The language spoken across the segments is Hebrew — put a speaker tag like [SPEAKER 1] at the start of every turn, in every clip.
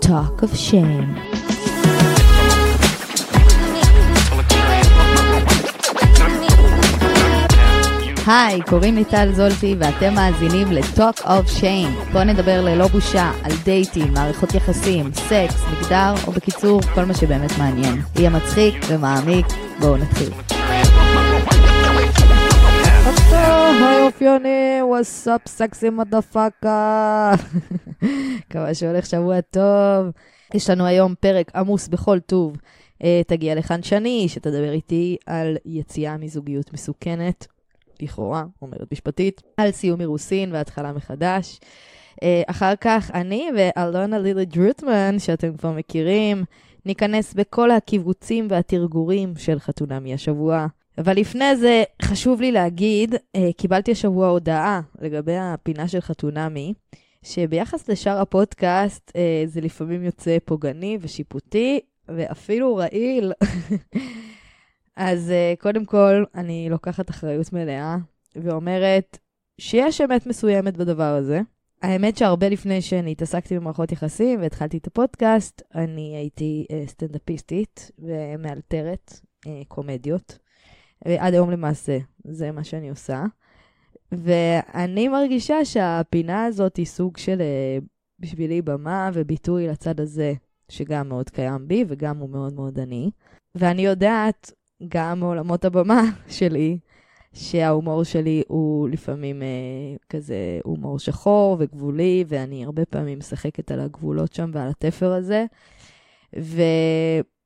[SPEAKER 1] talk of shame. היי, קוראים לי טל זולטי ואתם מאזינים ל-Talk of Shame. בואו נדבר ללא בושה על דייטים, מערכות יחסים, סקס, מגדר, או בקיצור, כל מה שבאמת מעניין. יהיה מצחיק ומעמיק, בואו נתחיל. היי אופיוני, וואסאפ סקסי מדפאקה. מקווה שהולך שבוע טוב. יש לנו היום פרק עמוס בכל טוב. אה, תגיע לכאן שני, שתדבר איתי על יציאה מזוגיות מסוכנת, לכאורה, אומרת משפטית, על סיום אירוסין והתחלה מחדש. אה, אחר כך אני ואלונה לילי דרוטמן, שאתם כבר מכירים, ניכנס בכל הקיבוצים והתרגורים של חתונה מהשבוע. אבל לפני זה, חשוב לי להגיד, אה, קיבלתי השבוע הודעה לגבי הפינה של חתונמי, שביחס לשאר הפודקאסט, אה, זה לפעמים יוצא פוגעני ושיפוטי, ואפילו רעיל. אז אה, קודם כל, אני לוקחת אחריות מלאה, ואומרת שיש אמת מסוימת בדבר הזה. האמת שהרבה לפני שאני התעסקתי במערכות יחסים והתחלתי את הפודקאסט, אני הייתי אה, סטנדאפיסטית ומאלתרת אה, קומדיות. ועד היום למעשה, זה מה שאני עושה. ואני מרגישה שהפינה הזאת היא סוג של אה, בשבילי במה וביטוי לצד הזה, שגם מאוד קיים בי וגם הוא מאוד מאוד אני. ואני יודעת, גם מעולמות הבמה שלי, שההומור שלי הוא לפעמים אה, כזה הומור שחור וגבולי, ואני הרבה פעמים משחקת על הגבולות שם ועל התפר הזה. ו...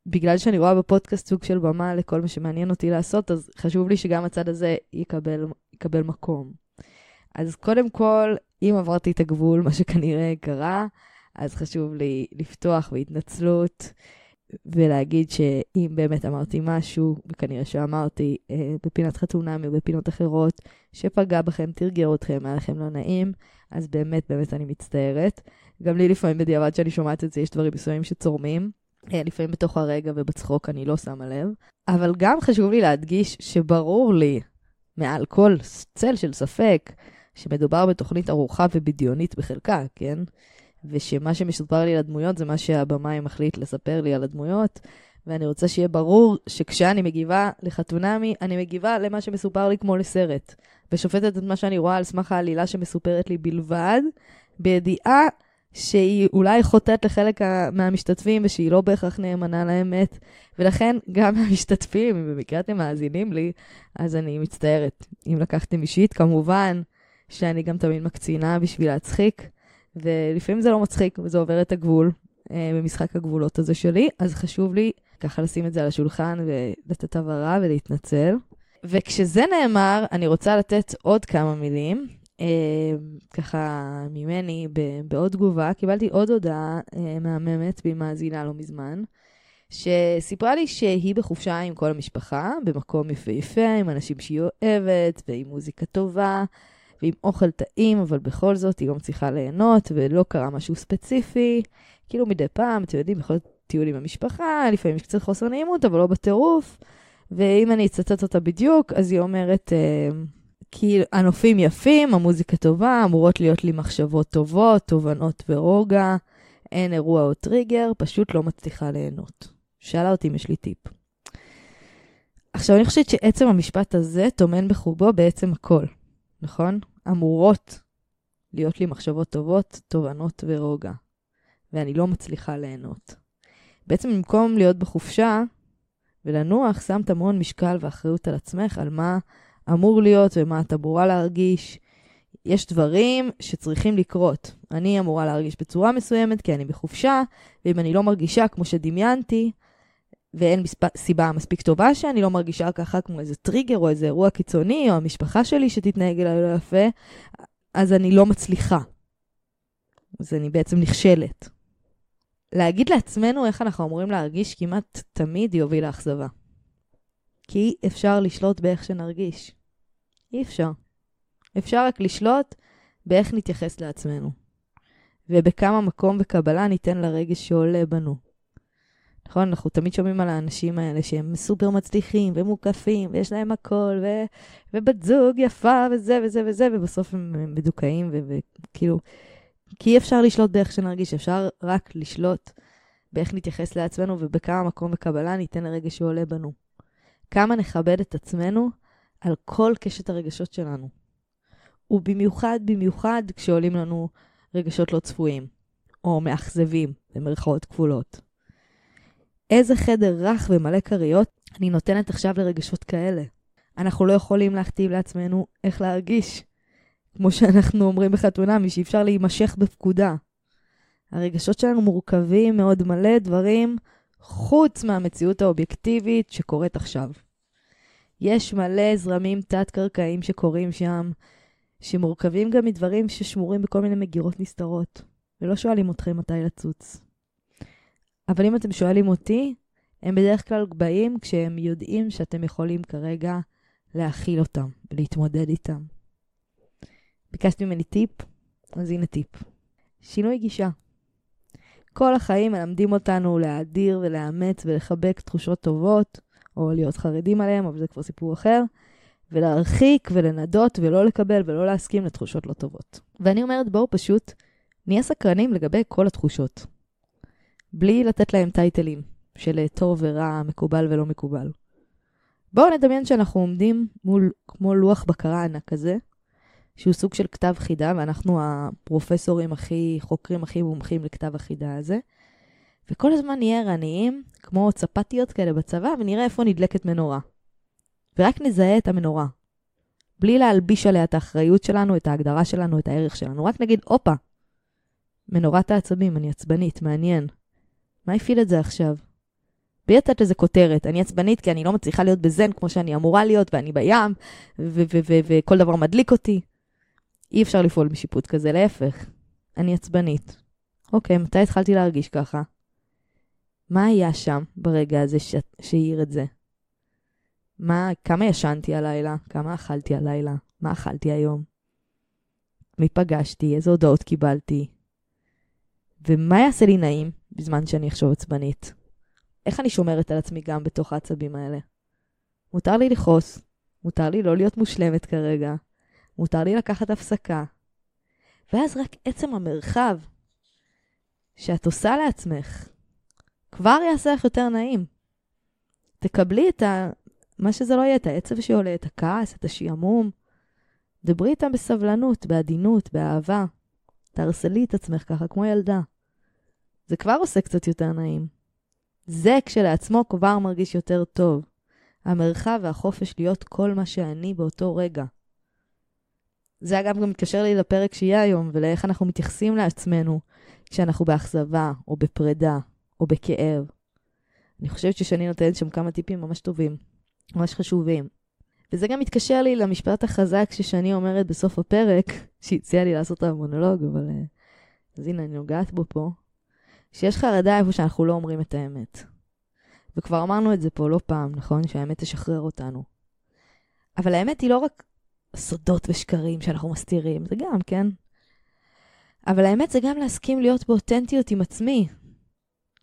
[SPEAKER 1] בגלל שאני רואה בפודקאסט סוג של במה לכל מה שמעניין אותי לעשות, אז חשוב לי שגם הצד הזה יקבל, יקבל מקום. אז קודם כל, אם עברתי את הגבול, מה שכנראה קרה, אז חשוב לי לפתוח בהתנצלות ולהגיד שאם באמת אמרתי משהו, וכנראה שאמרתי אה, בפינת חתונמי ובפינות אחרות, שפגע בכם, תרגר אתכם, היה לכם לא נעים, אז באמת באמת אני מצטערת. גם לי לפעמים בדיעבד שאני שומעת את זה, יש דברים מסוימים שצורמים. אה, לפעמים בתוך הרגע ובצחוק אני לא שמה לב. אבל גם חשוב לי להדגיש שברור לי, מעל כל צל של ספק, שמדובר בתוכנית ארוכה ובדיונית בחלקה, כן? ושמה שמסופר לי על הדמויות זה מה שהבמאי מחליט לספר לי על הדמויות, ואני רוצה שיהיה ברור שכשאני מגיבה לחתונמי, אני מגיבה למה שמסופר לי כמו לסרט, ושופטת את מה שאני רואה על סמך העלילה שמסופרת לי בלבד, בידיעה שהיא אולי חוטאת לחלק ה- מהמשתתפים ושהיא לא בהכרח נאמנה לאמת, ולכן גם המשתתפים, אם במקרה אתם מאזינים לי, אז אני מצטערת. אם לקחתם אישית, כמובן שאני גם תמיד מקצינה בשביל להצחיק, ולפעמים זה לא מצחיק וזה עובר את הגבול אה, במשחק הגבולות הזה שלי, אז חשוב לי ככה לשים את זה על השולחן ולתת הבהרה ולהתנצל. וכשזה נאמר, אני רוצה לתת עוד כמה מילים. אה, ככה ממני ב- בעוד תגובה, קיבלתי עוד הודעה אה, מהממת ממאזינה לא מזמן, שסיפרה לי שהיא בחופשה עם כל המשפחה, במקום יפהפה, עם אנשים שהיא אוהבת, ועם מוזיקה טובה, ועם אוכל טעים, אבל בכל זאת היא גם צריכה ליהנות, ולא קרה משהו ספציפי. כאילו מדי פעם, אתם יודעים, יכול להיות טיול עם המשפחה, לפעמים יש קצת חוסר נעימות, אבל לא בטירוף. ואם אני אצטט אותה בדיוק, אז היא אומרת... אה, כאילו, הנופים יפים, המוזיקה טובה, אמורות להיות לי מחשבות טובות, תובנות ורוגע, אין אירוע או טריגר, פשוט לא מצליחה ליהנות. שאלה אותי אם יש לי טיפ. עכשיו, אני חושבת שעצם המשפט הזה טומן בחובו בעצם הכל, נכון? אמורות להיות לי מחשבות טובות, תובנות ורוגע, ואני לא מצליחה ליהנות. בעצם במקום להיות בחופשה ולנוח, שמת המון משקל ואחריות על עצמך, על מה אמור להיות ומה את אמורה להרגיש. יש דברים שצריכים לקרות. אני אמורה להרגיש בצורה מסוימת כי אני בחופשה, ואם אני לא מרגישה כמו שדמיינתי, ואין מספ... סיבה מספיק טובה שאני לא מרגישה ככה כמו איזה טריגר או איזה אירוע קיצוני, או המשפחה שלי שתתנהג אליי לא יפה, אז אני לא מצליחה. אז אני בעצם נכשלת. להגיד לעצמנו איך אנחנו אמורים להרגיש כמעט תמיד יוביל לאכזבה. כי אי אפשר לשלוט באיך שנרגיש. אי אפשר. אפשר רק לשלוט באיך נתייחס לעצמנו, ובכמה מקום וקבלה ניתן לרגש שעולה בנו. נכון, אנחנו תמיד שומעים על האנשים האלה שהם סופר מצליחים ומוקפים, ויש להם הכל, ו... ובת זוג יפה, וזה וזה וזה, ובסוף הם הם מדוכאים, וכאילו, ו- כי אי אפשר לשלוט באיך שנרגיש, אפשר רק לשלוט באיך נתייחס לעצמנו ובכמה מקום וקבלה ניתן לרגש שעולה בנו. כמה נכבד את עצמנו על כל קשת הרגשות שלנו. ובמיוחד, במיוחד כשעולים לנו רגשות לא צפויים, או מאכזבים, במרכאות כפולות. איזה חדר רך ומלא כריות אני נותנת עכשיו לרגשות כאלה. אנחנו לא יכולים להכתיב לעצמנו איך להרגיש. כמו שאנחנו אומרים בחתונמי, שאי אפשר להימשך בפקודה. הרגשות שלנו מורכבים מעוד מלא דברים חוץ מהמציאות האובייקטיבית שקורית עכשיו. יש מלא זרמים תת-קרקעיים שקורים שם, שמורכבים גם מדברים ששמורים בכל מיני מגירות נסתרות, ולא שואלים אתכם מתי לצוץ. אבל אם אתם שואלים אותי, הם בדרך כלל באים כשהם יודעים שאתם יכולים כרגע להכיל אותם ולהתמודד איתם. ביקשת ממני טיפ, אז הנה טיפ. שינוי גישה. כל החיים מלמדים אותנו להאדיר ולאמץ ולחבק תחושות טובות, או להיות חרדים עליהם, אבל זה כבר סיפור אחר, ולהרחיק ולנדות ולא לקבל ולא להסכים לתחושות לא טובות. ואני אומרת, בואו פשוט נהיה סקרנים לגבי כל התחושות. בלי לתת להם טייטלים של אה, טוב ורע, מקובל ולא מקובל. בואו נדמיין שאנחנו עומדים מול, כמו לוח בקרה ענק כזה, שהוא סוג של כתב חידה, ואנחנו הפרופסורים הכי, חוקרים הכי מומחים לכתב החידה הזה. וכל הזמן נהיה ערניים, כמו צפתיות כאלה בצבא, ונראה איפה נדלקת מנורה. ורק נזהה את המנורה. בלי להלביש עליה את האחריות שלנו, את ההגדרה שלנו, את הערך שלנו. רק נגיד, הופה, מנורת העצבים, אני עצבנית, מעניין. מה הפעיל את זה עכשיו? בלי לתת לזה כותרת, אני עצבנית כי אני לא מצליחה להיות בזן כמו שאני אמורה להיות, ואני בים, וכל דבר מדליק אותי. אי אפשר לפעול בשיפוט כזה, להפך. אני עצבנית. אוקיי, מתי התחלתי להרגיש ככה? מה היה שם ברגע הזה ש... שהעיר את זה? מה, כמה ישנתי הלילה? כמה אכלתי הלילה? מה אכלתי היום? מי פגשתי? איזה הודעות קיבלתי? ומה יעשה לי נעים בזמן שאני אחשוב עצבנית? איך אני שומרת על עצמי גם בתוך העצבים האלה? מותר לי לכעוס, מותר לי לא להיות מושלמת כרגע, מותר לי לקחת הפסקה. ואז רק עצם המרחב שאת עושה לעצמך, כבר יעשה לך יותר נעים. תקבלי את ה... מה שזה לא יהיה, את העצב שעולה, את הכעס, את השעמום. דברי איתם בסבלנות, בעדינות, באהבה. תרסלי את עצמך ככה, כמו ילדה. זה כבר עושה קצת יותר נעים. זה כשלעצמו כבר מרגיש יותר טוב. המרחב והחופש להיות כל מה שאני באותו רגע. זה אגב גם מתקשר לי לפרק שיהיה היום, ולאיך אנחנו מתייחסים לעצמנו כשאנחנו באכזבה, או בפרידה, או בכאב. אני חושבת ששני נותנת שם כמה טיפים ממש טובים, ממש חשובים. וזה גם מתקשר לי למשפט החזק ששני אומרת בסוף הפרק, שהציעה לי לעשות את המונולוג, אבל... אה, אז הנה, אני נוגעת בו פה. שיש חרדה איפה שאנחנו לא אומרים את האמת. וכבר אמרנו את זה פה לא פעם, נכון? שהאמת תשחרר אותנו. אבל האמת היא לא רק סודות ושקרים שאנחנו מסתירים, זה גם, כן? אבל האמת זה גם להסכים להיות באותנטיות עם עצמי.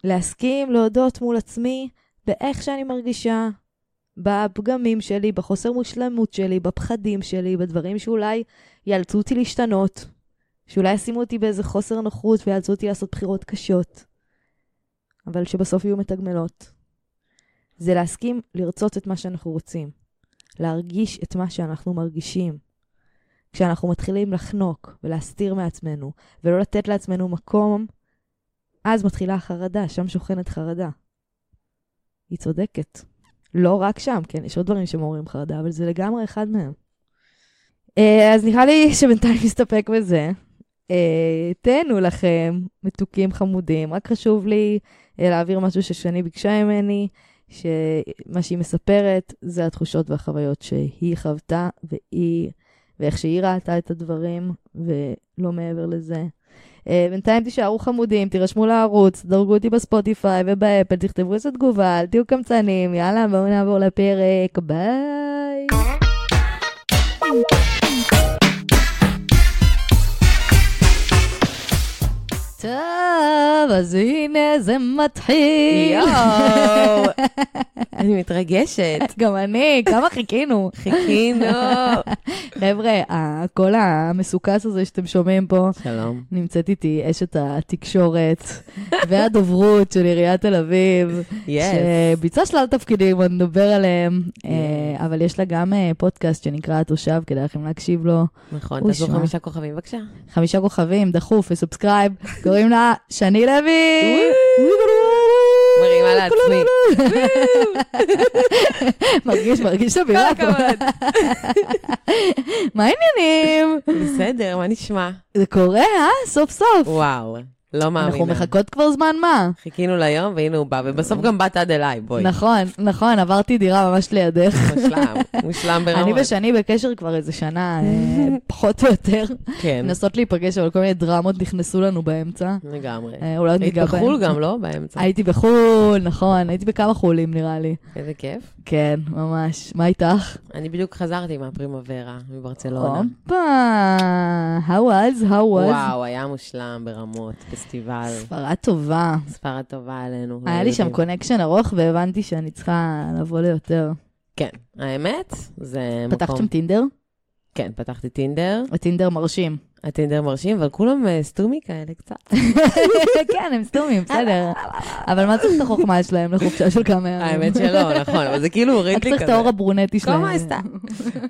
[SPEAKER 1] להסכים להודות מול עצמי באיך שאני מרגישה, בפגמים שלי, בחוסר מושלמות שלי, בפחדים שלי, בדברים שאולי יאלצו אותי להשתנות, שאולי ישימו אותי באיזה חוסר נוחות ויאלצו אותי לעשות בחירות קשות, אבל שבסוף יהיו מתגמלות. זה להסכים לרצות את מה שאנחנו רוצים, להרגיש את מה שאנחנו מרגישים. כשאנחנו מתחילים לחנוק ולהסתיר מעצמנו, ולא לתת לעצמנו מקום, אז מתחילה החרדה, שם שוכנת חרדה. היא צודקת. לא רק שם, כן, יש עוד דברים שמעוררים חרדה, אבל זה לגמרי אחד מהם. אה, אז נראה לי שבינתיים נסתפק בזה. תהנו לכם, מתוקים חמודים. רק חשוב לי אה, להעביר משהו ששני ביקשה ממני, שמה שהיא מספרת זה התחושות והחוויות שהיא חוותה, והיא, ואיך שהיא ראתה את הדברים, ולא מעבר לזה. אה, בינתיים תישארו חמודים, תירשמו לערוץ, דרגו אותי בספוטיפיי ובאפל, תכתבו איזו תגובה, אל תהיו קמצנים, יאללה, בואו נעבור לפרק, ביי! טוב! עכשיו, אז הנה זה מתחיל.
[SPEAKER 2] יואו, אני מתרגשת.
[SPEAKER 1] גם אני, כמה חיכינו.
[SPEAKER 2] חיכינו.
[SPEAKER 1] חבר'ה, הקול המסוכס הזה שאתם שומעים פה,
[SPEAKER 2] שלום.
[SPEAKER 1] נמצאת איתי אשת התקשורת והדוברות של עיריית תל אביב,
[SPEAKER 2] יס.
[SPEAKER 1] שביצעה שלל תפקידים, עוד נדבר עליהם, אה, אבל יש לה גם אה, פודקאסט שנקרא התושב, כדאי לכם להקשיב לו.
[SPEAKER 2] נכון,
[SPEAKER 1] אוי,
[SPEAKER 2] תעשו
[SPEAKER 1] שמע.
[SPEAKER 2] חמישה כוכבים בבקשה.
[SPEAKER 1] חמישה כוכבים, דחוף וסובסקרייב, קוראים לה שני לוי! לא,
[SPEAKER 2] מרימה לעצמי.
[SPEAKER 1] מרגיש, מרגיש את
[SPEAKER 2] לא כל
[SPEAKER 1] הבירה פה.
[SPEAKER 2] הכבוד.
[SPEAKER 1] מה העניינים?
[SPEAKER 2] בסדר, מה נשמע?
[SPEAKER 1] זה קורה, אה? סוף סוף.
[SPEAKER 2] וואו, לא מאמינה.
[SPEAKER 1] אנחנו מחכות כבר זמן מה.
[SPEAKER 2] חיכינו ליום והנה הוא בא, ובסוף גם באת עד אליי, בואי.
[SPEAKER 1] נכון, נכון, עברתי דירה ממש לידך.
[SPEAKER 2] מושלם, מושלם
[SPEAKER 1] אני
[SPEAKER 2] ברמות.
[SPEAKER 1] ושני בקשר כבר איזה שנה, אה, פחות או יותר.
[SPEAKER 2] כן,
[SPEAKER 1] מנסות להיפגש, אבל כל מיני דרמות נכנסו לנו באמצע.
[SPEAKER 2] לגמרי.
[SPEAKER 1] אה, אולי עוד
[SPEAKER 2] היית
[SPEAKER 1] ניגע
[SPEAKER 2] בחו"ל
[SPEAKER 1] בהן.
[SPEAKER 2] גם, לא? באמצע.
[SPEAKER 1] הייתי בחו"ל, נכון, הייתי בכמה חולים נראה לי.
[SPEAKER 2] איזה כיף.
[SPEAKER 1] כן, ממש. מה איתך?
[SPEAKER 2] אני בדיוק חזרתי מהפרימוורה, מברצלונה.
[SPEAKER 1] הופה, how was, how was.
[SPEAKER 2] וואו, היה מושלם ברמות, פסטיבל.
[SPEAKER 1] ספרה טובה.
[SPEAKER 2] ספרד טובה עלינו.
[SPEAKER 1] היה לי שם
[SPEAKER 2] לילדים.
[SPEAKER 1] קונקשן ארוך והבנתי שאני צריכה לבוא ליותר.
[SPEAKER 2] כן, האמת, זה מקום...
[SPEAKER 1] פתחת שם טינדר?
[SPEAKER 2] כן, פתחתי טינדר.
[SPEAKER 1] הטינדר מרשים.
[SPEAKER 2] הטינדר מרשים, אבל כולם אה, סתומי כאלה קצת.
[SPEAKER 1] כן, הם
[SPEAKER 2] אה,
[SPEAKER 1] סתומים, בסדר. אבל מה צריך את החוכמה שלהם לחופשה של כמה ימים?
[SPEAKER 2] האמת שלא, נכון, אבל זה כאילו
[SPEAKER 1] רק
[SPEAKER 2] הוריד לי
[SPEAKER 1] צריך
[SPEAKER 2] כזה.
[SPEAKER 1] את האור הברונטי שלהם.
[SPEAKER 2] קומה עשתה.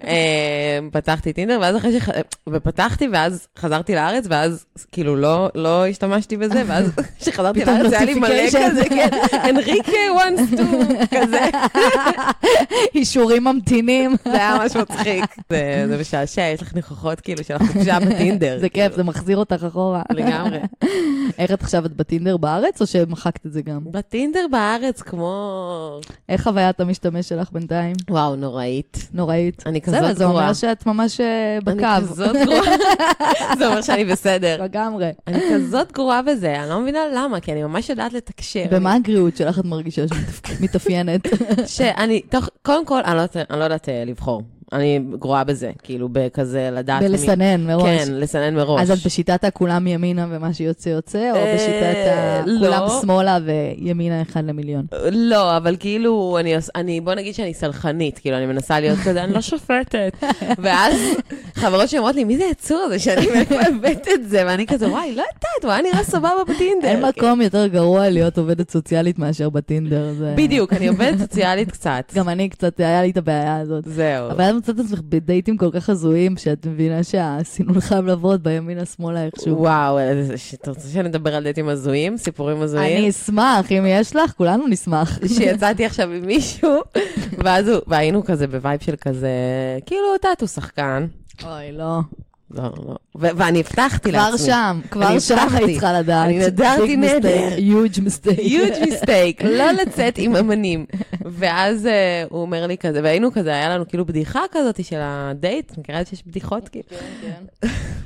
[SPEAKER 2] אה, פתחתי טינדר, ואז אחרי ש... ופתחתי, ואז חזרתי לארץ, ואז כאילו לא, לא השתמשתי בזה, ואז כשחזרתי
[SPEAKER 1] פתאום
[SPEAKER 2] לארץ היה לי מלא
[SPEAKER 1] notification.
[SPEAKER 2] כזה, כן, אנריקה וואנס טו, כזה,
[SPEAKER 1] אישורים ממתינים.
[SPEAKER 2] זה היה ממש מצחיק. זה זה משעשע, יש לך ניחוחות כאילו של החופשה בטינדר.
[SPEAKER 1] זה כיף,
[SPEAKER 2] כאילו.
[SPEAKER 1] זה מחזיר אותך אחורה.
[SPEAKER 2] לגמרי.
[SPEAKER 1] איך את עכשיו, את בטינדר בארץ, או שמחקת את זה גם?
[SPEAKER 2] בטינדר בארץ כמו...
[SPEAKER 1] איך חוויית המשתמש שלך בינתיים?
[SPEAKER 2] וואו, נוראית.
[SPEAKER 1] נוראית.
[SPEAKER 2] אני כזאת גרועה.
[SPEAKER 1] בסדר, זה אומר שאת ממש אה,
[SPEAKER 2] אני
[SPEAKER 1] בקו. אוקיי.
[SPEAKER 2] כזאת גרועה. זה אומר שאני בסדר.
[SPEAKER 1] לגמרי.
[SPEAKER 2] אני כזאת גרועה בזה, אני לא מבינה למה, כי אני ממש יודעת לתקשר.
[SPEAKER 1] במה הגריעות שלך את מרגישה שמתאפיינת?
[SPEAKER 2] שאני, תוך, קודם כל, אני לא, יודעת- אני לא יודעת אה, לבחור. אני גרועה בזה, כאילו, בכזה לדעת... למי-
[SPEAKER 1] בלסנן מראש.
[SPEAKER 2] כן, לסנן מראש.
[SPEAKER 1] אז את בשיטת הכולם ימינה ומה שיוצא יוצא, או
[SPEAKER 2] אה,
[SPEAKER 1] בשיטת הכולם
[SPEAKER 2] לא.
[SPEAKER 1] שמאלה וימינה אחד למיליון?
[SPEAKER 2] לא, אבל כאילו, אני, עוש- אני, בוא נגיד שאני סלחנית, כאילו, אני מנסה להיות כזה, אני לא שופטת. ואז חברות שאומרות לי, מי זה היצור הזה שאני מאיפה הבאת את זה? ואני כזה, וואי, לא יודעת, הוא היה נראה סבבה בטינדר.
[SPEAKER 1] אין מקום יותר גרוע להיות עובדת סוציאלית מאשר בטינדר. זה-
[SPEAKER 2] בדיוק, אני עובדת סוציאלית קצת.
[SPEAKER 1] גם אני קצת, היה לי את הבעיה הזאת.
[SPEAKER 2] זהו.
[SPEAKER 1] אבל את מוצאת את עצמך בדייטים כל כך הזויים, שאת מבינה שהסינון חייב לבוא בימינה-שמאלה איכשהו.
[SPEAKER 2] וואו, איזה ש- אתה רוצה שנדבר על דייטים הזויים? סיפורים
[SPEAKER 1] אני
[SPEAKER 2] הזויים?
[SPEAKER 1] אשמח, אם יש לך, כולנו נשמח.
[SPEAKER 2] שיצאתי עכשיו עם מישהו, ואז הוא, והיינו כזה בווייב של כזה, כאילו, את יודעת, הוא שחקן.
[SPEAKER 1] אוי, לא.
[SPEAKER 2] לא, לא. ו- ואני הבטחתי אוקיי, לעצמי.
[SPEAKER 1] כבר שם, כבר
[SPEAKER 2] אני
[SPEAKER 1] שם
[SPEAKER 2] הבטחתי.
[SPEAKER 1] היית צריכה לדעת.
[SPEAKER 2] אני נדרתי נדר.
[SPEAKER 1] יוג' מסטייק.
[SPEAKER 2] huge mistake, לא לצאת עם אמנים. ואז אה, הוא אומר לי כזה, והיינו כזה, היה לנו כאילו בדיחה כזאת של הדייט, מכירה שיש בדיחות כאילו?
[SPEAKER 1] כן,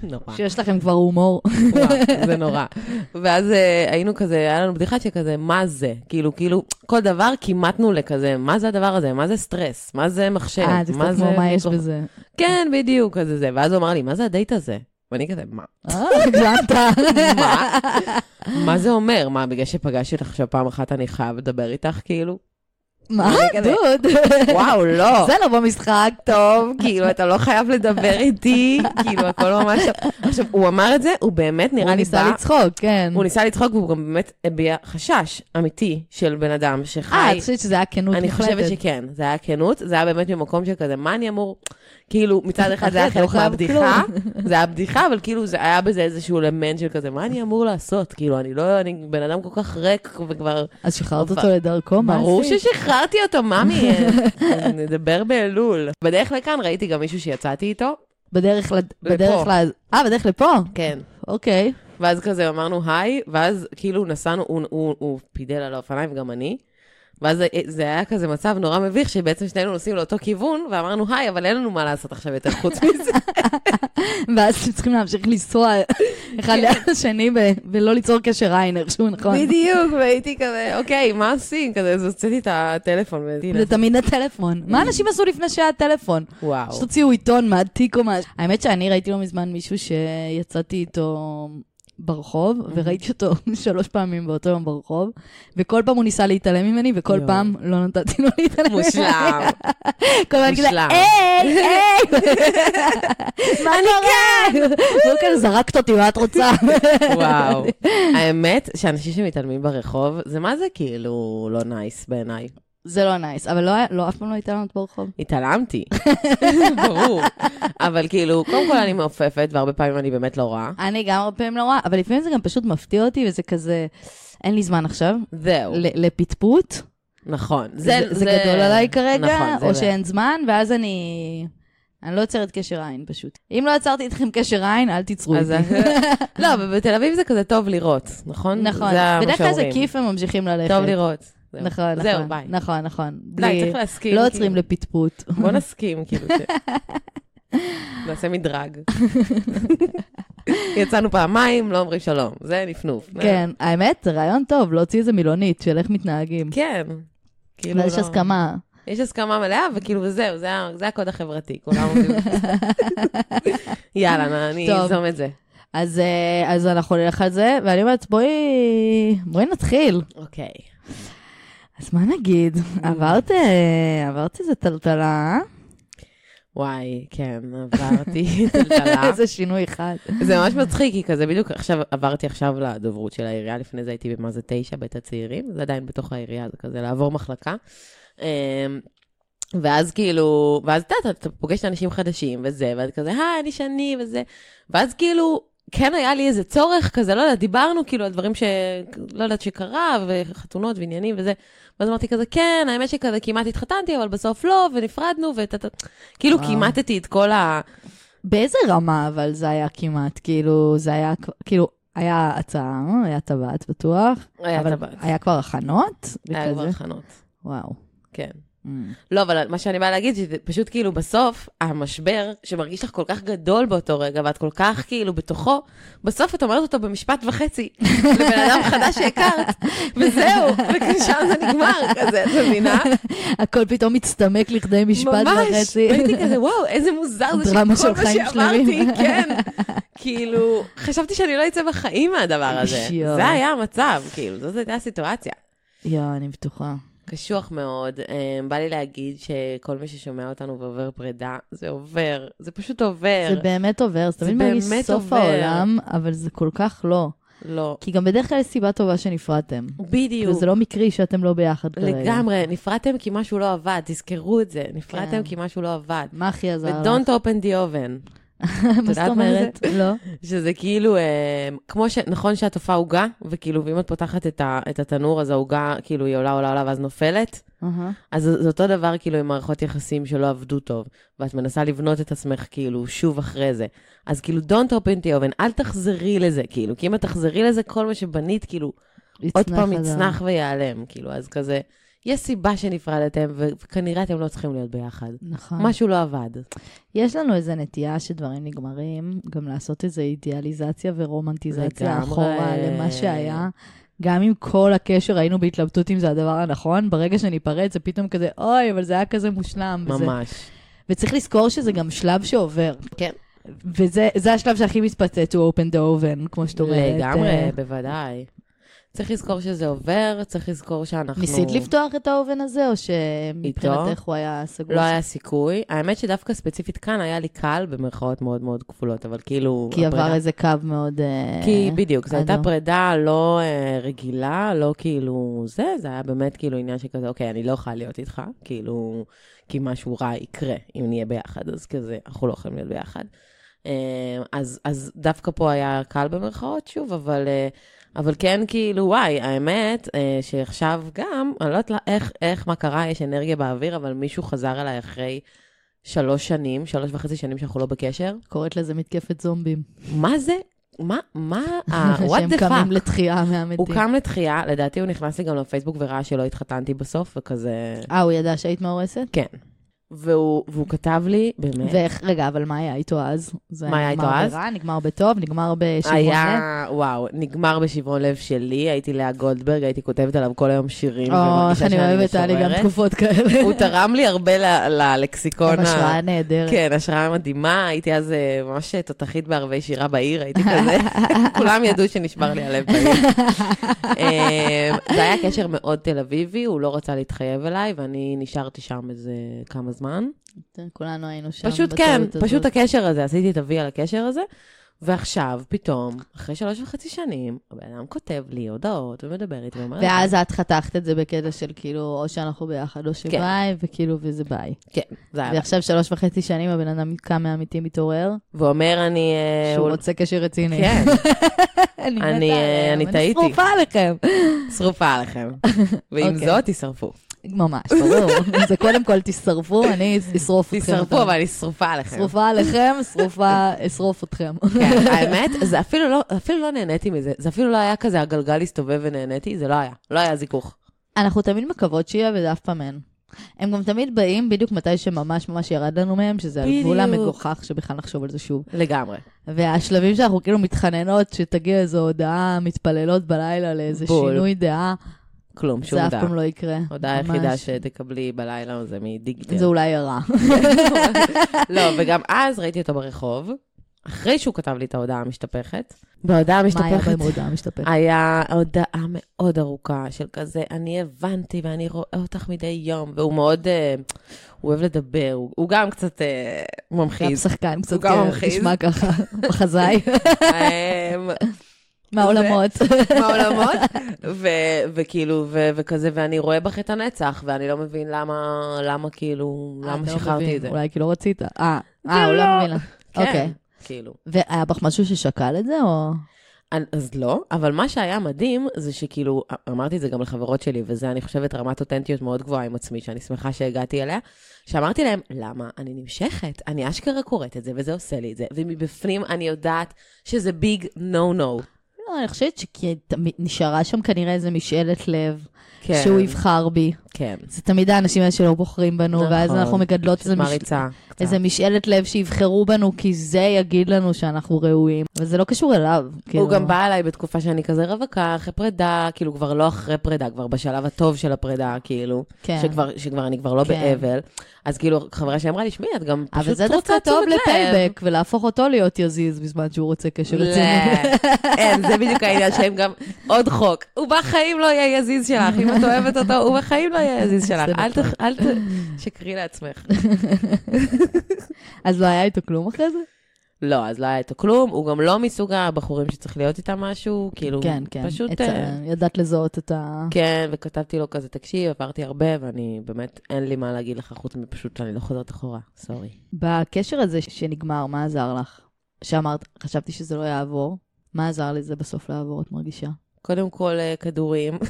[SPEAKER 2] נורא.
[SPEAKER 1] שיש לכם כבר הומור.
[SPEAKER 2] וואו, זה נורא. ואז אה, היינו כזה, היה לנו בדיחה שכזה, מה זה? כאילו, כאילו, כל דבר כימתנו לכזה, מה זה הדבר הזה? מה זה סטרס? כן, מה זה לא- מחשב?
[SPEAKER 1] אה, זה קצת כמו מה יש
[SPEAKER 2] מיקרופון?"
[SPEAKER 1] בזה.
[SPEAKER 2] כן, בדיוק, כזה זה. ואז הוא אמר לי, מה זה הדייט הזה? ואני כזה, מה?
[SPEAKER 1] אה, הגזמת.
[SPEAKER 2] מה? מה זה אומר? מה, בגלל שפגשתי אותך עכשיו פעם אחת, אני חייב לדבר איתך, כאילו?
[SPEAKER 1] מה,
[SPEAKER 2] אני כזה,
[SPEAKER 1] דוד?
[SPEAKER 2] וואו, לא.
[SPEAKER 1] זה לא במשחק.
[SPEAKER 2] טוב, כאילו, אתה לא חייב לדבר איתי, כאילו, הכל ממש... עכשיו, הוא אמר את זה, הוא באמת
[SPEAKER 1] הוא
[SPEAKER 2] נראה לי
[SPEAKER 1] ניסה
[SPEAKER 2] בא...
[SPEAKER 1] לצחוק, כן.
[SPEAKER 2] הוא ניסה לצחוק, והוא גם באמת הביע חשש אמיתי של בן אדם
[SPEAKER 1] אה,
[SPEAKER 2] שחי.
[SPEAKER 1] את חושבת שזה היה כנות
[SPEAKER 2] אני
[SPEAKER 1] מוחלטת.
[SPEAKER 2] חושבת שכן, זה היה כנות, זה היה באמת ממקום שכזה, מה אני אמור, כאילו, מצד אחד זה היה
[SPEAKER 1] אחי, אתה לא
[SPEAKER 2] חלק
[SPEAKER 1] חייב
[SPEAKER 2] מהבדיחה, זה היה בדיחה, אבל כאילו זה היה בזה איזשהו אלמנט של כזה, מה אני אמור לעשות? כאילו, אני לא, אני בן אדם כל כך ריק וכבר...
[SPEAKER 1] אז שחררת
[SPEAKER 2] אבל-
[SPEAKER 1] אותו לדרכו, לא, מה
[SPEAKER 2] ברור
[SPEAKER 1] עשית?
[SPEAKER 2] ששחררתי אותו, ממי, נדבר באלול. בדרך לכאן ראיתי גם מישהו שיצאתי איתו,
[SPEAKER 1] בדרך ל... בדרך
[SPEAKER 2] לפה.
[SPEAKER 1] ל... אה, בדרך לפה?
[SPEAKER 2] כן.
[SPEAKER 1] אוקיי.
[SPEAKER 2] ואז כזה אמרנו היי, ואז כאילו נסענו, הוא, הוא, הוא פידל על האופניים, גם אני. ואז זה- זה היה כזה מצב נורא מביך, שבעצם שנינו נוסעים לאותו כיוון, ואמרנו היי, אבל אין לנו מה לעשות עכשיו יותר חוץ מזה.
[SPEAKER 1] ואז אתם צריכים להמשיך לנסוע אחד ליד השני ב- ולא ליצור קשר עין איכשהו, נכון?
[SPEAKER 2] כן. בדיוק, והייתי כזה, אוקיי, מה עושים? כזה, אז הוצאתי את הטלפון, והייתי
[SPEAKER 1] זה תמיד הטלפון. מה אנשים עשו לפני שהיה טלפון?
[SPEAKER 2] וואו.
[SPEAKER 1] שתוציאו עיתון מהתיק או משהו. האמת שאני ראיתי לא מזמן מישהו שיצאתי איתו ברחוב, וראיתי אותו שלוש פעמים באותו יום ברחוב, וכל פעם הוא ניסה להתעלם ממני, וכל
[SPEAKER 2] יואו.
[SPEAKER 1] פעם לא נתתי לו להתעלם ממני.
[SPEAKER 2] מושלם.
[SPEAKER 1] כל הזמן כזה,
[SPEAKER 2] מושלם.
[SPEAKER 1] היי, היי, מה קורה? והוא כזה כן, זרקת אותי, מה את רוצה?
[SPEAKER 2] וואו. האמת שאנשים שמתעלמים ברחוב, זה מה זה כאילו לא נייס בעיניי.
[SPEAKER 1] זה לא נייס, אבל לא היה- לא, אף פעם לא התעלמת ברחוב.
[SPEAKER 2] התעלמתי, ברור. אבל כאילו, קודם כל אני מעופפת, והרבה פעמים אני באמת לא רעה.
[SPEAKER 1] אני גם הרבה פעמים לא רואה, אבל לפעמים זה גם פשוט מפתיע אותי, וזה כזה, אין לי זמן עכשיו
[SPEAKER 2] זהו,
[SPEAKER 1] ל- לפטפוט.
[SPEAKER 2] נכון.
[SPEAKER 1] זה, זה, זה גדול עליי כרגע,
[SPEAKER 2] נכון, זה
[SPEAKER 1] או
[SPEAKER 2] זה.
[SPEAKER 1] שאין זמן, ואז אני... אני לא יוצרת קשר עין פשוט. אם לא יצרתי איתכם קשר עין, אל תיצרו
[SPEAKER 2] אז-
[SPEAKER 1] איתי.
[SPEAKER 2] לא, אבל בתל אביב זה כזה טוב לראות, נכון?
[SPEAKER 1] נכון.
[SPEAKER 2] זה מה
[SPEAKER 1] בדרך כלל זה
[SPEAKER 2] שאומרים.
[SPEAKER 1] כיף, הם ממשיכים ללכת.
[SPEAKER 2] טוב לראות. זהו.
[SPEAKER 1] נכון, נכון.
[SPEAKER 2] זהו, ביי.
[SPEAKER 1] נכון, נכון. בלי...
[SPEAKER 2] די, צריך להסכים.
[SPEAKER 1] לא עוצרים
[SPEAKER 2] כאילו.
[SPEAKER 1] לפטפוט.
[SPEAKER 2] בוא נסכים, כאילו. ש- נעשה מדרג. יצאנו פעמיים, לא אומרים שלום. זה נפנוף.
[SPEAKER 1] כן, האמת, זה רעיון טוב, להוציא איזה מילונית של איך מתנהגים.
[SPEAKER 2] כן. כאילו
[SPEAKER 1] אבל יש
[SPEAKER 2] לא-
[SPEAKER 1] הסכמה.
[SPEAKER 2] יש הסכמה מלאה, וכאילו זהו, זה ה- זה הקוד החברתי, כולם עומדים. יאללה, נה, אני
[SPEAKER 1] טוב.
[SPEAKER 2] אזום את זה.
[SPEAKER 1] אז, אה, אז אנחנו נלך על זה, ואני אומרת, בואי, בואי נתחיל.
[SPEAKER 2] אוקיי.
[SPEAKER 1] אז מה נגיד? עברת, אה, עברת איזה טלטלה, אה?
[SPEAKER 2] וואי, כן, עברתי טלטלה.
[SPEAKER 1] איזה שינוי אחד.
[SPEAKER 2] זה ממש מצחיק, כי כזה בדיוק עכשיו, עברתי עכשיו לדוברות של העירייה, לפני זה הייתי במה זה תשע, בית הצעירים, זה עדיין בתוך העירייה, זה כזה לעבור מחלקה. אמ, ואז כאילו, ואז אתה, אתה, אתה פוגש אנשים חדשים וזה, ואז כזה, היי, אני שני וזה, ואז כאילו, כן היה לי איזה צורך כזה, לא יודעת, דיברנו כאילו על דברים ש... לא יודעת שקרה, וחתונות ועניינים וזה, ואז אמרתי כזה, כן, האמת שכזה כמעט התחתנתי, אבל בסוף לא, ונפרדנו, ואתה... כאילו,
[SPEAKER 1] וואו.
[SPEAKER 2] כימטתי את כל ה...
[SPEAKER 1] באיזה רמה אבל זה היה כמעט? כאילו, זה היה, כבר- כאילו, היה הצעה, היה טבעת בטוח.
[SPEAKER 2] היה
[SPEAKER 1] אבל
[SPEAKER 2] טבעת.
[SPEAKER 1] היה כבר הכנות?
[SPEAKER 2] היה כבר
[SPEAKER 1] וכזה?
[SPEAKER 2] הכנות,
[SPEAKER 1] וואו.
[SPEAKER 2] כן.
[SPEAKER 1] Mm.
[SPEAKER 2] לא, אבל מה שאני באה להגיד, שזה פשוט כאילו בסוף, המשבר שמרגיש לך כל כך גדול באותו רגע, ואת כל כך כאילו בתוכו, בסוף את אומרת אותו במשפט וחצי, לבן אדם חדש שהכרת, וזהו, ושם זה נגמר, כזה, את מבינה?
[SPEAKER 1] הכל פתאום מצטמק לכדי משפט וחצי.
[SPEAKER 2] ממש, והייתי כזה, וואו, איזה מוזר זה
[SPEAKER 1] דרמה
[SPEAKER 2] שכל
[SPEAKER 1] של
[SPEAKER 2] מה
[SPEAKER 1] חיים
[SPEAKER 2] שאמרתי,
[SPEAKER 1] שלמים.
[SPEAKER 2] כן. כאילו, חשבתי שאני לא אצא בחיים מהדבר הזה.
[SPEAKER 1] יואו.
[SPEAKER 2] זה היה המצב, כאילו, זאת הייתה הסיטואציה.
[SPEAKER 1] יואו, אני בטוחה.
[SPEAKER 2] קשוח מאוד. אמ, בא לי להגיד שכל מי ששומע אותנו ועובר פרידה, זה עובר, זה פשוט עובר.
[SPEAKER 1] זה באמת עובר, זה
[SPEAKER 2] כן. זה
[SPEAKER 1] תמיד מרגיש
[SPEAKER 2] באמת
[SPEAKER 1] סוף
[SPEAKER 2] עובר.
[SPEAKER 1] העולם, אבל זה כל כך לא.
[SPEAKER 2] לא.
[SPEAKER 1] כי גם בדרך כלל יש סיבה טובה שנפרדתם. כאילו,
[SPEAKER 2] בדיוק.
[SPEAKER 1] זה לא מקרי שאתם לא ביחד כרגע.
[SPEAKER 2] לגמרי, נפרדתם כי משהו לא עבד, תזכרו את זה. נפרדתם
[SPEAKER 1] כן.
[SPEAKER 2] כי משהו לא עבד.
[SPEAKER 1] מה הכי עזר לך?
[SPEAKER 2] ו-Don't open the oven,
[SPEAKER 1] מה
[SPEAKER 2] יודעת
[SPEAKER 1] זאת
[SPEAKER 2] מה זה?
[SPEAKER 1] אומרת? לא.
[SPEAKER 2] שזה כאילו, אמ, כמו ש... נכון שהתופעה עוגה, וכאילו, ואם את פותחת את, ה... את התנור, אז העוגה, כאילו, היא עולה, עולה, עולה, ואז נופלת.
[SPEAKER 1] אהה.
[SPEAKER 2] אז זה זה אותו דבר כאילו עם מערכות יחסים שלא עבדו טוב, ואת מנסה לבנות את עצמך כאילו שוב אחרי זה. אז כאילו, don't open the oven, אל תחזרי לזה, כאילו, כי אם את תחזרי לזה, כל מה שבנית, כאילו, עוד פעם
[SPEAKER 1] חזרה.
[SPEAKER 2] יצנח ויעלם, כאילו, אז כזה, יש סיבה שנפרדתם, ו- וכנראה אתם לא צריכים להיות ביחד.
[SPEAKER 1] נכון.
[SPEAKER 2] משהו לא עבד.
[SPEAKER 1] יש לנו איזו נטייה שדברים נגמרים, גם לעשות איזו אידיאליזציה ורומנטיזציה
[SPEAKER 2] לגמרי.
[SPEAKER 1] אחורה למה שהיה. גם אם כל הקשר היינו בהתלבטות אם זה הדבר הנכון, ברגע שניפרד זה פתאום כזה, אוי, אבל זה היה כזה מושלם. וזה-
[SPEAKER 2] ממש.
[SPEAKER 1] וצריך לזכור שזה גם שלב שעובר.
[SPEAKER 2] כן.
[SPEAKER 1] וזה זה השלב שהכי מתפצץ, הוא open the oven, כמו שאת אומרת.
[SPEAKER 2] לגמרי,
[SPEAKER 1] אה,
[SPEAKER 2] בוודאי. צריך לזכור שזה עבר, צריך לזכור שאנחנו...
[SPEAKER 1] ניסית לפתוח את האובן הזה, או שמבחינתך הוא היה סגור?
[SPEAKER 2] לא היה סיכוי. האמת שדווקא ספציפית כאן היה לי קל, במרכאות מאוד מאוד כפולות, אבל כאילו...
[SPEAKER 1] כי
[SPEAKER 2] הפרידה-
[SPEAKER 1] עבר איזה קו מאוד... אה,
[SPEAKER 2] כי בדיוק, זו הייתה
[SPEAKER 1] אדום.
[SPEAKER 2] פרידה לא אה, רגילה, לא כאילו זה, זה היה באמת כאילו עניין שכזה, אוקיי, אני לא יכולה להיות איתך, כאילו, כי משהו רע יקרה אם נהיה ביחד, אז כזה, אנחנו לא יכולים להיות ביחד. אה, אז, אז דווקא פה היה קל במרכאות, שוב, אבל, אה, אבל כן, כאילו, וואי, האמת, אה, שעכשיו גם, אני לא יודעת לה- איך, איך, מה קרה, יש אנרגיה באוויר, אבל מישהו חזר אליי אחרי שלוש שנים, שלוש וחצי שנים שאנחנו לא בקשר.
[SPEAKER 1] קוראת לזה מתקפת זומבים.
[SPEAKER 2] מה זה? מה, מה, ה- אה, what the
[SPEAKER 1] שהם קמים
[SPEAKER 2] fuck?
[SPEAKER 1] לתחייה מהמתים.
[SPEAKER 2] הוא קם לתחייה, לדעתי הוא נכנס לי גם לפייסבוק וראה שלא התחתנתי בסוף, וכזה...
[SPEAKER 1] אה, הוא ידע שהיית מאורסת?
[SPEAKER 2] כן. והוא, והוא כתב לי, באמת,
[SPEAKER 1] ורגע, אבל מה היה איתו אז? זה
[SPEAKER 2] מה היה איתו אז?
[SPEAKER 1] נגמר ברע, נגמר בטוב, נגמר בשבעון לב?
[SPEAKER 2] היה, וואו, נגמר בשברון לב שלי, הייתי לאה גולדברג, הייתי כותבת עליו כל היום שירים,
[SPEAKER 1] או, איך
[SPEAKER 2] ומרגישה
[SPEAKER 1] אני
[SPEAKER 2] שאני
[SPEAKER 1] אוהבת, היה לי גם
[SPEAKER 2] משוררת.
[SPEAKER 1] תקופות כאלה.
[SPEAKER 2] הוא תרם לי הרבה ל- ללקסיקון.
[SPEAKER 1] עם
[SPEAKER 2] ה-
[SPEAKER 1] השראה נהדרת.
[SPEAKER 2] כן, השראה מדהימה, הייתי אז אה, ממש תותחית בערבי שירה בעיר, הייתי כזה, כולם ידעו שנשבר לי הלב בעיר. אה, זה היה קשר מאוד תל אביבי, הוא לא רצה להתחייב אליי, ואני נשארתי שם איזה כמה זמן.
[SPEAKER 1] כולנו היינו שם.
[SPEAKER 2] כן. פשוט כן,
[SPEAKER 1] בטעות הזאת.
[SPEAKER 2] פשוט הקשר הזה, עשיתי את וי על הקשר הזה, ועכשיו, פתאום, אחרי שלוש וחצי שנים, הבן אדם כותב לי הודעות ומדבר איתי ואומר... לי,
[SPEAKER 1] ואז את חתכת את זה בקטע של כאילו, או שאנחנו ביחד או שביי, וכאילו, וזה ביי.
[SPEAKER 2] כן, זה היה.
[SPEAKER 1] ועכשיו שלוש וחצי שנים הבן אדם קם מהמיטים מתעורר,
[SPEAKER 2] ואומר, אני... אה,
[SPEAKER 1] שהוא
[SPEAKER 2] הוא-
[SPEAKER 1] רוצה קשר רציני.
[SPEAKER 2] כן,
[SPEAKER 1] אני
[SPEAKER 2] אני,
[SPEAKER 1] מתה
[SPEAKER 2] אה,
[SPEAKER 1] עליהם,
[SPEAKER 2] אני טעיתי.
[SPEAKER 1] שרופה עליכם.
[SPEAKER 2] שרופה עליכם. ועם
[SPEAKER 1] אוקיי.
[SPEAKER 2] זאת, תשרפו.
[SPEAKER 1] ממש, ברור. זה קודם כל, תשרפו, אני אשרוף אתכם.
[SPEAKER 2] תשרפו,
[SPEAKER 1] אותם.
[SPEAKER 2] אבל אני שרופה עליכם.
[SPEAKER 1] שרופה עליכם, שרופה, אשרוף אתכם.
[SPEAKER 2] כן, האמת, זה אפילו לא, אפילו לא נהניתי מזה. זה אפילו לא היה כזה, הגלגל הסתובב ונהניתי, זה לא היה. לא היה זיכוך.
[SPEAKER 1] אנחנו תמיד מקוות שיהיה, וזה אף פעם אין. הם גם תמיד באים בדיוק מתי שממש ממש ירד לנו מהם, שזה על גבול
[SPEAKER 2] בדיוק.
[SPEAKER 1] המגוחך שבכלל נחשוב על זה שוב.
[SPEAKER 2] לגמרי.
[SPEAKER 1] והשלבים שאנחנו כאילו מתחננות שתגיע איזו הודעה, מתפללות בלילה לאיזה
[SPEAKER 2] בול.
[SPEAKER 1] שינוי דעה,
[SPEAKER 2] כלום, שום
[SPEAKER 1] זה אף
[SPEAKER 2] הודעה.
[SPEAKER 1] פעם לא יקרה.
[SPEAKER 2] ההודעה
[SPEAKER 1] ממש.
[SPEAKER 2] היחידה שתקבלי בלילה זה מדיגיטל.
[SPEAKER 1] זה אולי הרע.
[SPEAKER 2] לא, וגם אז ראיתי אותו ברחוב, אחרי שהוא כתב לי את ההודעה המשתפכת. בהודעה
[SPEAKER 1] מה היה
[SPEAKER 2] המשתפכת
[SPEAKER 1] בהם הודעה משתפכת?
[SPEAKER 2] היה הודעה מאוד ארוכה של כזה, אני הבנתי ואני רואה אותך מדי יום, והוא מאוד, אה, הוא אוהב לדבר, הוא, הוא גם קצת אה,
[SPEAKER 1] גם
[SPEAKER 2] ממחיז.
[SPEAKER 1] שחקן קצת,
[SPEAKER 2] גם
[SPEAKER 1] כן,
[SPEAKER 2] ממחיז.
[SPEAKER 1] נשמע ככה, מחזאי,
[SPEAKER 2] אה,
[SPEAKER 1] מהעולמות.
[SPEAKER 2] מהעולמות, ו- וכאילו, ו- וכזה, ואני רואה בך את הנצח, ואני לא מבין למה, למה כאילו,
[SPEAKER 1] אה,
[SPEAKER 2] למה
[SPEAKER 1] אתה לא
[SPEAKER 2] שחררתי
[SPEAKER 1] מבין,
[SPEAKER 2] את זה.
[SPEAKER 1] אולי כי לא רצית. אה, אה,
[SPEAKER 2] זה
[SPEAKER 1] הוא לא
[SPEAKER 2] לא.
[SPEAKER 1] מבין. לך.
[SPEAKER 2] כן,
[SPEAKER 1] אוקיי.
[SPEAKER 2] כאילו.
[SPEAKER 1] והיה בך משהו ששקל את זה, או...
[SPEAKER 2] אני- אז לא, אבל מה שהיה מדהים זה שכאילו, אמרתי את זה גם לחברות שלי, וזה, אני חושבת, רמת אותנטיות מאוד גבוהה עם עצמי, שאני שמחה שהגעתי אליה, שאמרתי להם, למה אני נמשכת? אני אשכרה קוראת את זה, וזה עושה לי את זה, ומבפנים אני יודעת שזה ביג נו נו.
[SPEAKER 1] לא, אני חושבת שנשארה שם כנראה איזה משאלת לב, שהוא יבחר בי.
[SPEAKER 2] כן.
[SPEAKER 1] זה תמיד האנשים האלה שלא בוחרים בנו,
[SPEAKER 2] נכון.
[SPEAKER 1] ואז אנחנו מגדלות איזה, מש...
[SPEAKER 2] מריצה. קצת.
[SPEAKER 1] איזה משאלת לב שיבחרו בנו, כי זה יגיד לנו שאנחנו ראויים. אבל זה לא קשור אליו.
[SPEAKER 2] הוא גם בא אליי בתקופה שאני כזה רווקה, אחרי פרידה, כאילו כבר לא אחרי פרידה, כבר בשלב הטוב של הפרידה, כאילו,
[SPEAKER 1] כן.
[SPEAKER 2] שכבר, שכבר אני כבר לא
[SPEAKER 1] כן.
[SPEAKER 2] באבל. אז כאילו, חברה שאמרה לי, שמעי, את גם
[SPEAKER 1] אבל
[SPEAKER 2] פשוט
[SPEAKER 1] זה דווקא
[SPEAKER 2] רוצה
[SPEAKER 1] טוב
[SPEAKER 2] תשומת לב."
[SPEAKER 1] לפייבק, ולהפוך אותו להיות יזיז בזמן שהוא רוצה קשר
[SPEAKER 2] לא.
[SPEAKER 1] רציני.
[SPEAKER 2] אין, כן, זה בדיוק העניין שהם גם עוד חוק. הוא בחיים לא יהיה יזיז שלך, אם את אוהבת אותו, הוא בחיים לא יהיה יזיז שלך.
[SPEAKER 1] זה נכון.
[SPEAKER 2] אל ת... אל ת... שקרי לעצמך.
[SPEAKER 1] אז לא היה איתו כלום אחרי זה?
[SPEAKER 2] לא, אז לא היה איתו כלום, הוא גם לא מסוג הבחורים שצריך להיות איתם משהו, כאילו,
[SPEAKER 1] כן, כן.
[SPEAKER 2] פשוט...
[SPEAKER 1] את-
[SPEAKER 2] אה,
[SPEAKER 1] ידעת לזהות את ה...
[SPEAKER 2] כן, וכתבתי לו כזה, תקשיב, עברתי הרבה, ואני באמת, אין לי מה להגיד לך חוץ מפשוט שאני לא חוזרת אחורה, סורי.
[SPEAKER 1] בקשר הזה שנגמר, מה עזר לך? שאמרת, חשבתי שזה לא יעבור, מה עזר לזה בסוף לעבור, את מרגישה?
[SPEAKER 2] קודם כל, אה, כדורים,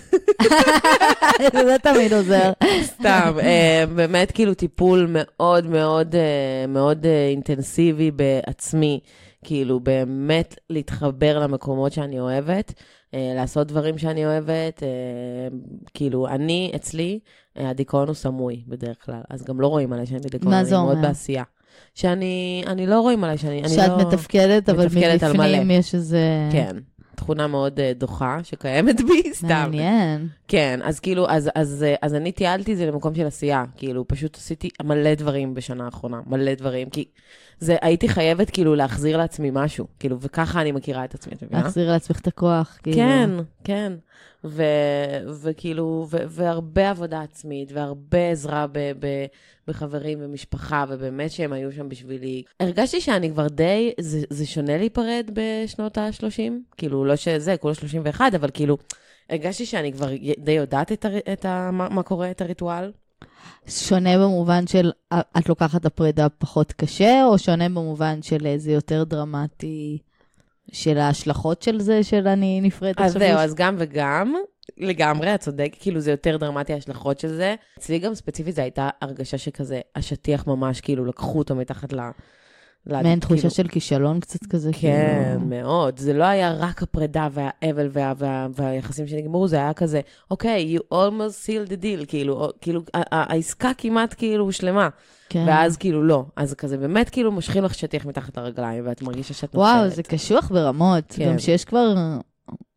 [SPEAKER 1] זה תמיד עוזר.
[SPEAKER 2] סתם, אה, באמת כאילו טיפול מאוד מאוד אה, מאוד אה, אינטנסיבי בעצמי, כאילו באמת להתחבר למקומות שאני אוהבת, אה, לעשות דברים שאני אוהבת, אה, כאילו אני, אצלי, אה, הדיכאון הוא סמוי בדרך כלל, אז גם לא רואים עליי שאני בדיכאון,
[SPEAKER 1] מה
[SPEAKER 2] אני
[SPEAKER 1] זה
[SPEAKER 2] מאוד
[SPEAKER 1] אומר?
[SPEAKER 2] בעשייה. שאני, אני לא רואים עליי שאני, אני
[SPEAKER 1] שאת
[SPEAKER 2] לא...
[SPEAKER 1] מתפקדת, אבל
[SPEAKER 2] מתפקדת על
[SPEAKER 1] מבפנים יש איזה...
[SPEAKER 2] כן. תכונה מאוד אה, דוחה שקיימת בי, סתם.
[SPEAKER 1] מעניין.
[SPEAKER 2] כן, אז כאילו, אז, אז, אה, אז אני טיילתי את זה למקום של עשייה. כאילו, פשוט עשיתי מלא דברים בשנה האחרונה, מלא דברים. כי זה, הייתי חייבת כאילו להחזיר לעצמי משהו. כאילו, וככה אני מכירה את עצמי, את מבינה?
[SPEAKER 1] להחזיר לעצמך את הכוח, כאילו.
[SPEAKER 2] כן, כן. ו, וכאילו, ו, והרבה עבודה עצמית, והרבה עזרה ב, ב, בחברים ומשפחה, ובאמת שהם היו שם בשבילי. הרגשתי שאני כבר די, זה, זה שונה להיפרד בשנות ה-30, כאילו, לא שזה, כולה 31, אבל כאילו, הרגשתי שאני כבר י- די יודעת את, הר, את ה, מה, מה קורה, את הריטואל.
[SPEAKER 1] שונה במובן של אה, את לוקחת את הפרידה פחות קשה, או שונה במובן של אה, זה יותר דרמטי, של ההשלכות של זה, של אני נפרדת
[SPEAKER 2] אז
[SPEAKER 1] עכשיו
[SPEAKER 2] זהו,
[SPEAKER 1] מש-
[SPEAKER 2] אז גם וגם, לגמרי, את צודקת, כאילו זה יותר דרמטי ההשלכות של זה. אצלי גם ספציפית זו הייתה הרגשה שכזה, השטיח ממש, כאילו לקחו אותו מתחת ל...
[SPEAKER 1] מעין תחושה של כישלון קצת כזה,
[SPEAKER 2] כן,
[SPEAKER 1] כאילו.
[SPEAKER 2] מאוד. זה לא היה רק הפרידה והאבל וה, וה, והיחסים שנגמרו, זה היה כזה, אוקיי, you almost sealed the deal, כאילו, או- כאילו, ה- ה- העסקה כמעט כאילו שלמה.
[SPEAKER 1] כן.
[SPEAKER 2] ואז כאילו לא. אז כזה באמת כאילו מושכים לך שטיח מתחת הרגליים, ואת מרגישה שאת נופלת.
[SPEAKER 1] וואו, זה קשוח ברמות.
[SPEAKER 2] כן.
[SPEAKER 1] גם שיש כבר,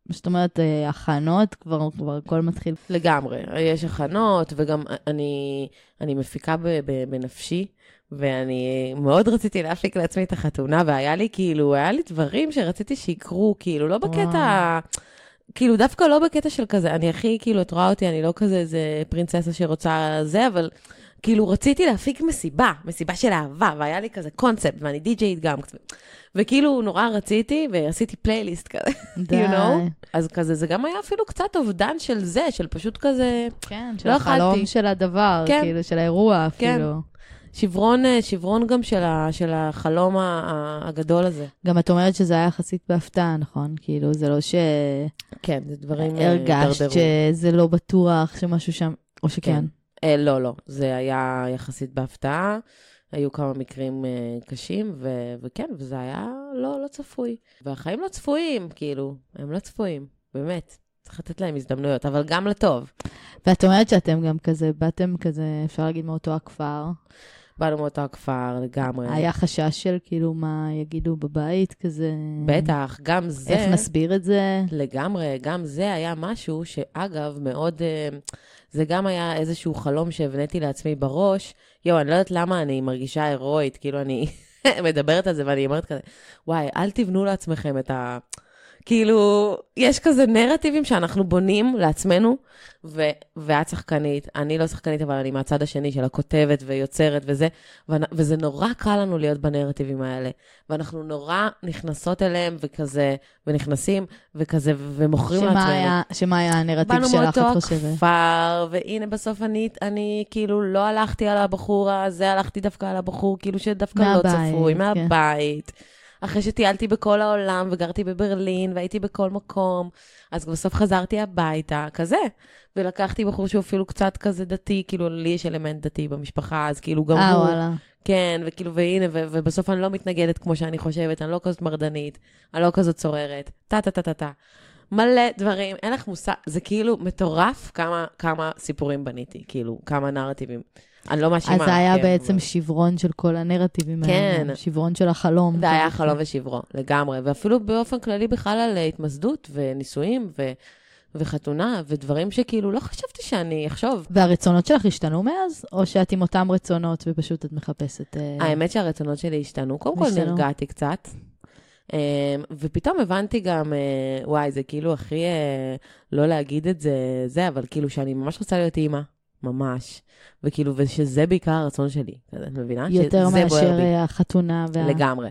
[SPEAKER 1] זאת אומרת, אה, הכנות, כבר כבר הכל מתחיל.
[SPEAKER 2] לגמרי. יש הכנות, וגם אני, אני מפיקה ב, ב, בנפשי, ואני מאוד רציתי להפיק לעצמי את החתונה, והיה לי כאילו, היה לי דברים שרציתי שיקרו, כאילו, לא בקטע... כאילו, דווקא לא בקטע של כזה, אני הכי, כאילו, את רואה אותי, אני לא כזה איזה פרינצסה שרוצה זה, אבל כאילו, רציתי להפיק מסיבה, מסיבה של אהבה, והיה לי כזה קונספט, ואני די-ג'יית גם. וכאילו, נורא רציתי, ועשיתי פלייליסט כזה,
[SPEAKER 1] די.
[SPEAKER 2] you know? אז כזה, זה גם היה אפילו קצת אובדן של זה, של פשוט כזה
[SPEAKER 1] כן, של
[SPEAKER 2] לא
[SPEAKER 1] החלום
[SPEAKER 2] אכלתי.
[SPEAKER 1] של הדבר,
[SPEAKER 2] כן.
[SPEAKER 1] כאילו, של האירוע
[SPEAKER 2] כן.
[SPEAKER 1] אפילו.
[SPEAKER 2] שברון, אה, שברון גם של, ה, של החלום ה- ה- הגדול הזה.
[SPEAKER 1] גם את אומרת שזה היה יחסית בהפתעה, נכון? כאילו, זה לא
[SPEAKER 2] כן, זה דברים אה,
[SPEAKER 1] שהרגשת
[SPEAKER 2] הידרדרו.
[SPEAKER 1] שזה לא בטוח, שמשהו שם, או שכן.
[SPEAKER 2] כן. אה, לא, לא, זה היה יחסית בהפתעה. היו כמה מקרים אה, קשים, ו- וכן, וזה היה לא, לא צפוי. והחיים לא צפויים, כאילו, הם לא צפויים, באמת. צריך לתת להם הזדמנויות, אבל גם לטוב.
[SPEAKER 1] ואת אומרת שאתם גם כזה, באתם כזה, אפשר להגיד, מאותו הכפר.
[SPEAKER 2] באנו מאותו הכפר לגמרי.
[SPEAKER 1] היה חשש של כאילו מה יגידו בבית, כזה...
[SPEAKER 2] בטח, גם זה...
[SPEAKER 1] איך נסביר את זה?
[SPEAKER 2] לגמרי, גם זה היה משהו שאגב, מאוד... אה, זה גם היה איזשהו חלום שהבניתי לעצמי בראש. יואו, אני לא יודעת למה אני מרגישה הירואית, כאילו אני מדברת על זה ואני אומרת כזה, וואי, אל תבנו לעצמכם את ה... כאילו, יש כזה נרטיבים שאנחנו בונים לעצמנו, ו- ואת שחקנית, אני לא שחקנית, אבל אני מהצד השני של הכותבת ויוצרת וזה, ו- וזה נורא קל לנו להיות בנרטיבים האלה. ואנחנו נורא נכנסות אליהם, וכזה, ונכנסים, וכזה, ו- ומוכרים לעצמנו.
[SPEAKER 1] שמה היה, שמה היה הנרטיב
[SPEAKER 2] באנו
[SPEAKER 1] שלך, את
[SPEAKER 2] מאותו
[SPEAKER 1] חושבת?
[SPEAKER 2] הכפר, והנה בסוף אני, אני כאילו לא הלכתי על הבחור הזה, הלכתי דווקא על הבחור כאילו שדווקא לא
[SPEAKER 1] מהבית,
[SPEAKER 2] צפוי,
[SPEAKER 1] כן.
[SPEAKER 2] מהבית. אחרי שטיילתי בכל העולם וגרתי בברלין והייתי בכל מקום, אז בסוף חזרתי הביתה, כזה. ולקחתי בחור שהוא אפילו קצת כזה דתי, כאילו לי יש אלמנט דתי במשפחה, אז כאילו גם
[SPEAKER 1] אה,
[SPEAKER 2] הוא,
[SPEAKER 1] וואלה.
[SPEAKER 2] כן, וכאילו, והנה, ו- ובסוף אני לא מתנגדת כמו שאני חושבת, אני לא כזאת מרדנית, אני לא כזאת צוררת, טה-טה-טה-טה-טה. מלא דברים, אין לך מושג, זה כאילו מטורף כמה, כמה סיפורים בניתי, כאילו, כמה נרטיבים. אני לא מאשימה.
[SPEAKER 1] אז זה היה
[SPEAKER 2] כן,
[SPEAKER 1] בעצם
[SPEAKER 2] אבל-
[SPEAKER 1] שברון של כל הנרטיבים
[SPEAKER 2] כן.
[SPEAKER 1] האלה. שברון של החלום.
[SPEAKER 2] זה היה חלום ושברו, לגמרי. ואפילו באופן כללי בכלל על אה, התמסדות ונישואים ו- וחתונה, ודברים שכאילו לא חשבתי שאני אחשוב.
[SPEAKER 1] והרצונות שלך השתנו מאז? או שאת עם אותם רצונות ופשוט את מחפשת... אה,
[SPEAKER 2] האמת שהרצונות שלי השתנו. קודם כל
[SPEAKER 1] השתנו.
[SPEAKER 2] נרגעתי קצת. אמ, ופתאום הבנתי גם, אה, וואי, זה כאילו הכי אה, לא להגיד את זה, זה, אבל כאילו שאני ממש רוצה להיות אימא, ממש. וכאילו, ושזה בעיקר הרצון שלי, את מבינה?
[SPEAKER 1] יותר
[SPEAKER 2] שזה בוער
[SPEAKER 1] מאשר
[SPEAKER 2] בי.
[SPEAKER 1] אה, החתונה וה...
[SPEAKER 2] לגמרי.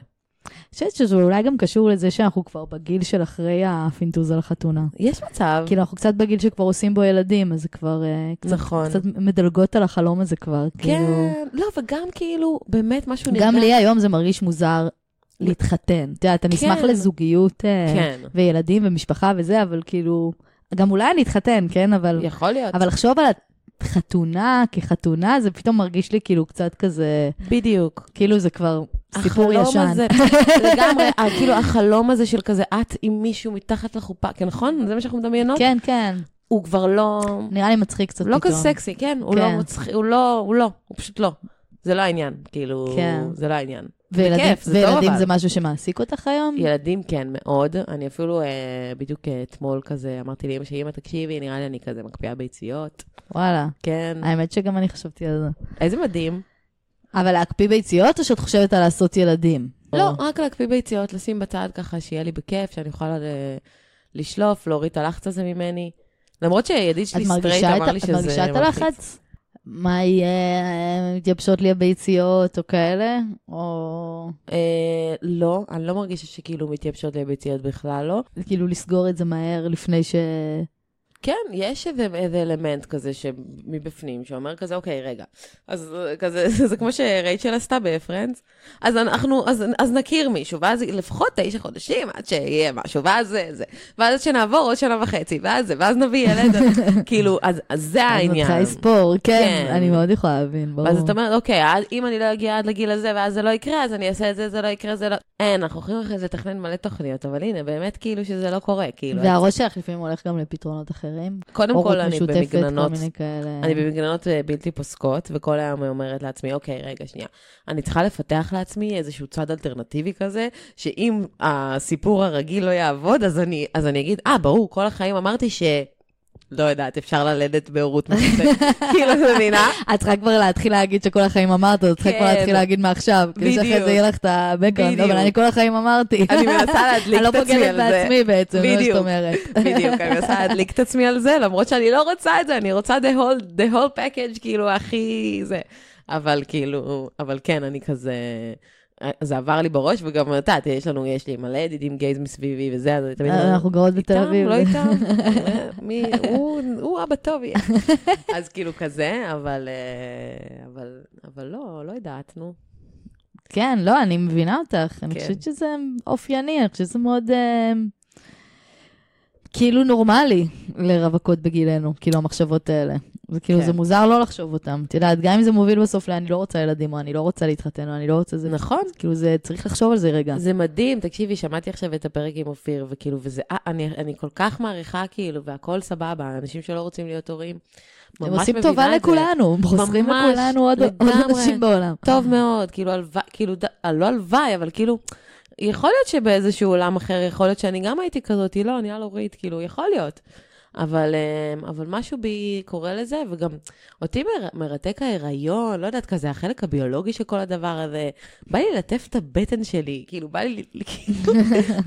[SPEAKER 1] אני חושבת שזה אולי גם קשור לזה שאנחנו כבר בגיל של אחרי הפינטוז על החתונה.
[SPEAKER 2] יש מצב,
[SPEAKER 1] כאילו, אנחנו קצת בגיל שכבר עושים בו ילדים, אז זה כבר... אה, קצת-
[SPEAKER 2] נכון.
[SPEAKER 1] קצת מדלגות על החלום הזה כבר. כאילו...
[SPEAKER 2] כן, לא, וגם כאילו, באמת משהו נרגע.
[SPEAKER 1] גם לי היום זה מרגיש מוזר להתחתן. אתה יודע, אתה נשמח
[SPEAKER 2] כן.
[SPEAKER 1] לזוגיות אה,
[SPEAKER 2] כן,
[SPEAKER 1] וילדים ומשפחה וזה, אבל כאילו, גם אולי אני אתחתן, כן? אבל
[SPEAKER 2] יכול להיות.
[SPEAKER 1] אבל לחשוב על החתונה כחתונה, זה פתאום מרגיש לי כאילו קצת כזה,
[SPEAKER 2] בדיוק.
[SPEAKER 1] כאילו זה כבר סיפור ישן.
[SPEAKER 2] החלום הזה, לגמרי, אה, כאילו החלום הזה של כזה, את עם מישהו מתחת לחופה, כן, נכון? זה מה שאנחנו מדמיינות?
[SPEAKER 1] כן, כן,
[SPEAKER 2] הוא כבר לא...
[SPEAKER 1] נראה לי מצחיק קצת
[SPEAKER 2] לא
[SPEAKER 1] פתאום.
[SPEAKER 2] כזה סקסי, כן? הוא
[SPEAKER 1] כן.
[SPEAKER 2] לא מצחיק, הוא לא, הוא לא, הוא פשוט לא. זה לא העניין, כאילו,
[SPEAKER 1] כן.
[SPEAKER 2] זה לא העניין.
[SPEAKER 1] וילדים,
[SPEAKER 2] בכיף, זה טוב
[SPEAKER 1] וילדים
[SPEAKER 2] אבל.
[SPEAKER 1] זה משהו שמעסיק אותך היום?
[SPEAKER 2] ילדים כן, מאוד. אני אפילו אה, בדיוק אה, אתמול כזה אמרתי לאמא שלי, אמא תקשיבי, נראה לי אני כזה מקפיאה ביציות.
[SPEAKER 1] וואלה,
[SPEAKER 2] כן.
[SPEAKER 1] האמת שגם אני חשבתי על זה.
[SPEAKER 2] איזה מדהים.
[SPEAKER 1] אבל להקפיא ביציות או שאת חושבת על לעשות ילדים?
[SPEAKER 2] לא,
[SPEAKER 1] או-
[SPEAKER 2] רק להקפיא ביציות, לשים בצד ככה, שיהיה לי בכיף, שאני יכולה ל- לשלוף, להוריד את הלחץ הזה ממני. למרות שידיד
[SPEAKER 1] את
[SPEAKER 2] שלי סטרייט
[SPEAKER 1] מרגישה את
[SPEAKER 2] אמר
[SPEAKER 1] ה-
[SPEAKER 2] לי
[SPEAKER 1] את
[SPEAKER 2] שזה
[SPEAKER 1] מרגישה את
[SPEAKER 2] מלחיץ.
[SPEAKER 1] הלחץ? מה יהיה, אה, מתייבשות לי הביציות או כאלה? או
[SPEAKER 2] אה, לא, אני לא מרגישה שכאילו מתייבשות לי ביציות בכלל, לא.
[SPEAKER 1] כאילו לסגור את זה מהר לפני ש...
[SPEAKER 2] כן, יש איזה, איזה אלמנט כזה שמבפנים, שאומר כזה, אוקיי, רגע. אז אה, כזה, זה כמו שרייצ'ל עשתה בפרנדס. אז אנחנו, אז, אז נכיר מישהו, ואז לפחות תשע חודשים עד שיהיה משהו, ואז זה, זה. ואז שנעבור עוד שנה וחצי, ואז זה, ואז נביא ילד. כאילו, אז, אז זה
[SPEAKER 1] אז
[SPEAKER 2] העניין.
[SPEAKER 1] מתחילה לספור, כן,
[SPEAKER 2] כן.
[SPEAKER 1] אני מאוד יכולה להבין, ברור.
[SPEAKER 2] ואז את אומרת, אוקיי, עד- אם אני לא אגיע עד לגיל הזה, ואז זה לא יקרה, אז אני אעשה את זה, זה לא יקרה, זה לא... אין, אנחנו יכולים אחרי זה לתכנן מלא תוכניות, אבל הנה, באמת כאילו שזה לא קורה, כאילו.
[SPEAKER 1] והראש שלך לפעמים הולך גם לפתרונות אחרים.
[SPEAKER 2] קודם
[SPEAKER 1] הורות
[SPEAKER 2] כל, אני
[SPEAKER 1] משותפת, כל
[SPEAKER 2] במגננות,
[SPEAKER 1] מיני כאלה.
[SPEAKER 2] אני במגננות אה, בלתי פוסקות, וכל היום אני אומרת לעצמי, אוקיי, רגע, שנייה. אני צריכה לפתח לעצמי איזשהו צד אלטרנטיבי כזה, שאם הסיפור הרגיל לא יעבוד, אז אני, אז אני אגיד, אה, ברור, כל החיים אמרתי ש... לא יודעת, אפשר ללדת בהורות משותפת. כאילו, את מבינה?
[SPEAKER 1] את צריכה כבר להתחיל להגיד שכל החיים אמרת, את צריכה
[SPEAKER 2] כן.
[SPEAKER 1] כבר להתחיל להגיד מעכשיו. כדי שאחרי
[SPEAKER 2] בדיוק.
[SPEAKER 1] זה יהיה לך את הבקרנד,
[SPEAKER 2] בדיוק.
[SPEAKER 1] אבל אני כל החיים אמרתי.
[SPEAKER 2] אני מנסה להדליק
[SPEAKER 1] אני לא
[SPEAKER 2] את עצמי
[SPEAKER 1] פוגנת
[SPEAKER 2] על זה.
[SPEAKER 1] בעצמי בעצם, זה מה שאת
[SPEAKER 2] בדיוק.
[SPEAKER 1] אומרת.
[SPEAKER 2] בדיוק, אני מנסה להדליק את עצמי על זה, למרות שאני לא רוצה את זה, אני רוצה the whole, the whole package, כאילו, הכי זה. אבל כאילו, אבל כן, אני כזה... זה עבר לי בראש, וגם את יודעת, יש לנו, יש לי מלא ידידים גייז מסביבי וזה, אז אני תמיד... אומרת,
[SPEAKER 1] אה, אנחנו גרות בתל
[SPEAKER 2] איתם,
[SPEAKER 1] אביב.
[SPEAKER 2] לא איתם, מי, הוא- הוא אבא טוב יהיה. אז כאילו כזה, אבל, אה, אבל, אבל לא, לא יודעת, נו.
[SPEAKER 1] כן, לא, אני מבינה אותך. אני
[SPEAKER 2] כן.
[SPEAKER 1] חושבת שזה אופייני, אני חושבת שזה מאוד... אה, כאילו נורמלי לרווקות בגילנו, כאילו המחשבות האלה. זה כאילו,
[SPEAKER 2] כן.
[SPEAKER 1] זה מוזר לא לחשוב אותם. את יודעת, גם אם זה מוביל בסוף ל- אני לא רוצה ילדים, או אני לא רוצה להתחתן, או אני לא רוצה זה.
[SPEAKER 2] נכון.
[SPEAKER 1] כאילו, זה, צריך לחשוב על זה רגע.
[SPEAKER 2] זה מדהים, תקשיבי, שמעתי עכשיו את הפרק עם אופיר, וכאילו, וזה, אה, אני, אני כל כך מעריכה, כאילו, והכל סבבה, אנשים שלא רוצים להיות הורים, ממש
[SPEAKER 1] הם עושים
[SPEAKER 2] מבינה
[SPEAKER 1] טובה
[SPEAKER 2] את זה.
[SPEAKER 1] לכולנו, הם חוסכים
[SPEAKER 2] ממש,
[SPEAKER 1] לכולנו עוד עוד
[SPEAKER 2] לגמרי.
[SPEAKER 1] אנשים בעולם.
[SPEAKER 2] טוב מאוד, כאילו, הלוואי, כאילו, ד, אה, לא הלוואי, אבל כאילו, יכול להיות שבאיזשהו עולם אחר, יכול להיות שאני גם הייתי כזאת, היא לא, אני על הורית, כאילו, יכול להיות. אבל, אמ, אבל משהו בי קורה לזה, וגם אותי מר- מרתק ההיריון, לא יודעת, כזה החלק הביולוגי של כל הדבר הזה. בא לי לטף את הבטן שלי, כאילו, בא לי ל- כאילו,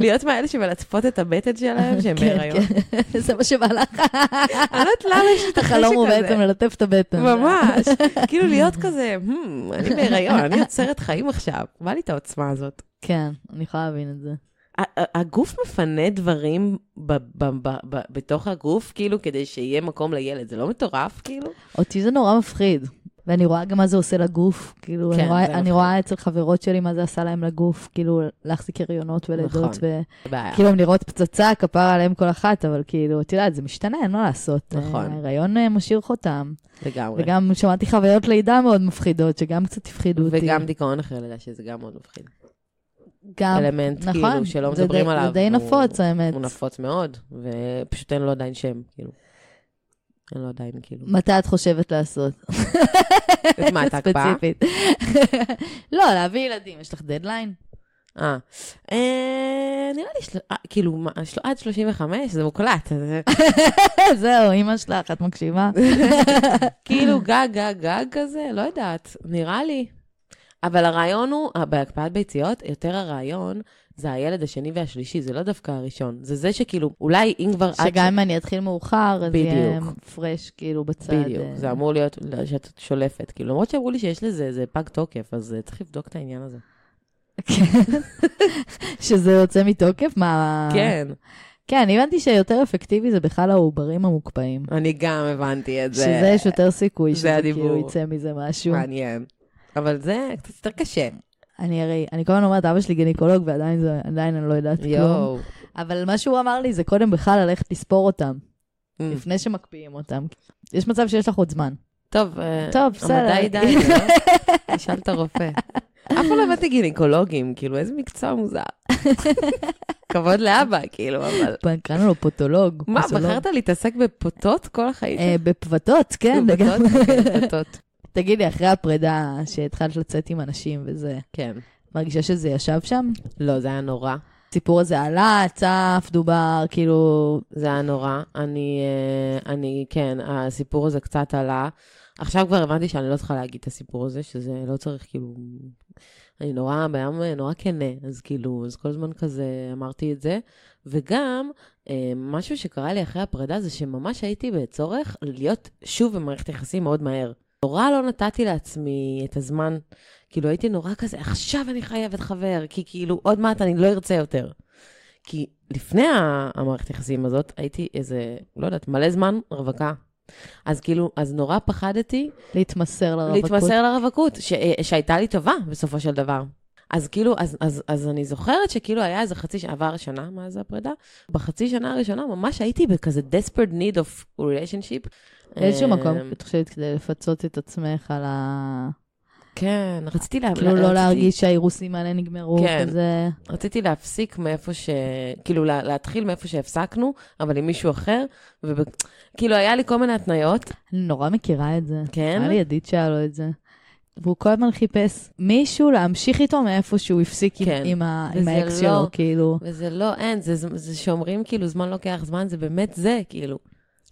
[SPEAKER 2] להיות מהאלה שמלטפות את הבטן שלהם, שהם
[SPEAKER 1] כן,
[SPEAKER 2] בהיריון.
[SPEAKER 1] כן. זה מה שבא לך.
[SPEAKER 2] אני לא יודעת למה יש לי את החשק הזה.
[SPEAKER 1] החלום הוא בעצם ללטף את הבטן.
[SPEAKER 2] ממש. כאילו להיות כזה, "Hmm, אני בהיריון, אני יוצרת חיים עכשיו. בא לי את העוצמה הזאת.
[SPEAKER 1] כן, אני יכולה להבין את זה.
[SPEAKER 2] ה- ה- הגוף מפנה דברים ב- ב- ב- ב- בתוך הגוף, כאילו, כדי שיהיה מקום לילד. זה לא מטורף, כאילו?
[SPEAKER 1] אותי זה נורא מפחיד. ואני רואה גם מה זה עושה לגוף, כאילו,
[SPEAKER 2] כן,
[SPEAKER 1] אני,
[SPEAKER 2] זה
[SPEAKER 1] רואה, אני
[SPEAKER 2] נכון.
[SPEAKER 1] רואה אצל חברות שלי מה זה עשה להם לגוף, כאילו, להחזיק הריונות ולידות,
[SPEAKER 2] נכון.
[SPEAKER 1] וכאילו,
[SPEAKER 2] זה בעיה.
[SPEAKER 1] הן נראות פצצה, כפרה עליהם כל אחת, אבל כאילו, את יודעת, זה משתנה, אין מה לעשות.
[SPEAKER 2] נכון.
[SPEAKER 1] אה, הריון אה, משאיר חותם.
[SPEAKER 2] לגמרי.
[SPEAKER 1] וגם שמעתי חוויות לידה מאוד מפחידות, שגם קצת הפחידו אותי.
[SPEAKER 2] וגם דיכאון אחרי לידה, שזה גם מאוד מפחיד.
[SPEAKER 1] גם, נכון,
[SPEAKER 2] אלמנט, כאילו, שלא
[SPEAKER 1] זה
[SPEAKER 2] מדברים
[SPEAKER 1] די-
[SPEAKER 2] עליו.
[SPEAKER 1] זה די
[SPEAKER 2] הוא-
[SPEAKER 1] נפוץ, האמת.
[SPEAKER 2] הוא נפוץ מאוד, ופשוט אין לו עדיין שם, כאילו. אין לו עדיין, כאילו.
[SPEAKER 1] מתי את חושבת לעשות?
[SPEAKER 2] את מה, את ההקפאה?
[SPEAKER 1] ספציפית. לא, להביא ילדים, יש לך דדליין?
[SPEAKER 2] אה, אה, נראה לי, של- אה, כאילו, מה, של- עד 35 זה מוקלט. אז-
[SPEAKER 1] זהו, אימא שלך, את מקשיבה?
[SPEAKER 2] כאילו, גג, גג, גג כזה, לא יודעת, נראה לי. אבל הרעיון הוא, אה, בהקפאת ביציות, יותר הרעיון זה הילד השני והשלישי, זה לא דווקא הראשון. זה זה שכאילו, אולי אם כבר... את-
[SPEAKER 1] שגם אה, אם אני אתחיל מאוחר, אז יהיה
[SPEAKER 2] בדיוק.
[SPEAKER 1] פרש כאילו בצד.
[SPEAKER 2] בדיוק,
[SPEAKER 1] אה,
[SPEAKER 2] זה אמור להיות לא, שאת שולפת. כאילו, למרות שאמרו לי שיש לזה איזה פג תוקף, אז אה, צריך לבדוק את העניין הזה.
[SPEAKER 1] כן. שזה יוצא מתוקף? מה...
[SPEAKER 2] כן,
[SPEAKER 1] כן, אני הבנתי שיותר אפקטיבי זה בכלל העוברים המוקפאים.
[SPEAKER 2] אני גם הבנתי את זה.
[SPEAKER 1] שזה יש יותר סיכוי
[SPEAKER 2] זה
[SPEAKER 1] שזה כאילו
[SPEAKER 2] הדיבור.
[SPEAKER 1] יצא מזה משהו.
[SPEAKER 2] מעניין. אבל זה קצת יותר קשה.
[SPEAKER 1] אני הרי, אני כל הזמן אומרת, אבא שלי גינקולוג, ועדיין זה- עדיין אני לא יודעת כלום.
[SPEAKER 2] יואו.
[SPEAKER 1] אבל מה שהוא אמר לי זה קודם בכלל ללכת לספור אותם,
[SPEAKER 2] Mm.
[SPEAKER 1] לפני שמקפיאים אותם. יש מצב שיש לך עוד זמן.
[SPEAKER 2] טוב, אה,
[SPEAKER 1] טוב, בסדר.
[SPEAKER 2] המדע ידע את זה, לא? תשאל את הרופא. אף פעם לא הבאתי גינקולוגים, כאילו, איזה מקצוע מוזר. כבוד לאבא, כאילו, אבל... לא-
[SPEAKER 1] קראנו לו פוטולוג.
[SPEAKER 2] מה,
[SPEAKER 1] פוסולוג.
[SPEAKER 2] בחרת להתעסק בפוטות כל החיים?
[SPEAKER 1] אה, בפבטות, כן,
[SPEAKER 2] פוטות?
[SPEAKER 1] לגמרי.
[SPEAKER 2] אוקיי, פוטות,
[SPEAKER 1] תגידי, אחרי הפרידה שהתחלת לצאת עם אנשים וזה,
[SPEAKER 2] כן.
[SPEAKER 1] מרגישה שזה ישב שם?
[SPEAKER 2] לא, זה היה נורא.
[SPEAKER 1] הסיפור הזה עלה, צף, דובר, כאילו...
[SPEAKER 2] זה היה נורא. אני, אה, אני, כן, הסיפור הזה קצת עלה. עכשיו כבר הבנתי שאני לא צריכה להגיד את הסיפור הזה, שזה לא צריך, כאילו... אני נורא, בים נורא כנה, אז כאילו, אז כל הזמן כזה אמרתי את זה. וגם, אה, משהו שקרה לי אחרי הפרידה זה שממש הייתי בצורך להיות שוב במערכת יחסים מאוד מהר. נורא לא נתתי לעצמי את הזמן, כאילו הייתי נורא כזה, עכשיו אני חייבת חבר, כי כאילו עוד מעט אני לא ארצה יותר. כי לפני ה- המערכת יחסים הזאת, הייתי איזה, לא יודעת, מלא זמן רווקה. אז כאילו, אז נורא פחדתי
[SPEAKER 1] להתמסר לרווקות.
[SPEAKER 2] להתמסר לרווקות, ש... אה, שהייתה לי טובה בסופו של דבר. אז כאילו, אז, אז, אז אני זוכרת שכאילו היה איזה חצי שנה, עבר שנה מאז הפרידה, בחצי שנה הראשונה ממש הייתי בכזה desperate need of relationship.
[SPEAKER 1] באיזשהו
[SPEAKER 2] אה,
[SPEAKER 1] מקום, את חושבת, כדי לפצות את עצמך על ה...
[SPEAKER 2] כן, רציתי לה...
[SPEAKER 1] כאילו לא
[SPEAKER 2] רציתי-
[SPEAKER 1] להרגיש שהאירוסים האלה נגמרו,
[SPEAKER 2] כן.
[SPEAKER 1] כזה...
[SPEAKER 2] רציתי להפסיק מאיפה ש... כאילו, לה- להתחיל מאיפה שהפסקנו, אבל עם מישהו אחר, וכאילו, היה לי כל מיני התניות,
[SPEAKER 1] אני נורא מכירה את זה.
[SPEAKER 2] כן?
[SPEAKER 1] היה לי ידיד שהיה לו את זה. והוא כל הזמן חיפש מישהו להמשיך איתו מאיפה שהוא הפסיק
[SPEAKER 2] כן.
[SPEAKER 1] עם, עם, ה, עם
[SPEAKER 2] וזה
[SPEAKER 1] האקס
[SPEAKER 2] לא-
[SPEAKER 1] שלו, כאילו.
[SPEAKER 2] וזה לא, אין, זה, זה שאומרים, כאילו, זמן לוקח זמן, זה באמת זה, כאילו.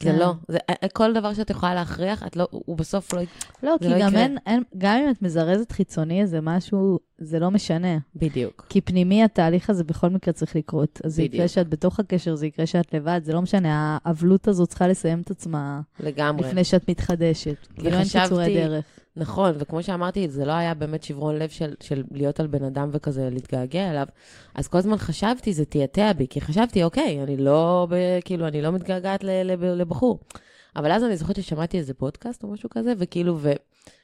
[SPEAKER 2] זה
[SPEAKER 1] כן.
[SPEAKER 2] לא, זה, כל דבר שאת יכולה להכריח, את לא, הוא בסוף לא...
[SPEAKER 1] לא,
[SPEAKER 2] זה
[SPEAKER 1] כי
[SPEAKER 2] לא
[SPEAKER 1] גם,
[SPEAKER 2] יקרה.
[SPEAKER 1] אין, אין, גם אם את מזרזת חיצוני איזה משהו, זה לא משנה.
[SPEAKER 2] בדיוק.
[SPEAKER 1] כי פנימי התהליך הזה בכל מקרה צריך לקרות. אז זה יקרה
[SPEAKER 2] בדיוק.
[SPEAKER 1] שאת בתוך הקשר, זה יקרה שאת לבד, זה לא משנה, האבלות הזו צריכה לסיים את עצמה
[SPEAKER 2] לגמרי. לפני...
[SPEAKER 1] לפני שאת מתחדשת. כאילו אין
[SPEAKER 2] וחשבתי-
[SPEAKER 1] קיצורי דרך.
[SPEAKER 2] נכון, וכמו שאמרתי, זה לא היה באמת שברון לב של, של להיות על בן אדם וכזה להתגעגע אליו, אז כל הזמן חשבתי, זה תיאטע בי, כי חשבתי, אוקיי, אני לא, ב, כאילו, אני לא מתגעגעת ל, לב, לבחור. אבל אז אני זוכרת ששמעתי איזה פודקאסט או משהו כזה, וכאילו,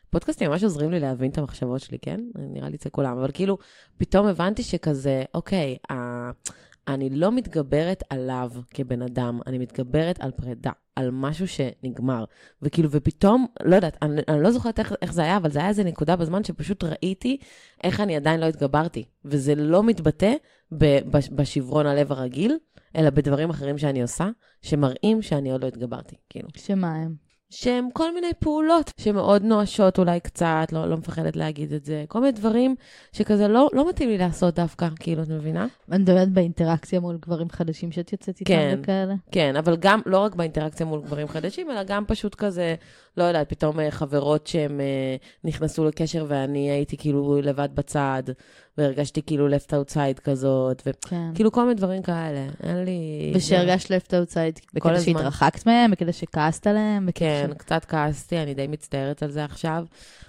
[SPEAKER 2] ופודקאסטים ממש עוזרים לי להבין את המחשבות שלי, כן? נראה לי אצל כולם, אבל כאילו, פתאום הבנתי שכזה, אוקיי, ה... אני לא מתגברת עליו כבן אדם, אני מתגברת על פרידה, על משהו שנגמר. וכאילו, ופתאום, לא יודעת, אני, אני לא זוכרת איך, איך זה היה, אבל זה היה איזה נקודה בזמן שפשוט ראיתי איך אני עדיין לא התגברתי. וזה לא מתבטא ב, בש, בשברון הלב הרגיל, אלא בדברים אחרים שאני עושה, שמראים שאני עוד לא התגברתי, כאילו.
[SPEAKER 1] שמה הם?
[SPEAKER 2] שהם כל מיני פעולות שמאוד נואשות אולי קצת, לא, לא מפחדת להגיד את זה, כל מיני דברים שכזה לא, לא מתאים לי לעשות דווקא, כאילו, את מבינה?
[SPEAKER 1] אני מדברת באינטראקציה מול גברים חדשים שאת יוצאת איתם
[SPEAKER 2] כן.
[SPEAKER 1] וכאלה.
[SPEAKER 2] כן, אבל גם, לא רק באינטראקציה מול גברים חדשים, אלא גם פשוט כזה, לא יודעת, פתאום אה, חברות שהן אה, נכנסו לקשר ואני הייתי כאילו לבד בצד, והרגשתי כאילו left outside כזאת,
[SPEAKER 1] כן.
[SPEAKER 2] וכאילו כל מיני דברים כאלה, אין לי...
[SPEAKER 1] ושהרגשת left outside,
[SPEAKER 2] כל
[SPEAKER 1] בקטע
[SPEAKER 2] הזמן.
[SPEAKER 1] שהתרחקת מהם, בקטע שכעסת עליהם, בקטע
[SPEAKER 2] כן,
[SPEAKER 1] ש...
[SPEAKER 2] קצת כעסתי, אני די מצטערת על זה עכשיו,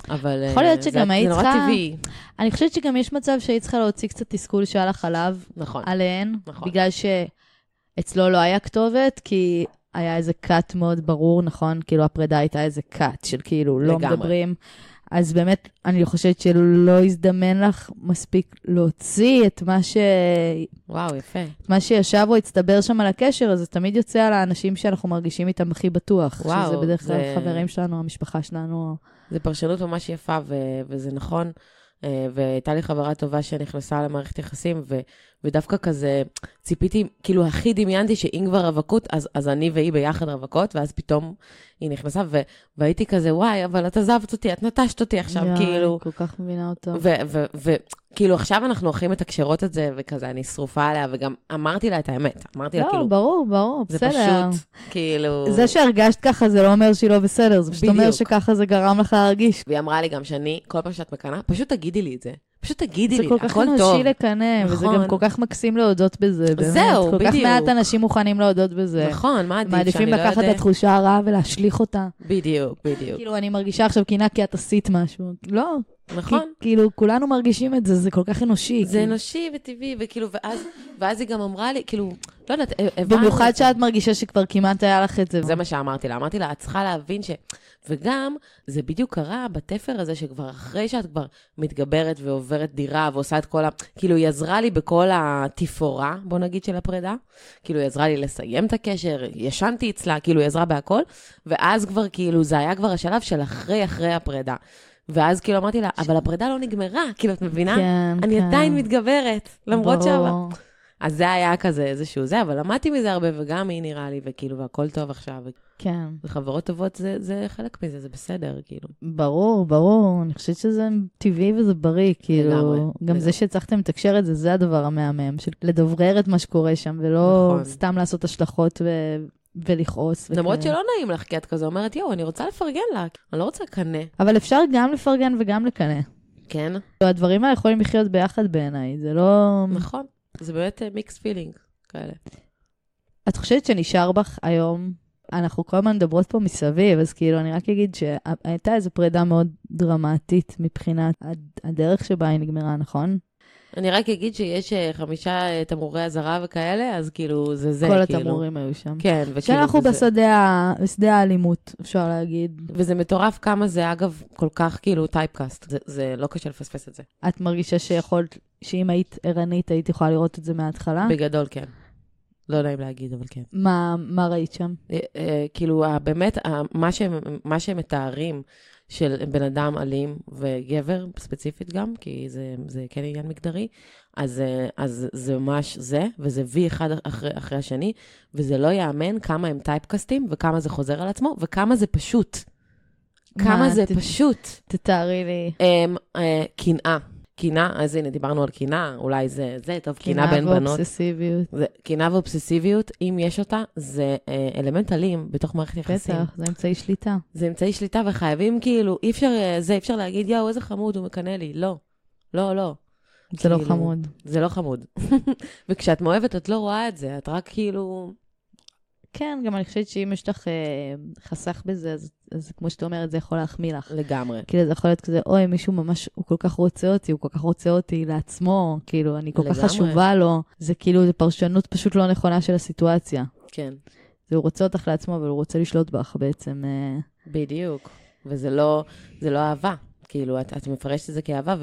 [SPEAKER 2] אבל... אה,
[SPEAKER 1] יכול להיות שגם
[SPEAKER 2] זה-
[SPEAKER 1] היית
[SPEAKER 2] זה נורא
[SPEAKER 1] צריכה-
[SPEAKER 2] טבעי,
[SPEAKER 1] אני חושבת שגם יש מצב שהיית צריכה להוציא קצת תסכול שהיה לך עליו,
[SPEAKER 2] נכון.
[SPEAKER 1] עליהן,
[SPEAKER 2] נכון.
[SPEAKER 1] בגלל שאצלו לא היה כתובת, כי היה איזה cut מאוד ברור, נכון? כאילו הפרידה הייתה איזה cut של כאילו לא
[SPEAKER 2] לגמרי.
[SPEAKER 1] מדברים. אז באמת, אני חושבת שלא הזדמן לך מספיק להוציא את מה ש...
[SPEAKER 2] וואו, יפה.
[SPEAKER 1] את מה שישב או הצטבר שם על הקשר, אז זה תמיד יוצא על האנשים שאנחנו מרגישים איתם הכי בטוח.
[SPEAKER 2] וואו,
[SPEAKER 1] שזה בדרך כלל
[SPEAKER 2] זה-
[SPEAKER 1] חברים שלנו, המשפחה שלנו.
[SPEAKER 2] זו פרשנות ממש יפה, ו- וזה נכון. אה, והייתה לי חברה טובה שנכנסה למערכת יחסים, ו- ודווקא כזה ציפיתי, כאילו הכי דמיינתי שאם כבר רווקות, אז, אז אני והיא ביחד רווקות, ואז פתאום היא נכנסה, ו- והייתי כזה, וואי, אבל את עזבת אותי, את נטשת אותי עכשיו,
[SPEAKER 1] יואי,
[SPEAKER 2] כאילו.
[SPEAKER 1] כל כך מבינה אותו.
[SPEAKER 2] וכאילו כאילו, עכשיו אנחנו הכי מתקשרות את זה, וכזה אני שרופה עליה, וגם אמרתי לה את האמת, אמרתי לה,
[SPEAKER 1] לא,
[SPEAKER 2] כאילו,
[SPEAKER 1] ברור, ברור,
[SPEAKER 2] זה
[SPEAKER 1] בסדר.
[SPEAKER 2] פשוט, כאילו...
[SPEAKER 1] זה שהרגשת ככה זה לא אומר שהיא לא בסדר, זה פשוט אומר
[SPEAKER 2] בדיוק.
[SPEAKER 1] שככה זה גרם לך להרגיש.
[SPEAKER 2] והיא אמרה לי גם שאני, כל פעם שאת מקנאה, פשוט תגידי לי את זה. פשוט תגידי
[SPEAKER 1] זה
[SPEAKER 2] לי,
[SPEAKER 1] כל כך
[SPEAKER 2] הכל טוב.
[SPEAKER 1] אנושי לקנא, וזה
[SPEAKER 2] נכון.
[SPEAKER 1] גם כל כך מקסים להודות בזה, באמת.
[SPEAKER 2] זהו,
[SPEAKER 1] כל כך
[SPEAKER 2] בדיוק.
[SPEAKER 1] מעט אנשים מוכנים להודות בזה.
[SPEAKER 2] נכון, מה עדיף
[SPEAKER 1] מעדיפים
[SPEAKER 2] שאני לא
[SPEAKER 1] לקחת את
[SPEAKER 2] יודעת?
[SPEAKER 1] התחושה הרעה ולהשליך אותה.
[SPEAKER 2] בדיוק, בדיוק.
[SPEAKER 1] כאילו, אני מרגישה עכשיו קינה כי את עשית משהו. לא, כי-
[SPEAKER 2] נכון.
[SPEAKER 1] כאילו, כולנו מרגישים את זה, זה כל כך אנושי.
[SPEAKER 2] זה
[SPEAKER 1] כאילו.
[SPEAKER 2] אנושי וטבעי, וכאילו, ואז- ואז היא גם אמרה לי, כאילו, לא יודעת, הבנו.
[SPEAKER 1] במיוחד שאת מרגישה שכבר כמעט היה לך את זה.
[SPEAKER 2] זה מה שאמרתי לה, אמרתי לה, את צריכה להבין ש... וגם, זה בדיוק קרה בתפר הזה שכבר אחרי שאת כבר מתגברת ועוברת דירה ועושה את כל ה... כאילו, היא עזרה לי בכל התפאורה, בוא נגיד, של הפרידה. כאילו, היא עזרה לי לסיים את הקשר, ישנתי אצלה, כאילו, היא עזרה בהכל. ואז כבר, כאילו, זה היה כבר השלב של אחרי אחרי הפרידה. ואז כאילו אמרתי לה, אבל הפרידה לא נגמרה, כאילו, את מבינה?
[SPEAKER 1] כן,
[SPEAKER 2] אני
[SPEAKER 1] כן.
[SPEAKER 2] עדיין מתגברת, למרות ש...
[SPEAKER 1] ברור.
[SPEAKER 2] אז זה היה כזה איזשהו זה, אבל למדתי מזה הרבה, וגם היא נראה לי, וכאילו, והכל טוב עכשיו,
[SPEAKER 1] כן.
[SPEAKER 2] וחברות טובות זה, זה חלק מזה, זה בסדר, כאילו.
[SPEAKER 1] ברור, ברור. אני חושבת שזה טבעי וזה בריא, כאילו.
[SPEAKER 2] לגמרי,
[SPEAKER 1] גם
[SPEAKER 2] לגמרי.
[SPEAKER 1] זה שהצלחתם לתקשר את זה, זה הדבר המהמם, של לדברר את מה שקורה שם, ולא
[SPEAKER 2] נכון. סתם
[SPEAKER 1] סתם לעשות השלכות ו... ולכעוס.
[SPEAKER 2] למרות שלא נעים לך, כי את כזה אומרת, יואו, אני רוצה לפרגן לה, אני לא רוצה לקנא.
[SPEAKER 1] אבל אפשר גם לפרגן וגם לקנא.
[SPEAKER 2] כן?
[SPEAKER 1] הדברים האלה יכולים לחיות ביחד בעיניי, זה לא...
[SPEAKER 2] נכון. זה באמת מיקס פילינג כאלה.
[SPEAKER 1] את חושבת שנשאר בך היום? אנחנו כל הזמן מדברות פה מסביב, אז כאילו, אני רק אגיד שהייתה איזו פרידה מאוד דרמטית מבחינת הד- הדרך שבה היא נגמרה, נכון?
[SPEAKER 2] אני רק אגיד שיש אה, חמישה אה, תמרורי אזהרה וכאלה, אז כאילו זה זה,
[SPEAKER 1] כל
[SPEAKER 2] כאילו.
[SPEAKER 1] התמרורים היו שם.
[SPEAKER 2] כן, וכאילו
[SPEAKER 1] שאנחנו
[SPEAKER 2] זה-
[SPEAKER 1] בשדה ה- בשדה האלימות, אפשר להגיד.
[SPEAKER 2] וזה מטורף כמה זה, אגב, כל כך כאילו טייפקאסט. זה, זה לא קשה לפספס את זה.
[SPEAKER 1] את מרגישה שיכולת, שאם היית ערנית, היית יכולה לראות את זה מההתחלה?
[SPEAKER 2] בגדול, כן. לא נעים להגיד, אבל כן.
[SPEAKER 1] מה מה ראית שם?
[SPEAKER 2] אה, אה, כאילו, ה- באמת, ה- מה שהם, מה שהם מתארים של בן אדם אלים וגבר, ספציפית גם, כי זה, זה כן עניין מגדרי, אז, אה, אז זה ממש זה, וזה וי אחד אחרי, אחרי השני, וזה לא ייאמן כמה הם טייפקאסטים, וכמה זה חוזר על עצמו, וכמה זה פשוט. כמה
[SPEAKER 1] מה,
[SPEAKER 2] זה
[SPEAKER 1] ת-
[SPEAKER 2] פשוט.
[SPEAKER 1] תתארי לי.
[SPEAKER 2] אמ, אה, קנאה. קנאה, אז הנה, דיברנו על קנאה, אולי זה, זה, טוב, קנאה בין בנות.
[SPEAKER 1] ואובססיביות.
[SPEAKER 2] זה- קנאה ואובססיביות, אם יש אותה, זה אה, אלמנט אלים בתוך מערכת יחסים.
[SPEAKER 1] בטח, זה אמצעי שליטה.
[SPEAKER 2] זה אמצעי שליטה, וחייבים כאילו, אי אפשר, אה, זה, אי אפשר להגיד, יואו, איזה חמוד, הוא מקנא לי. לא. לא, לא.
[SPEAKER 1] זה לא
[SPEAKER 2] כאילו,
[SPEAKER 1] חמוד.
[SPEAKER 2] זה לא חמוד. וכשאת מאוהבת, את לא רואה את זה, את רק כאילו...
[SPEAKER 1] כן, גם אני חושבת שאם יש לך אה, חסך בזה, אז- אז כמו שאת אומרת, זה יכול להחמיא לך.
[SPEAKER 2] לגמרי.
[SPEAKER 1] כאילו, זה יכול להיות כזה, אוי, מישהו ממש, הוא כל כך רוצה אותי, הוא כל כך רוצה אותי לעצמו, כאילו, אני כל כך
[SPEAKER 2] לגמרי.
[SPEAKER 1] חשובה לו. זה כאילו, זה פרשנות פשוט לא נכונה של הסיטואציה.
[SPEAKER 2] כן,
[SPEAKER 1] זה הוא רוצה אותך לעצמו, אבל הוא רוצה לשלוט בך בעצם. אה,
[SPEAKER 2] בדיוק. וזה לא, זה לא אהבה. כאילו, את, את מפרשת את זה כאהבה,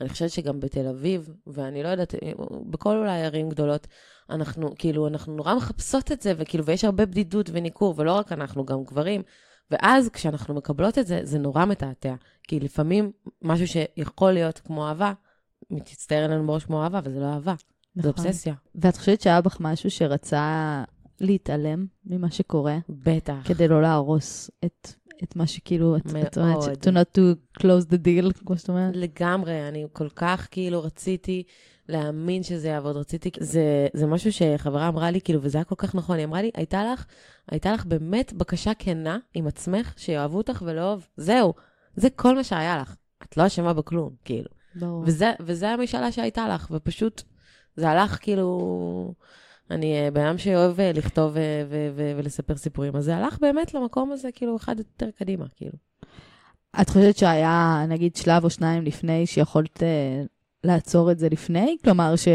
[SPEAKER 2] ואני חושבת שגם בתל אביב, ואני לא יודעת, אה, בכל אולי ערים גדולות, אנחנו, כאילו, אנחנו נורא מחפשות את זה, וכאילו, ויש הרבה בדידות וניכור, ולא רק אנחנו, גם גברים. ואז כשאנחנו מקבלות את זה, זה נורא מתעתע. כי לפעמים משהו שיכול להיות כמו אהבה, מצטער לנו בראש כמו אהבה, וזה לא אהבה, זה
[SPEAKER 1] נכון.
[SPEAKER 2] אובססיה.
[SPEAKER 1] ואת חושבת שהיה בך משהו שרצה להתעלם ממה שקורה,
[SPEAKER 2] בטח.
[SPEAKER 1] כדי לא להרוס את, את מה שכאילו, את, את אומרת,
[SPEAKER 2] מאוד.
[SPEAKER 1] ש- to not to close the deal, כמו שאת אומרת.
[SPEAKER 2] לגמרי, אני כל כך כאילו רציתי להאמין שזה יעבוד, רציתי, זה, זה משהו שחברה אמרה לי, כאילו, וזה היה כל כך נכון, היא אמרה לי, הייתה לך, הייתה לך באמת בקשה כנה עם עצמך, שיאהבו אותך ולא אוהב, זהו, זה כל מה שהיה לך, את לא אשמה בכלום, כאילו.
[SPEAKER 1] ברור.
[SPEAKER 2] וזה, וזה המשאלה שהייתה לך, ופשוט זה הלך כאילו... אני אה, בן אדם שאוהב אה, לכתוב אה, ו- ו- ולספר סיפורים, אז זה הלך באמת למקום הזה, כאילו, אחד יותר קדימה, כאילו.
[SPEAKER 1] את חושבת שהיה, נגיד, שלב או שניים לפני שיכולת אה, לעצור את זה לפני? כלומר, ש,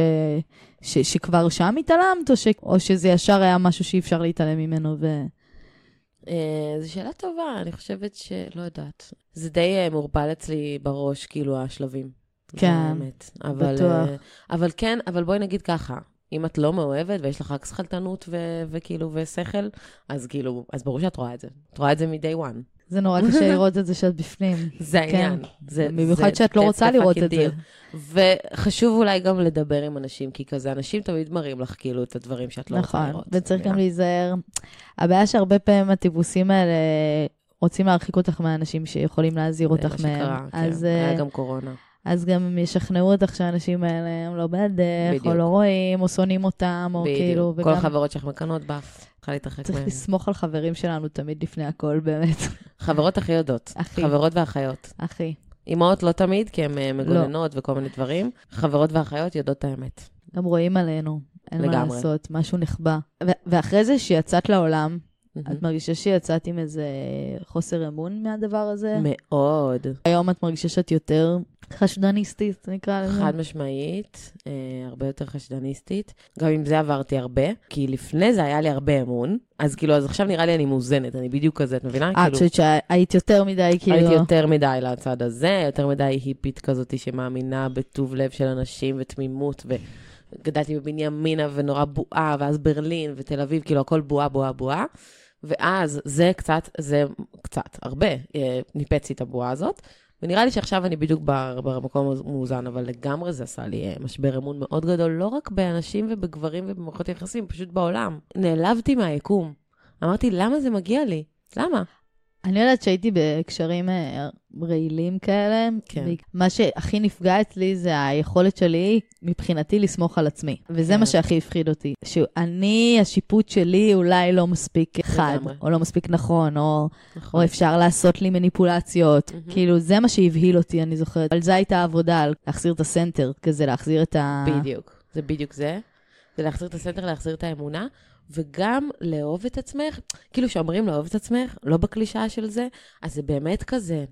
[SPEAKER 1] ש, שכבר שם התעלמת, או, ש, או שזה ישר היה משהו שאי אפשר להתעלם ממנו? ו...
[SPEAKER 2] אה, זו שאלה טובה, אני חושבת שלא יודעת. זה די אה, מעורפל אצלי בראש, כאילו, השלבים. זה
[SPEAKER 1] כן,
[SPEAKER 2] האמת. אבל,
[SPEAKER 1] בטוח.
[SPEAKER 2] אה, אבל כן, אבל בואי נגיד ככה, אם את לא מאוהבת ויש לך רק שכלתנות ו- וכאילו, ושכל, אז כאילו, אז ברור שאת רואה את זה. את רואה את זה מ-day one.
[SPEAKER 1] זה נורא קשה לראות את זה שאת בפנים.
[SPEAKER 2] זה העניין. זה-
[SPEAKER 1] כן. במיוחד
[SPEAKER 2] זה-
[SPEAKER 1] שאת לא
[SPEAKER 2] that's
[SPEAKER 1] רוצה
[SPEAKER 2] the
[SPEAKER 1] לראות
[SPEAKER 2] fucking
[SPEAKER 1] את זה.
[SPEAKER 2] deal. וחשוב אולי גם לדבר עם אנשים, כי כזה אנשים תמיד מראים לך כאילו את הדברים שאת לא רוצה
[SPEAKER 1] נכון,
[SPEAKER 2] לראות.
[SPEAKER 1] וצריך גם
[SPEAKER 2] מבינה?
[SPEAKER 1] להיזהר. הבעיה שהרבה פעמים הטיפוסים האלה רוצים להרחיק אותך מהאנשים שיכולים להזהיר
[SPEAKER 2] זה
[SPEAKER 1] אותך
[SPEAKER 2] מה
[SPEAKER 1] מהם.
[SPEAKER 2] שקרה, כן.
[SPEAKER 1] אז, אה,
[SPEAKER 2] היה גם קורונה.
[SPEAKER 1] אז גם הם ישכנעו אותך שהאנשים האלה הם לא בדרך,
[SPEAKER 2] בדיוק.
[SPEAKER 1] או לא רואים, או שונאים אותם, או כאילו,
[SPEAKER 2] בדיוק. כל
[SPEAKER 1] וגם
[SPEAKER 2] החברות שלך מקנאות בך, צריכה להתרחק
[SPEAKER 1] צריך
[SPEAKER 2] מהן.
[SPEAKER 1] לסמוך על חברים שלנו תמיד לפני הכל, באמת.
[SPEAKER 2] חברות הכי יודעות.
[SPEAKER 1] אחי,
[SPEAKER 2] חברות ואחיות.
[SPEAKER 1] אחי.
[SPEAKER 2] אימהות לא תמיד, כי הן אה, מגוננות וכל מיני דברים. חברות ואחיות יודעות את האמת.
[SPEAKER 1] גם רואים עלינו, אין מה
[SPEAKER 2] לגמרי.
[SPEAKER 1] לעשות, משהו נחבא. ו- ואחרי זה שיצאת לעולם,
[SPEAKER 2] מהמם.
[SPEAKER 1] את מרגישה שיצאת עם איזה חוסר אמון מהדבר הזה?
[SPEAKER 2] מאוד.
[SPEAKER 1] היום את מרגישה שאת יותר חשדניסטית, נקרא לזה.
[SPEAKER 2] חד משמעית, אה, הרבה יותר חשדניסטית. גם עם זה עברתי הרבה, כי לפני זה היה לי הרבה אמון, אז כאילו, אז עכשיו נראה לי אני מאוזנת, אני בדיוק כזה, את מבינה?
[SPEAKER 1] אה, את
[SPEAKER 2] כאילו,
[SPEAKER 1] חושבת שהיית יותר מדי, כאילו...
[SPEAKER 2] הייתי יותר מדי לצד הזה, יותר מדי היפית כזאת שמאמינה בטוב לב של אנשים ותמימות, וגדלתי בבנימינה ונורא בועה, ואז ברלין ותל אביב, כאילו הכל בועה, בועה, בועה. ואז זה קצת, זה קצת, הרבה, אה, ניפצתי את הבועה הזאת. ונראה לי שעכשיו אני בדיוק ב- במקום מאוזן, אבל לגמרי זה עשה לי אה, משבר אמון מאוד גדול, לא רק באנשים ובגברים ובמערכות יחסים, פשוט בעולם. נעלבתי מהיקום. אמרתי, למה זה מגיע לי? למה?
[SPEAKER 1] אני יודעת שהייתי בקשרים אה, רעילים כאלה.
[SPEAKER 2] כן.
[SPEAKER 1] מה שהכי נפגע אצלי זה היכולת שלי, מבחינתי, לסמוך על עצמי. וזה
[SPEAKER 2] כן.
[SPEAKER 1] מה שהכי הפחיד אותי. שאני, השיפוט שלי אולי לא מספיק חד,
[SPEAKER 2] לגמרי.
[SPEAKER 1] או לא מספיק נכון, או,
[SPEAKER 2] נכון.
[SPEAKER 1] או אפשר לעשות לי מניפולציות.
[SPEAKER 2] מהמם.
[SPEAKER 1] כאילו, זה מה שהבהיל אותי, אני זוכרת. על זה הייתה העבודה, על להחזיר את הסנטר, כזה להחזיר את ה...
[SPEAKER 2] בדיוק, זה בדיוק זה. זה להחזיר את הסנטר, להחזיר את האמונה, וגם לאהוב את עצמך. כאילו, כשאומרים לאהוב את עצמך, לא בקלישאה של זה, אז זה באמת כזה,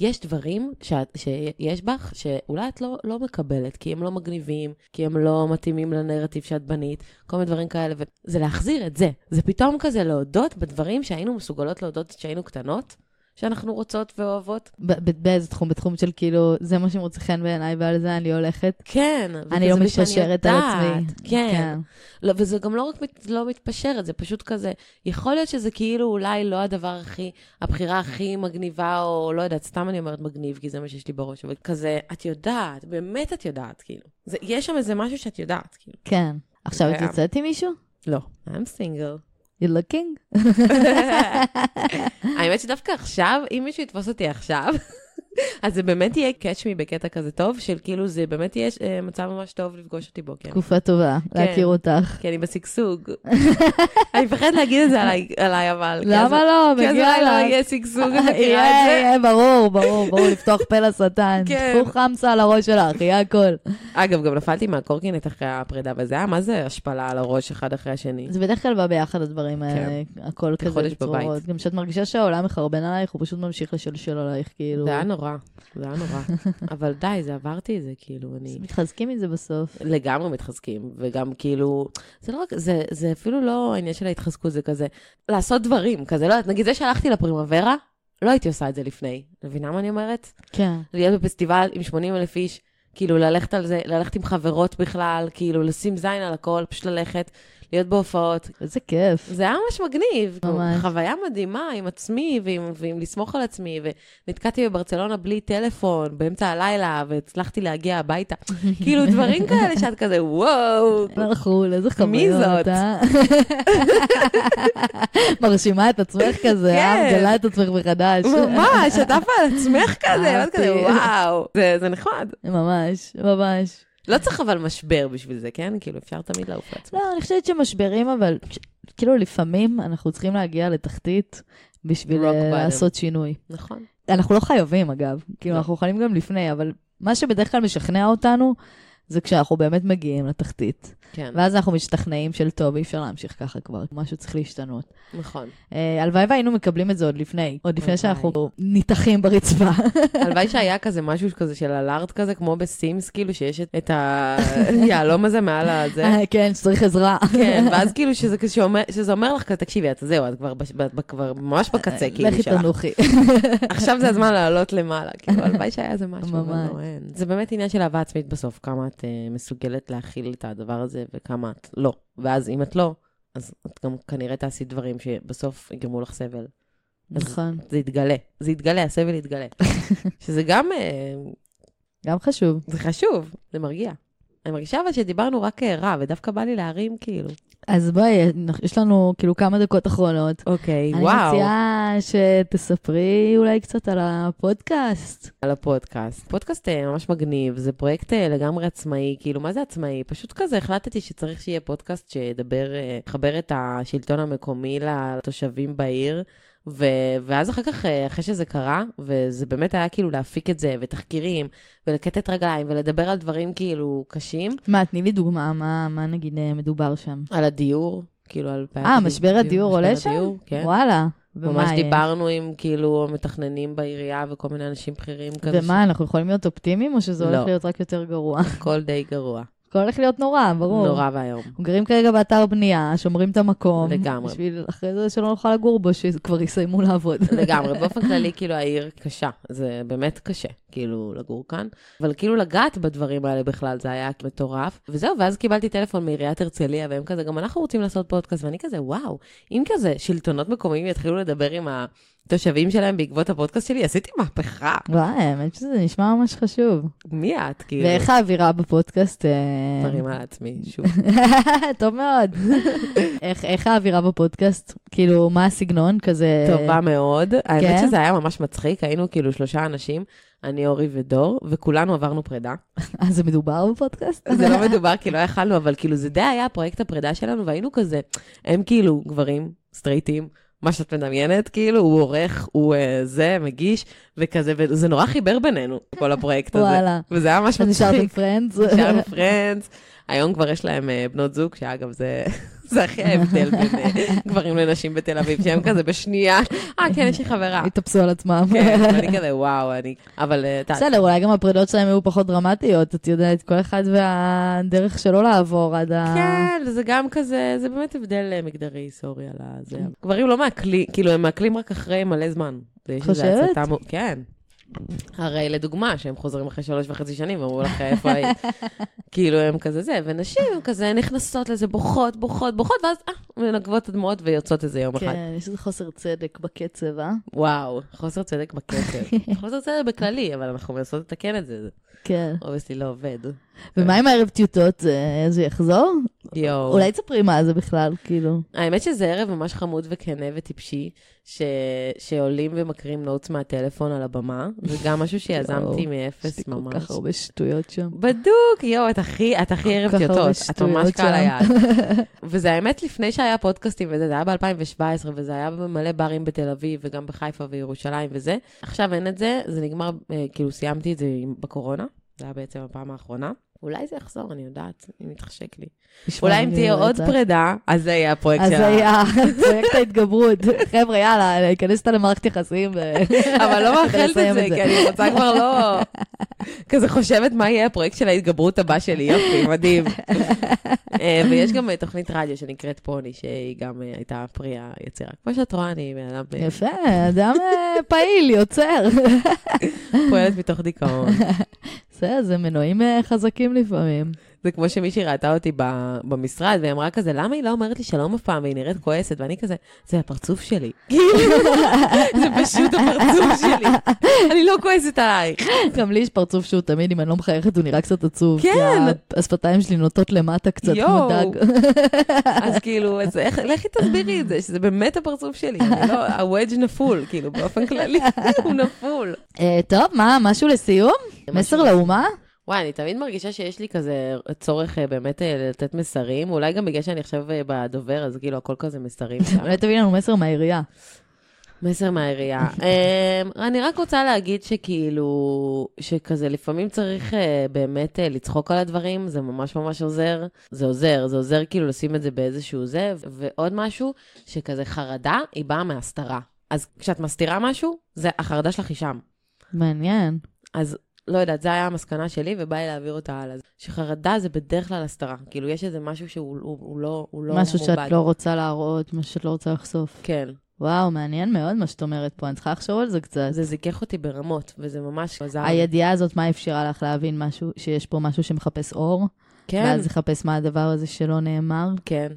[SPEAKER 2] יש דברים שאת, שיש בך שאולי את לא, לא מקבלת, כי הם לא מגניבים, כי הם לא מתאימים לנרטיב שאת בנית, כל מיני דברים כאלה, וזה להחזיר את זה. זה פתאום כזה להודות בדברים שהיינו מסוגלות להודות כשהיינו קטנות, שאנחנו רוצות ואוהבות.
[SPEAKER 1] ב- ב- באיזה תחום? בתחום של כאילו, זה מה שמוצא חן בעיניי ועל זה אני הולכת.
[SPEAKER 2] כן. וזה
[SPEAKER 1] אני לא
[SPEAKER 2] מי שאני
[SPEAKER 1] מתפשרת על עצמי.
[SPEAKER 2] יודעת. כן. לא, וזה גם לא רק מת, לא מתפשרת, זה פשוט כזה, יכול להיות שזה כאילו אולי לא הדבר הכי, הבחירה הכי מגניבה, או לא יודעת, סתם אני אומרת מגניב, כי זה מה שיש לי בראש, אבל כזה, את יודעת, באמת את יודעת, כאילו. זה, יש שם איזה משהו שאת יודעת, כאילו.
[SPEAKER 1] כן. עכשיו את
[SPEAKER 2] זה-
[SPEAKER 1] יוצאת עם מישהו?
[SPEAKER 2] לא, I'm single.
[SPEAKER 1] You looking?
[SPEAKER 2] האמת שדווקא עכשיו, אם מישהו יתפוס אותי עכשיו, אז זה באמת יהיה catch me בקטע כזה טוב, של כאילו זה באמת יהיה אה, מצב ממש טוב לפגוש אותי בו, כן.
[SPEAKER 1] תקופה טובה, להכיר אותך.
[SPEAKER 2] כי אני בשגשוג. אני מפחדת להגיד את זה עליי- עליי, אבל... כי אז-
[SPEAKER 1] למה לא?
[SPEAKER 2] כי אז
[SPEAKER 1] מגיע
[SPEAKER 2] אולי לא
[SPEAKER 1] לך. אה,
[SPEAKER 2] יהיה שגשוג, את מכירה
[SPEAKER 1] יהיה,
[SPEAKER 2] את זה?
[SPEAKER 1] יהיה, ברור, ברור, ברור, לפתוח פה לשטן.
[SPEAKER 2] כן.
[SPEAKER 1] קחו חמסה על הראש שלך, יהיה הכל.
[SPEAKER 2] אה. אגב, גם נפלתי מהקורקינט אחרי הפרידה, וזה היה מה זה השפלה על הראש אחד אחרי השני.
[SPEAKER 1] זה בדרך כלל בא ביחד הדברים האלה, הכל כזה
[SPEAKER 2] חודש
[SPEAKER 1] בצרורות.
[SPEAKER 2] כן. בבית.
[SPEAKER 1] גם כשאת מרגישה שהעולם מחרבן עלייך, הוא פשוט ממשיך לשלשל עלייך, כאילו.
[SPEAKER 2] זה היה נורא, זה היה נורא. אבל די, זה עברתי את זה, כאילו, אני...
[SPEAKER 1] מתחזקים מזה בסוף.
[SPEAKER 2] לגמרי מתחזקים, וגם כאילו, זה לא רק, זה, זה אפילו לא העניין של ההתחזקות, זה כזה, לעשות דברים, כזה, לא יודעת, נגיד זה שהלכתי לפרימוורה, לא הייתי עושה את זה לפני. מבינה מה אני אומרת?
[SPEAKER 1] כן.
[SPEAKER 2] להיות בפסטיבל עם 80 אלף איש, כאילו ללכת על זה, ללכת עם חברות בכלל, כאילו לשים זין על הכל, פשוט ללכת, להיות בהופעות.
[SPEAKER 1] איזה כיף.
[SPEAKER 2] זה היה ממש מגניב. כאילו,
[SPEAKER 1] ממש.
[SPEAKER 2] חוויה מדהימה עם עצמי ועם, ועם לסמוך על עצמי, ונתקעתי בברצלונה בלי טלפון, באמצע הלילה, והצלחתי להגיע הביתה. כאילו דברים כאלה שאת כזה, וואו.
[SPEAKER 1] מר חו"ל, איזה חוויות,
[SPEAKER 2] מי זאת?
[SPEAKER 1] אה? מרשימה את עצמך כזה, אה?
[SPEAKER 2] כן.
[SPEAKER 1] מגלה את עצמך מחדש.
[SPEAKER 2] ממש, את עפה על עצמך כזה, ואת כזה,
[SPEAKER 1] אהבתי.
[SPEAKER 2] וואו. זה, זה נחמד.
[SPEAKER 1] ממש, ממש.
[SPEAKER 2] לא צריך אבל משבר בשביל זה, כן? כאילו, אפשר תמיד לעוף לעצמך.
[SPEAKER 1] לא, אני חושבת שמשברים, אבל כש- כאילו לפעמים אנחנו צריכים להגיע לתחתית בשביל
[SPEAKER 2] Rock
[SPEAKER 1] אה,
[SPEAKER 2] bottom.
[SPEAKER 1] לעשות שינוי.
[SPEAKER 2] נכון.
[SPEAKER 1] אנחנו לא חייבים, אגב. כאילו,
[SPEAKER 2] לא.
[SPEAKER 1] אנחנו יכולים גם לפני, אבל מה שבדרך כלל משכנע אותנו, זה כשאנחנו באמת מגיעים לתחתית.
[SPEAKER 2] כן,
[SPEAKER 1] ואז אנחנו משתכנעים של טוב, אי אפשר להמשיך ככה כבר, משהו צריך להשתנות.
[SPEAKER 2] נכון.
[SPEAKER 1] אה, הלוואי והיינו מקבלים את זה עוד לפני, עוד לפני
[SPEAKER 2] הלוואי.
[SPEAKER 1] שאנחנו ניתחים ברצפה.
[SPEAKER 2] הלוואי שהיה כזה משהו כזה של אלארד כזה, כמו בסימס, כאילו שיש את- את היהלום הזה מעל הזה.
[SPEAKER 1] אה, כן, שצריך עזרה.
[SPEAKER 2] כן, ואז כאילו שזה כזה שאומר- שזה אומר לך כזה, תקשיבי, את זהו, את כבר בש- ב- ב- כבר ממש בקצה, כאילו,
[SPEAKER 1] אה, לכי
[SPEAKER 2] שלך.
[SPEAKER 1] תנוחי.
[SPEAKER 2] עכשיו זה הזמן לעלות למעלה, כאילו, הלוואי שהיה איזה משהו, אבל
[SPEAKER 1] ממש.
[SPEAKER 2] לא, אין. זה באמת עניין של אהבה עצמית בסוף, כמה את אה, מסוגלת להכיל את הדבר הזה, וכמה את לא. ואז אם את לא, אז את גם כנראה תעשי דברים שבסוף יגרמו לך סבל. אז
[SPEAKER 1] נכון,
[SPEAKER 2] זה יתגלה, זה יתגלה, הסבל יתגלה. שזה גם אה,
[SPEAKER 1] גם חשוב.
[SPEAKER 2] זה חשוב, זה מרגיע. אני מרגישה אבל שדיברנו רק אה, רע, ודווקא בא לי להרים כאילו.
[SPEAKER 1] אז בואי, יש לנו כאילו כמה דקות אחרונות.
[SPEAKER 2] אוקיי,
[SPEAKER 1] אני
[SPEAKER 2] וואו.
[SPEAKER 1] מציעה שתספרי אולי קצת על הפודקאסט.
[SPEAKER 2] על הפודקאסט. פודקאסט אה, ממש מגניב, זה פרויקט אה, לגמרי עצמאי, כאילו, מה זה עצמאי? פשוט כזה החלטתי שצריך שיהיה פודקאסט שידבר, אה, יחבר את השלטון המקומי לתושבים בעיר. ו- ואז אחר כך, אה, אחרי שזה קרה, וזה באמת היה כאילו להפיק את זה, ותחקירים, ולקטט רגליים, ולדבר על דברים כאילו קשים,
[SPEAKER 1] מה, תני לי דוגמה, מה- מה נגיד אה, מדובר שם?
[SPEAKER 2] על הדיור, כאילו על בעיית
[SPEAKER 1] אה, משבר הדיור
[SPEAKER 2] משבר
[SPEAKER 1] עולה שם?
[SPEAKER 2] הדיור, כן.
[SPEAKER 1] וואלה. ומה,
[SPEAKER 2] ממש
[SPEAKER 1] אה,
[SPEAKER 2] דיברנו עם כאילו המתכננים בעירייה וכל מיני אנשים בכירים כזה,
[SPEAKER 1] ומה, אנחנו יכולים להיות אופטימיים, או שזה
[SPEAKER 2] לא.
[SPEAKER 1] הולך להיות רק יותר גרוע?
[SPEAKER 2] שהכל די גרוע.
[SPEAKER 1] הכל הולך להיות נורא, ברור.
[SPEAKER 2] נורא ואיום.
[SPEAKER 1] אנחנו גרים כרגע באתר בנייה, שומרים את המקום.
[SPEAKER 2] לגמרי.
[SPEAKER 1] בשביל אחרי זה שלא נוכל לגור בו, שכבר יסיימו לעבוד.
[SPEAKER 2] לגמרי, באופן כללי, כאילו, העיר קשה. זה באמת קשה, כאילו, לגור כאן. אבל כאילו, לגעת בדברים האלה בכלל, זה היה מטורף. וזהו, ואז קיבלתי טלפון מעיריית הרצליה, והם כזה, גם אנחנו רוצים לעשות פודקאסט, ואני כזה, וואו, אם כזה שלטונות מקומיים יתחילו לדבר עם התושבים שלהם בעקבות הפודקאסט שלי, עשיתי מהפכה.
[SPEAKER 1] וואי, האמת שזה נשמע ממש חשוב.
[SPEAKER 2] מי את, כאילו?
[SPEAKER 1] ואיך האווירה בפודקאסט? אה,
[SPEAKER 2] דברים על עצמי, שוב.
[SPEAKER 1] טוב מאוד. איך- איך האווירה בפודקאסט? כאילו, מה הסגנון? כזה...
[SPEAKER 2] טובה מאוד. האמת
[SPEAKER 1] אה, כן?
[SPEAKER 2] שזה היה ממש מצחיק, היינו כאילו שלושה אנשים, אני, אורי ודור, וכולנו עברנו פרידה.
[SPEAKER 1] אה, זה מדובר בפודקאסט?
[SPEAKER 2] זה לא מדובר, כי לא יכלנו, אבל כאילו זה די היה פרויקט הפרידה שלנו, והיינו כזה, הם כאילו גברים סטרייטים. מה שאת מדמיינת, כאילו, הוא עורך, הוא אה, זה, מגיש, וכזה, וזה נורא חיבר בינינו, כל הפרויקט הזה.
[SPEAKER 1] וואלה.
[SPEAKER 2] וזה היה ממש
[SPEAKER 1] אז נשארתם
[SPEAKER 2] מצחיק.
[SPEAKER 1] פרנדס?
[SPEAKER 2] נשארנו פרנדס, היום כבר יש להם אה, בנות זוג, שאגב, זה, זה הכי ההבדל בין אה, גברים לנשים בתל אביב, שהם כזה בשנייה, אה, כן, יש לי חברה.
[SPEAKER 1] התאפסו על עצמם.
[SPEAKER 2] כן, ואני כזה, וואו, אני... אבל אה, אתה...
[SPEAKER 1] בסדר, אולי גם הפרידות שלהם היו פחות דרמטיות, את יודעת, כל אחד והדרך שלו לעבור עד ה...
[SPEAKER 2] כן, זה גם כזה, זה באמת הבדל אה, מגדרי, סורי על הזה.
[SPEAKER 1] כן.
[SPEAKER 2] גברים לא מעכלים, כאילו, הם מעכלים רק אחרי מלא זמן. זה יש איזה
[SPEAKER 1] חושבת?
[SPEAKER 2] הצתה מו- כן. הרי לדוגמה, שהם חוזרים אחרי שלוש וחצי שנים, ואומרים לך, איפה היית? כאילו, הם כזה זה, ונשים הם כזה נכנסות לזה, בוכות, בוכות, בוכות, ואז אה, מנגבות את הדמעות ויוצאות איזה יום אחד.
[SPEAKER 1] כן, יש איזה חוסר צדק בקצב, אה?
[SPEAKER 2] וואו, חוסר צדק בקצב. חוסר צדק בכללי, אבל אנחנו מנסות לתקן את זה, זה
[SPEAKER 1] כן.
[SPEAKER 2] אובייסלי לא עובד.
[SPEAKER 1] ומה עם הערב טיוטות? אה, זה יחזור?
[SPEAKER 2] יואו.
[SPEAKER 1] אולי תספרי מה זה בכלל, כאילו.
[SPEAKER 2] האמת שזה ערב ממש חמוד וכנה וטיפשי, ש... שעולים ומקריאים נוטס מהטלפון על הבמה, זה גם משהו שיזמתי
[SPEAKER 1] יואו, יש לי
[SPEAKER 2] מאפס ממש.
[SPEAKER 1] כל כך הרבה שטויות שם.
[SPEAKER 2] בדוק, יואו, את הכי, את הכי ערב
[SPEAKER 1] כך הרבה
[SPEAKER 2] טיוטות, את
[SPEAKER 1] שטויות
[SPEAKER 2] ממש קהל
[SPEAKER 1] שם.
[SPEAKER 2] היעד. וזה האמת לפני שהיה פודקאסטים וזה, זה היה ב-2017, וזה היה במלא ברים בתל אביב, וגם בחיפה וירושלים וזה. עכשיו אין את זה, זה נגמר, אה, כאילו סיימתי את זה עם- בקורונה, זה היה בעצם הפעם האחרונה. אולי זה יחזור, אני יודעת, אם יתחשק לי.
[SPEAKER 1] נשמע
[SPEAKER 2] אולי אם
[SPEAKER 1] לי
[SPEAKER 2] תהיה עוד כן.
[SPEAKER 1] רצח.
[SPEAKER 2] פרידה, אז זה יהיה הפרויקט
[SPEAKER 1] אז
[SPEAKER 2] שלה.
[SPEAKER 1] היה פרויקט ההתגברות. חבר'ה, יאללה, להיכנס אותה למערכת יחסים. ו-
[SPEAKER 2] אבל לא מאחלת
[SPEAKER 1] ולסיים
[SPEAKER 2] את זה,
[SPEAKER 1] את זה.
[SPEAKER 2] כי אני רוצה כבר לא... כזה חושבת מה יהיה הפרויקט של ההתגברות הבא שלי, יופי, מדהים. אה, ויש גם אה, תוכנית רדיו שנקראת פוני, שהיא גם אה, הייתה פרי היצירה. כמו שאת רואה, אני בן אדם אה,
[SPEAKER 1] יפה, אדם אה, פעיל, יוצר.
[SPEAKER 2] פועלת מתוך דיכאון.
[SPEAKER 1] בסדר, זה מנועים אה, חזקים לפעמים.
[SPEAKER 2] זה כמו שמישהי ראתה אותי ב- במשרד, והיא אמרה כזה, למה היא לא אומרת לי שלום אף פעם, והיא נראית כועסת, ואני כזה, זה הפרצוף שלי. זה פשוט הפרצוף שלי. אני לא כועסת עלייך.
[SPEAKER 1] גם לי יש פרצוף שהוא תמיד, אם אני לא מחייכת, הוא נראה קצת עצוב.
[SPEAKER 2] כן.
[SPEAKER 1] כי השפתיים שלי נוטות למטה קצת, כמו
[SPEAKER 2] יואו.
[SPEAKER 1] דג.
[SPEAKER 2] אז כאילו, אז איך- לכי תסבירי את זה, שזה באמת הפרצוף שלי. אני לא, הוודג' נפול, כאילו, באופן כללי, הוא נפול.
[SPEAKER 1] אה, טוב, מה, משהו לסיום? מסר לאומה?
[SPEAKER 2] וואי, אני תמיד מרגישה שיש לי כזה צורך אה, באמת אה, לתת מסרים, אולי גם בגלל שאני עכשיו אה, בדובר, אז כאילו, הכל כזה מסרים. שם.
[SPEAKER 1] אולי תביא לנו מסר מהעירייה.
[SPEAKER 2] מסר מהעירייה. אמ, אני רק רוצה להגיד שכאילו, שכזה לפעמים צריך אה, באמת אה, לצחוק על הדברים, זה ממש ממש עוזר. זה עוזר, זה עוזר כאילו לשים את זה באיזשהו זה. ועוד משהו, שכזה חרדה, היא באה מהסתרה. אז כשאת מסתירה משהו, זה, החרדה שלך היא שם.
[SPEAKER 1] מעניין.
[SPEAKER 2] אז לא יודעת, זו הייתה המסקנה שלי, ובא לי להעביר אותה הלאה. שחרדה זה בדרך כלל הסתרה. כאילו, יש איזה משהו שהוא הוא, הוא לא, הוא לא
[SPEAKER 1] משהו
[SPEAKER 2] מעובד.
[SPEAKER 1] שאת לא רוצה להראות, משהו שאת לא רוצה לחשוף.
[SPEAKER 2] כן.
[SPEAKER 1] וואו, מעניין מאוד מה שאת אומרת פה, אני צריכה לחשוב על זה קצת.
[SPEAKER 2] זה זיכך אותי ברמות, וזה ממש עזר. לי.
[SPEAKER 1] הידיעה הזאת, מה אפשרה לך להבין משהו, שיש פה משהו שמחפש אור,
[SPEAKER 2] כן.
[SPEAKER 1] ואז לחפש מה הדבר הזה שלא נאמר?
[SPEAKER 2] כן.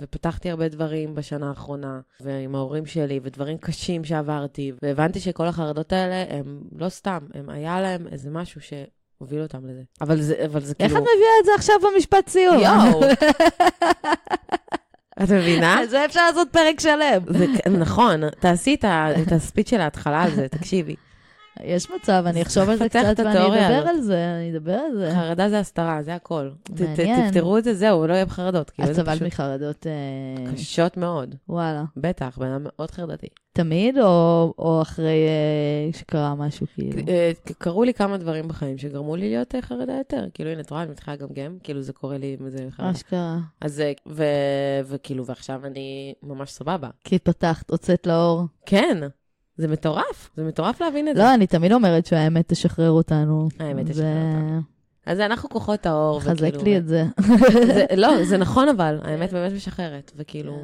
[SPEAKER 2] ופתחתי הרבה דברים בשנה האחרונה, ועם ההורים שלי, ודברים קשים שעברתי, והבנתי שכל החרדות האלה הם לא סתם, הם היה להם איזה משהו שהוביל אותם לזה. אבל זה, אבל זה
[SPEAKER 1] איך את
[SPEAKER 2] כאילו...
[SPEAKER 1] מביאה את זה עכשיו במשפט סיום?
[SPEAKER 2] יואו! את מבינה?
[SPEAKER 1] על זה אפשר לעשות פרק שלם.
[SPEAKER 2] זה נכון, תעשי את ה- את הספיץ של ההתחלה על זה, תקשיבי.
[SPEAKER 1] יש מצב, אני אחשוב על זה
[SPEAKER 2] לפתח
[SPEAKER 1] קצת
[SPEAKER 2] את
[SPEAKER 1] ואני
[SPEAKER 2] התיאוריה
[SPEAKER 1] אדבר
[SPEAKER 2] הזאת.
[SPEAKER 1] על זה, אני אדבר על זה.
[SPEAKER 2] חרדה זה הסתרה, זה הכל. ת- ת-
[SPEAKER 1] מעניין.
[SPEAKER 2] תפתרו את זה, זהו, לא יהיה בחרדות. כאילו,
[SPEAKER 1] את
[SPEAKER 2] זה
[SPEAKER 1] סבלת
[SPEAKER 2] פשוט
[SPEAKER 1] מחרדות, אה,
[SPEAKER 2] קשות מאוד,
[SPEAKER 1] וואלה.
[SPEAKER 2] בטח, בן אדם מאוד חרדתי.
[SPEAKER 1] תמיד או או אחרי אה, שקרה משהו כאילו?
[SPEAKER 2] אה, קרו לי כמה דברים בחיים שגרמו לי להיות אה, חרדה יותר. כאילו, הנה, את רואה, אני מתחילה לגמגם, כאילו, זה קורה לי עם זה חרדה.
[SPEAKER 1] אשכרה.
[SPEAKER 2] אז, אה, ו... וכאילו, ועכשיו אני ממש סבבה.
[SPEAKER 1] כי התפתחת, הוצאת לאור.
[SPEAKER 2] כן, זה מטורף, זה מטורף להבין את זה.
[SPEAKER 1] לא, אני תמיד אומרת שהאמת תשחרר אותנו.
[SPEAKER 2] האמת
[SPEAKER 1] זה-
[SPEAKER 2] תשחרר אותנו. אז אנחנו כוחות האור,
[SPEAKER 1] חזק לי את זה.
[SPEAKER 2] זה. לא, זה נכון, אבל האמת באמת משחררת, וכאילו,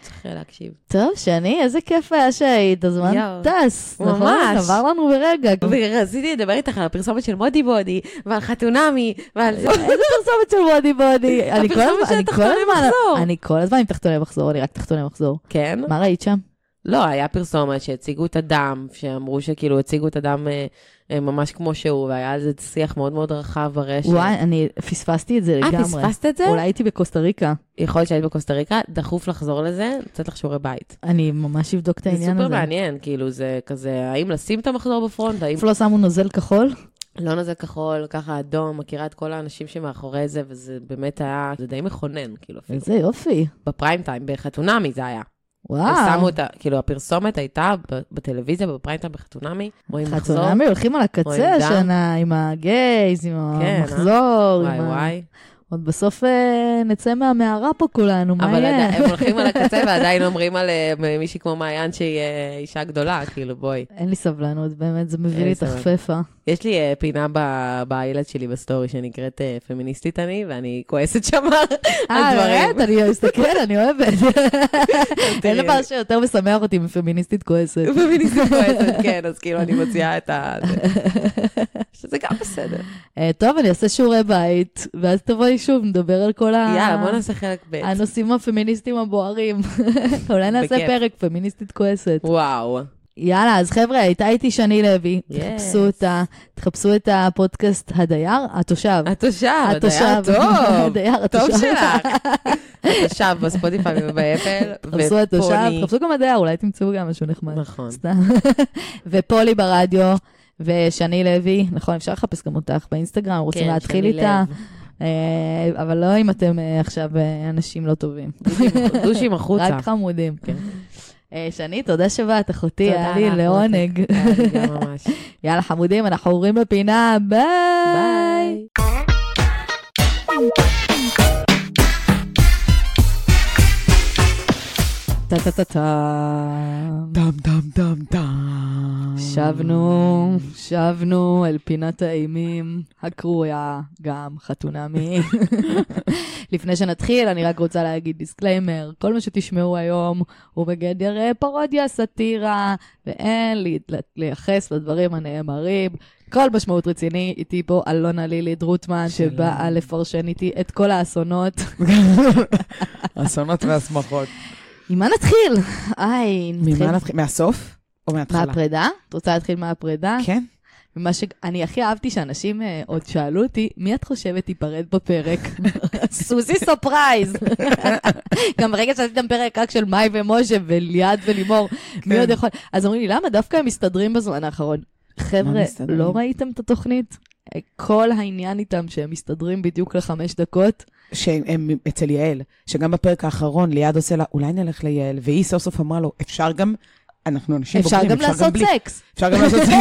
[SPEAKER 2] צריך אה, להקשיב.
[SPEAKER 1] טוב, שני, איזה כיף היה שהיית, הזמן
[SPEAKER 2] יואו.
[SPEAKER 1] טס. נכון?
[SPEAKER 2] ממש.
[SPEAKER 1] עבר לנו ברגע.
[SPEAKER 2] ורציתי לדבר איתך על הפרסומת של מודי בודי, ועל חתונמי, ועל זה.
[SPEAKER 1] איזה פרסומת של בודי בודי? אני כל
[SPEAKER 2] הפרסומת
[SPEAKER 1] הזמן,
[SPEAKER 2] של
[SPEAKER 1] אני כל
[SPEAKER 2] תחתוני
[SPEAKER 1] הזמן,
[SPEAKER 2] מחזור.
[SPEAKER 1] אני כל הזמן עם תחתוני מחזור, אני רק תחתוני מחזור.
[SPEAKER 2] כן.
[SPEAKER 1] מה ראית שם?
[SPEAKER 2] לא, היה פרסומת שהציגו את הדם, שאמרו שכאילו הציגו את הדם אה, אה, ממש כמו שהוא, והיה על זה שיח מאוד מאוד רחב ברשת.
[SPEAKER 1] וואי, אני פספסתי את זה
[SPEAKER 2] אה,
[SPEAKER 1] לגמרי.
[SPEAKER 2] פספסת את זה?
[SPEAKER 1] אולי הייתי בקוסטה ריקה.
[SPEAKER 2] יכול להיות שהיית בקוסטה ריקה, דחוף לחזור לזה, לתת לך שיעורי בית.
[SPEAKER 1] אני ממש אבדוק את
[SPEAKER 2] זה
[SPEAKER 1] העניין
[SPEAKER 2] סופר
[SPEAKER 1] הזה.
[SPEAKER 2] מעניין, כאילו זה כזה, האם לשים את המחזור בפרונט, האם
[SPEAKER 1] איפה לא שמו נוזל כחול?
[SPEAKER 2] לא נוזל כחול, ככה אדום, מכירה את כל האנשים שמאחורי זה, וזה באמת היה, זה די מכונן, כאילו, אפילו.
[SPEAKER 1] איזה יופי.
[SPEAKER 2] בפריים טיים, בחתונמי זה היה. הם שמו
[SPEAKER 1] וואו.
[SPEAKER 2] את ה... כאילו, הפרסומת הייתה ב- בטלוויזיה, בפריים טיים בחתונמי, רואים מחזור.
[SPEAKER 1] חתונמי הולכים על
[SPEAKER 2] רואים
[SPEAKER 1] הקצה
[SPEAKER 2] דם.
[SPEAKER 1] השנה, עם הגייז, עם
[SPEAKER 2] כן, אה?
[SPEAKER 1] המחזור.
[SPEAKER 2] וואי
[SPEAKER 1] עם ה-
[SPEAKER 2] וואי.
[SPEAKER 1] עוד בסוף אה, נצא מהמערה פה כולנו, מה
[SPEAKER 2] אבל
[SPEAKER 1] יהיה?
[SPEAKER 2] עדיין- הם הולכים על הקצה ועדיין אומרים על אה, מישהי כמו מעיין שהיא אה, אישה גדולה, כאילו, בואי.
[SPEAKER 1] אין לי סבלנות, באמת, זה מביא
[SPEAKER 2] אין
[SPEAKER 1] לי
[SPEAKER 2] לי
[SPEAKER 1] את החפפה.
[SPEAKER 2] יש לי אה, פינה ב- באיילד שלי בסטורי שנקראת אה, פמיניסטית אני, ואני כועסת שם על
[SPEAKER 1] אה,
[SPEAKER 2] דברים.
[SPEAKER 1] באמת? אני מסתכלת, אני אוהבת. אין
[SPEAKER 2] תראי,
[SPEAKER 1] דבר שיותר משמח אותי מפמיניסטית כועסת.
[SPEAKER 2] פמיניסטית כועסת, כן, אז כאילו אני מוציאה את ה... זה. שזה גם בסדר.
[SPEAKER 1] אה, טוב, אני אעשה שיעורי בית, ואז תבואי שוב, נדבר על כל ה...
[SPEAKER 2] יאללה, בוא נעשה חלק ב'.
[SPEAKER 1] הנושאים הפמיניסטיים הבוערים. אולי נעשה
[SPEAKER 2] בכיף.
[SPEAKER 1] פרק פמיניסטית כועסת.
[SPEAKER 2] וואו.
[SPEAKER 1] יאללה, אז חבר'ה, הייתה איתי שני לוי.
[SPEAKER 2] Yes.
[SPEAKER 1] תחפשו אותה, תחפשו את הפודקאסט הדייר, התושב.
[SPEAKER 2] התושב,
[SPEAKER 1] התושב.
[SPEAKER 2] אה, הדייר טוב.
[SPEAKER 1] הדייר,
[SPEAKER 2] טוב
[SPEAKER 1] התושב.
[SPEAKER 2] שלך. התושב בספוטיפיי ובאפל.
[SPEAKER 1] תחפשו התושב,
[SPEAKER 2] ופוני.
[SPEAKER 1] תחפשו גם הדייר, אולי תמצאו גם משהו נחמד.
[SPEAKER 2] נכון.
[SPEAKER 1] סתם. ופולי ברדיו, ושני לוי, נכון, אפשר לחפש גם אותך באינסטגרם, רוצים
[SPEAKER 2] כן,
[SPEAKER 1] להתחיל
[SPEAKER 2] שני
[SPEAKER 1] איתה,
[SPEAKER 2] לב.
[SPEAKER 1] אה, אבל לא אם אתם אה, עכשיו אה, אנשים לא טובים.
[SPEAKER 2] דושים- דושים החוצה.
[SPEAKER 1] רק חמודים.
[SPEAKER 2] כן.
[SPEAKER 1] אה, שני, תודה שבאת, אחותי, היה
[SPEAKER 2] תודה
[SPEAKER 1] לי
[SPEAKER 2] לך,
[SPEAKER 1] לעונג.
[SPEAKER 2] היה לי גם ממש.
[SPEAKER 1] יאללה, חמודים, אנחנו עוברים לפינה, ביי!
[SPEAKER 2] ביי.
[SPEAKER 1] טה-טה-טה-טה.
[SPEAKER 2] דם דם דם דם.
[SPEAKER 1] שבנו, שבנו אל פינת האימים הקרויה גם חתונמי. לפני שנתחיל, אני רק רוצה להגיד דיסקליימר, כל מה שתשמעו היום הוא בגדר אה, פרודיה, סאטירה, ואין לי- לייחס לדברים הנאמרים. כל משמעות רציני, איתי פה אלונה לילית רוטמן,
[SPEAKER 3] שלום.
[SPEAKER 1] שבאה לפרשן איתי את כל האסונות.
[SPEAKER 3] אסונות והשמחות.
[SPEAKER 1] עם מה נתחיל? היי, נתחיל.
[SPEAKER 3] ממה נתחיל? מהסוף? או מההתחלה?
[SPEAKER 1] מהפרידה? את רוצה להתחיל מהפרידה?
[SPEAKER 3] כן?
[SPEAKER 1] ומה שאני הכי אהבתי, שאנשים אה, עוד שאלו אותי, מי את חושבת תיפרד בפרק? סוזי סופרייז. גם ברגע שעשיתם פרק רק של מאי ומשה וליעד ולימור, מי
[SPEAKER 3] כן.
[SPEAKER 1] עוד יכול... אז אומרים לי, למה דווקא הם מסתדרים בזמן האחרון? חבר'ה,
[SPEAKER 3] מסתדרים?
[SPEAKER 1] לא ראיתם את התוכנית? אה, כל העניין איתם שהם מסתדרים בדיוק לחמש דקות.
[SPEAKER 3] שהם אצל יעל, שגם בפרק האחרון ליעד עושה לה, אולי נלך ליעל, והיא סוף סוף אמרה לו, אפשר גם, אנחנו אנשים
[SPEAKER 1] אפשר
[SPEAKER 3] כן, בוגרים,
[SPEAKER 1] גם לעשות
[SPEAKER 3] בלי,
[SPEAKER 1] סקס.
[SPEAKER 3] אפשר גם לעשות זה,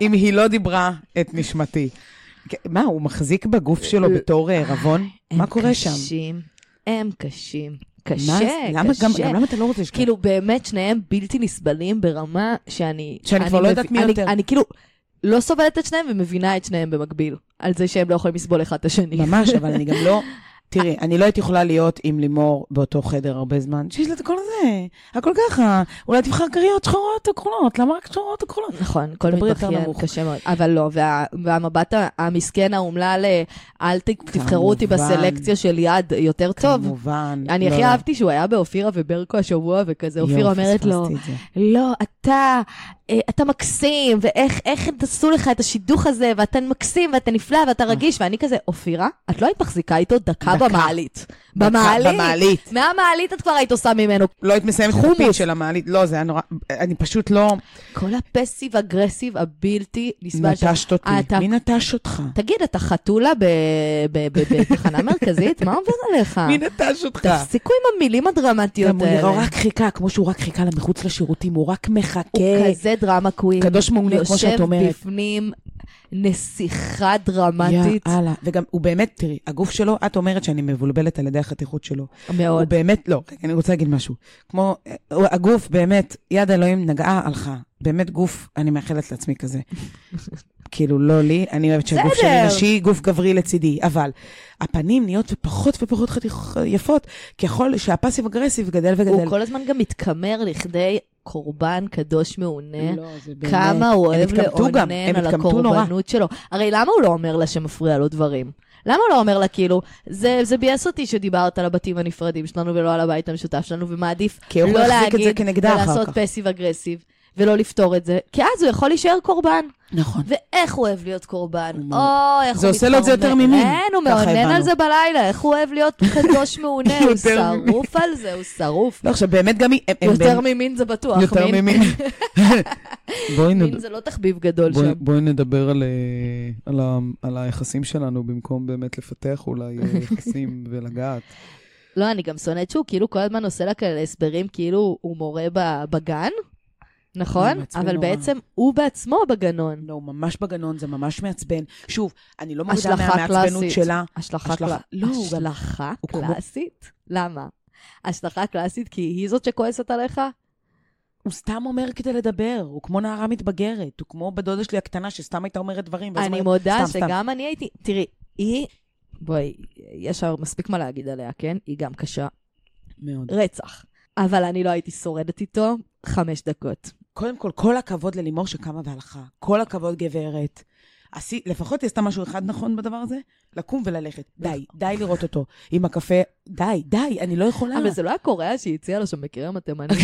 [SPEAKER 3] אם היא לא דיברה את נשמתי. כן, מה, הוא מחזיק בגוף שלו בתור אה, רבון? מה קורה שם?
[SPEAKER 1] הם קשים, הם קשים.
[SPEAKER 3] מה
[SPEAKER 1] קשה,
[SPEAKER 3] זה? למה גם,
[SPEAKER 1] קשה.
[SPEAKER 3] גם למה אתה לא רוצה לשכוח?
[SPEAKER 1] כאילו, באמת, שניהם בלתי נסבלים ברמה שאני...
[SPEAKER 3] שאני
[SPEAKER 1] אני
[SPEAKER 3] כבר לא
[SPEAKER 1] מב-
[SPEAKER 3] יודעת מי
[SPEAKER 1] אני-
[SPEAKER 3] יותר.
[SPEAKER 1] אני כאילו לא סובלת את שניהם ומבינה את שניהם במקביל, על זה שהם לא יכולים לסבול אחד את השני.
[SPEAKER 3] ממש, אבל אני גם לא... תראי, אני לא הייתי יכולה להיות עם לימור באותו חדר הרבה זמן, שיש לה את הכל הזה, הכל ככה, אולי תבחר כריות שחורות או כחולות, למה רק שחורות או כחולות?
[SPEAKER 1] נכון, כל
[SPEAKER 3] דברי יותר
[SPEAKER 1] מתבכיין
[SPEAKER 3] נמוך.
[SPEAKER 1] קשה מאוד, אבל לא, וה, והמבט ה- המסכן האומלל, אה, אל ת- תבחרו אותי
[SPEAKER 3] כמובן.
[SPEAKER 1] בסלקציה של יד יותר טוב.
[SPEAKER 3] כמובן.
[SPEAKER 1] אני
[SPEAKER 3] לא,
[SPEAKER 1] הכי
[SPEAKER 3] לא.
[SPEAKER 1] אהבתי שהוא היה באופירה וברקו השבוע, וכזה,
[SPEAKER 3] יואו,
[SPEAKER 1] אופירה אומרת לו,
[SPEAKER 3] פספסתי את זה.
[SPEAKER 1] לא, אתה, אה, אתה מקסים, ואיך איך הם עשו לך את השידוך הזה, ואתה מקסים, ואתה נפלא, ואתה רגיש, ואני כזה, אופירה, את לא היית מחזיקה איתו דקה
[SPEAKER 3] דקה.
[SPEAKER 1] במעלית.
[SPEAKER 3] דקה,
[SPEAKER 1] במעלית.
[SPEAKER 3] במעלית.
[SPEAKER 1] מהמעלית את כבר היית עושה ממנו.
[SPEAKER 3] לא היית מסיימת את
[SPEAKER 1] חומוס.
[SPEAKER 3] הפין של המעלית, לא, זה היה נורא, אני פשוט לא,
[SPEAKER 1] כל הפסיב אגרסיב הבלתי נסבל. ש-
[SPEAKER 3] נטשת אותי.
[SPEAKER 1] אתה-
[SPEAKER 3] מי נטש אותך?
[SPEAKER 1] תגיד, אתה חתולה ב- ב- ב- בתחנה מרכזית? מה עובר עליך?
[SPEAKER 3] מי נטש אותך?
[SPEAKER 1] תפסיקו עם המילים הדרמטיות
[SPEAKER 3] גם הוא
[SPEAKER 1] האלה.
[SPEAKER 3] נראה רק חיכה, כמו שהוא רק חיכה למחוץ לשירותים, הוא רק מחכה.
[SPEAKER 1] הוא כזה דרמה קווין.
[SPEAKER 3] קדוש מעולה, אוקיי. כמו שאת אומרת.
[SPEAKER 1] יושב בפנים נסיכה דרמטית.
[SPEAKER 3] יאללה. וגם, הוא באמת, תראי, הגוף שלו, את אומרת שאני מבולבלת על ידי החתיכות שלו. הוא
[SPEAKER 1] מאוד.
[SPEAKER 3] באמת, לא, רגע, אני רוצה להגיד משהו. כמו, אה, הגוף באמת, יד אלוהים נגעה, הלכה. באמת גוף, אני מאחלת לעצמי כזה. כאילו, לא לי, אני אוהבת שהגוף
[SPEAKER 1] בסדר.
[SPEAKER 3] שלי נשי, גוף גברי לצידי. אבל הפנים נהיות פחות ופחות חתיכ- יפות, ככל שהפאסיב אגרסיב גדל וגדל.
[SPEAKER 1] הוא כל הזמן גם מתקמר לכדי קורבן קדוש מעונה.
[SPEAKER 3] לא, זה באמת.
[SPEAKER 1] כמה הוא
[SPEAKER 3] הם
[SPEAKER 1] אוהב
[SPEAKER 3] התקמטו גם, הם
[SPEAKER 1] לאונן על
[SPEAKER 3] התקמטו נורא.
[SPEAKER 1] הקורבנות שלו. הרי למה הוא לא אומר לה שמפריע לו דברים? למה הוא לא אומר לה כאילו, זה, זה ביאס אותי שדיברת על הבתים הנפרדים שלנו ולא על הבית המשותף שלנו, ומעדיף
[SPEAKER 3] כי הוא
[SPEAKER 1] לא
[SPEAKER 3] מחזיק את זה
[SPEAKER 1] להגיד
[SPEAKER 3] כנגדה אחר
[SPEAKER 1] ולעשות
[SPEAKER 3] כך.
[SPEAKER 1] פסיב אגרסיב, ולא לפתור את זה, כי אז הוא יכול להישאר קורבן.
[SPEAKER 3] נכון.
[SPEAKER 1] ואיך הוא אוהב להיות קורבן.
[SPEAKER 3] הוא מאוד-
[SPEAKER 1] או, איך הוא
[SPEAKER 3] זה עושה לו את זה יותר
[SPEAKER 1] מתחרמן.
[SPEAKER 3] ממין.
[SPEAKER 1] כן, הוא
[SPEAKER 3] ככה
[SPEAKER 1] מאונן
[SPEAKER 3] הבנו.
[SPEAKER 1] על זה בלילה, איך הוא אוהב להיות קדוש מעונה, הוא
[SPEAKER 3] יותר ממין.
[SPEAKER 1] שרוף על זה, הוא שרוף.
[SPEAKER 3] לא, עכשיו, באמת גם היא... הם- הם
[SPEAKER 1] יותר
[SPEAKER 3] באמת-
[SPEAKER 1] ממין זה בטוח.
[SPEAKER 3] יותר
[SPEAKER 1] מין-
[SPEAKER 3] ממין. בואי
[SPEAKER 1] מין זה לא תחביב גדול
[SPEAKER 4] בואי,
[SPEAKER 1] שם.
[SPEAKER 4] בואי נדבר על, אה, על, ה, על היחסים שלנו במקום באמת לפתח אולי אה, יחסים ולגעת.
[SPEAKER 1] לא, אני גם שונאת שהוא כאילו כל הזמן עושה לה כאלה הסברים, כאילו הוא מורה ב- בגן. נכון?
[SPEAKER 3] מעצבן
[SPEAKER 1] אבל
[SPEAKER 3] נורא.
[SPEAKER 1] בעצם הוא בעצמו בגנון.
[SPEAKER 3] לא, ממש בגנון, זה ממש מעצבן. שוב, אני לא מורידה
[SPEAKER 1] השלכה
[SPEAKER 3] מהמעצבנות
[SPEAKER 1] קלאסית.
[SPEAKER 3] שלה.
[SPEAKER 1] השלכה
[SPEAKER 3] השלכה-
[SPEAKER 1] קלאסית.
[SPEAKER 3] לא, הוא גם-
[SPEAKER 1] השלכה
[SPEAKER 3] הוא כמו-
[SPEAKER 1] קלאסית? למה? השלכה קלאסית כי היא זאת שכועסת עליך?
[SPEAKER 3] הוא סתם אומר כדי לדבר, הוא כמו נערה מתבגרת, הוא כמו בדודה שלי הקטנה שסתם הייתה אומרת דברים. ואז
[SPEAKER 1] אני
[SPEAKER 3] אומרת,
[SPEAKER 1] מודה
[SPEAKER 3] סתם, סתם.
[SPEAKER 1] שגם אני הייתי... תראי, היא... בואי, יש לה מספיק מה להגיד עליה, כן? היא גם קשה.
[SPEAKER 3] מאוד.
[SPEAKER 1] רצח. אבל אני לא הייתי שורדת איתו חמש דקות.
[SPEAKER 3] קודם כל, כל הכבוד ללימור שקמה והלכה. כל הכבוד, גברת. עשי, לפחות היא עשתה משהו אחד נכון בדבר הזה, לקום וללכת.
[SPEAKER 1] לא.
[SPEAKER 3] די, די לראות אותו עם הקפה. די, די, אני לא יכולה.
[SPEAKER 1] אבל זה לא היה קוריאה שהציעה לו שם מקרה מתימני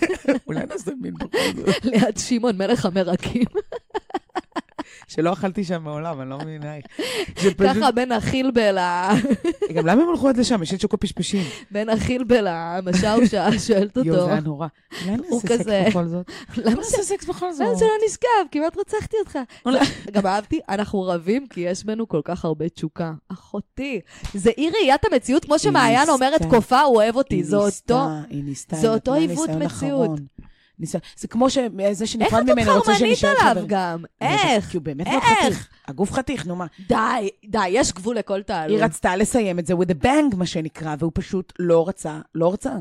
[SPEAKER 3] אולי נעשה מין בכל זאת.
[SPEAKER 1] ליד שמעון מלך המרקים.
[SPEAKER 4] שלא אכלתי שם מעולם, אני לא מבינה איך.
[SPEAKER 3] זה פשוט...
[SPEAKER 1] ככה בין החילבל ה...
[SPEAKER 3] גם למה הם הלכו עד לשם? יש את שוקו פשפשים.
[SPEAKER 1] בין החילבל המשאושה, שואלת
[SPEAKER 3] יואו,
[SPEAKER 1] אותו,
[SPEAKER 3] זה היה נורא. אולי
[SPEAKER 1] הוא
[SPEAKER 3] נעשה סקס
[SPEAKER 1] כזה-
[SPEAKER 3] בכל זאת?
[SPEAKER 1] למה
[SPEAKER 3] נעשה סקס בכל זאת.
[SPEAKER 1] למה זה לא נשכב? כמעט רצחתי אותך. לא,
[SPEAKER 3] אולי-
[SPEAKER 1] גם אהבתי, אנחנו רבים כי יש בנו כל כך הרבה תשוקה. אחותי, זה אי ראיית המציאות, כמו שמעיין
[SPEAKER 3] ניסתה.
[SPEAKER 1] אומרת, כופה, הוא אוהב אותי,
[SPEAKER 3] היא
[SPEAKER 1] זה אותו...
[SPEAKER 3] ניסתה, היא ניסתה,
[SPEAKER 1] זה
[SPEAKER 3] היא
[SPEAKER 1] אותו
[SPEAKER 3] נתנה
[SPEAKER 1] עיוות
[SPEAKER 3] ניסיון
[SPEAKER 1] מציאות.
[SPEAKER 3] אחרון. ניסיון- זה כמו שזה
[SPEAKER 1] איך
[SPEAKER 3] שנפרד
[SPEAKER 1] את
[SPEAKER 3] ממני נכון, רוצה שאני
[SPEAKER 1] חרמנית
[SPEAKER 3] אשאר
[SPEAKER 1] עליו
[SPEAKER 3] חבר.
[SPEAKER 1] גם?
[SPEAKER 3] זה-
[SPEAKER 1] איך?
[SPEAKER 3] כי הוא באמת מאוד
[SPEAKER 1] איך?
[SPEAKER 3] חתיך. הגוף חתיך, נו מה.
[SPEAKER 1] די, די, יש גבול לכל תעלול.
[SPEAKER 3] היא רצתה לסיים את זה with a bang, מה שנקרא, והוא פשוט לא רצה, לא רצה.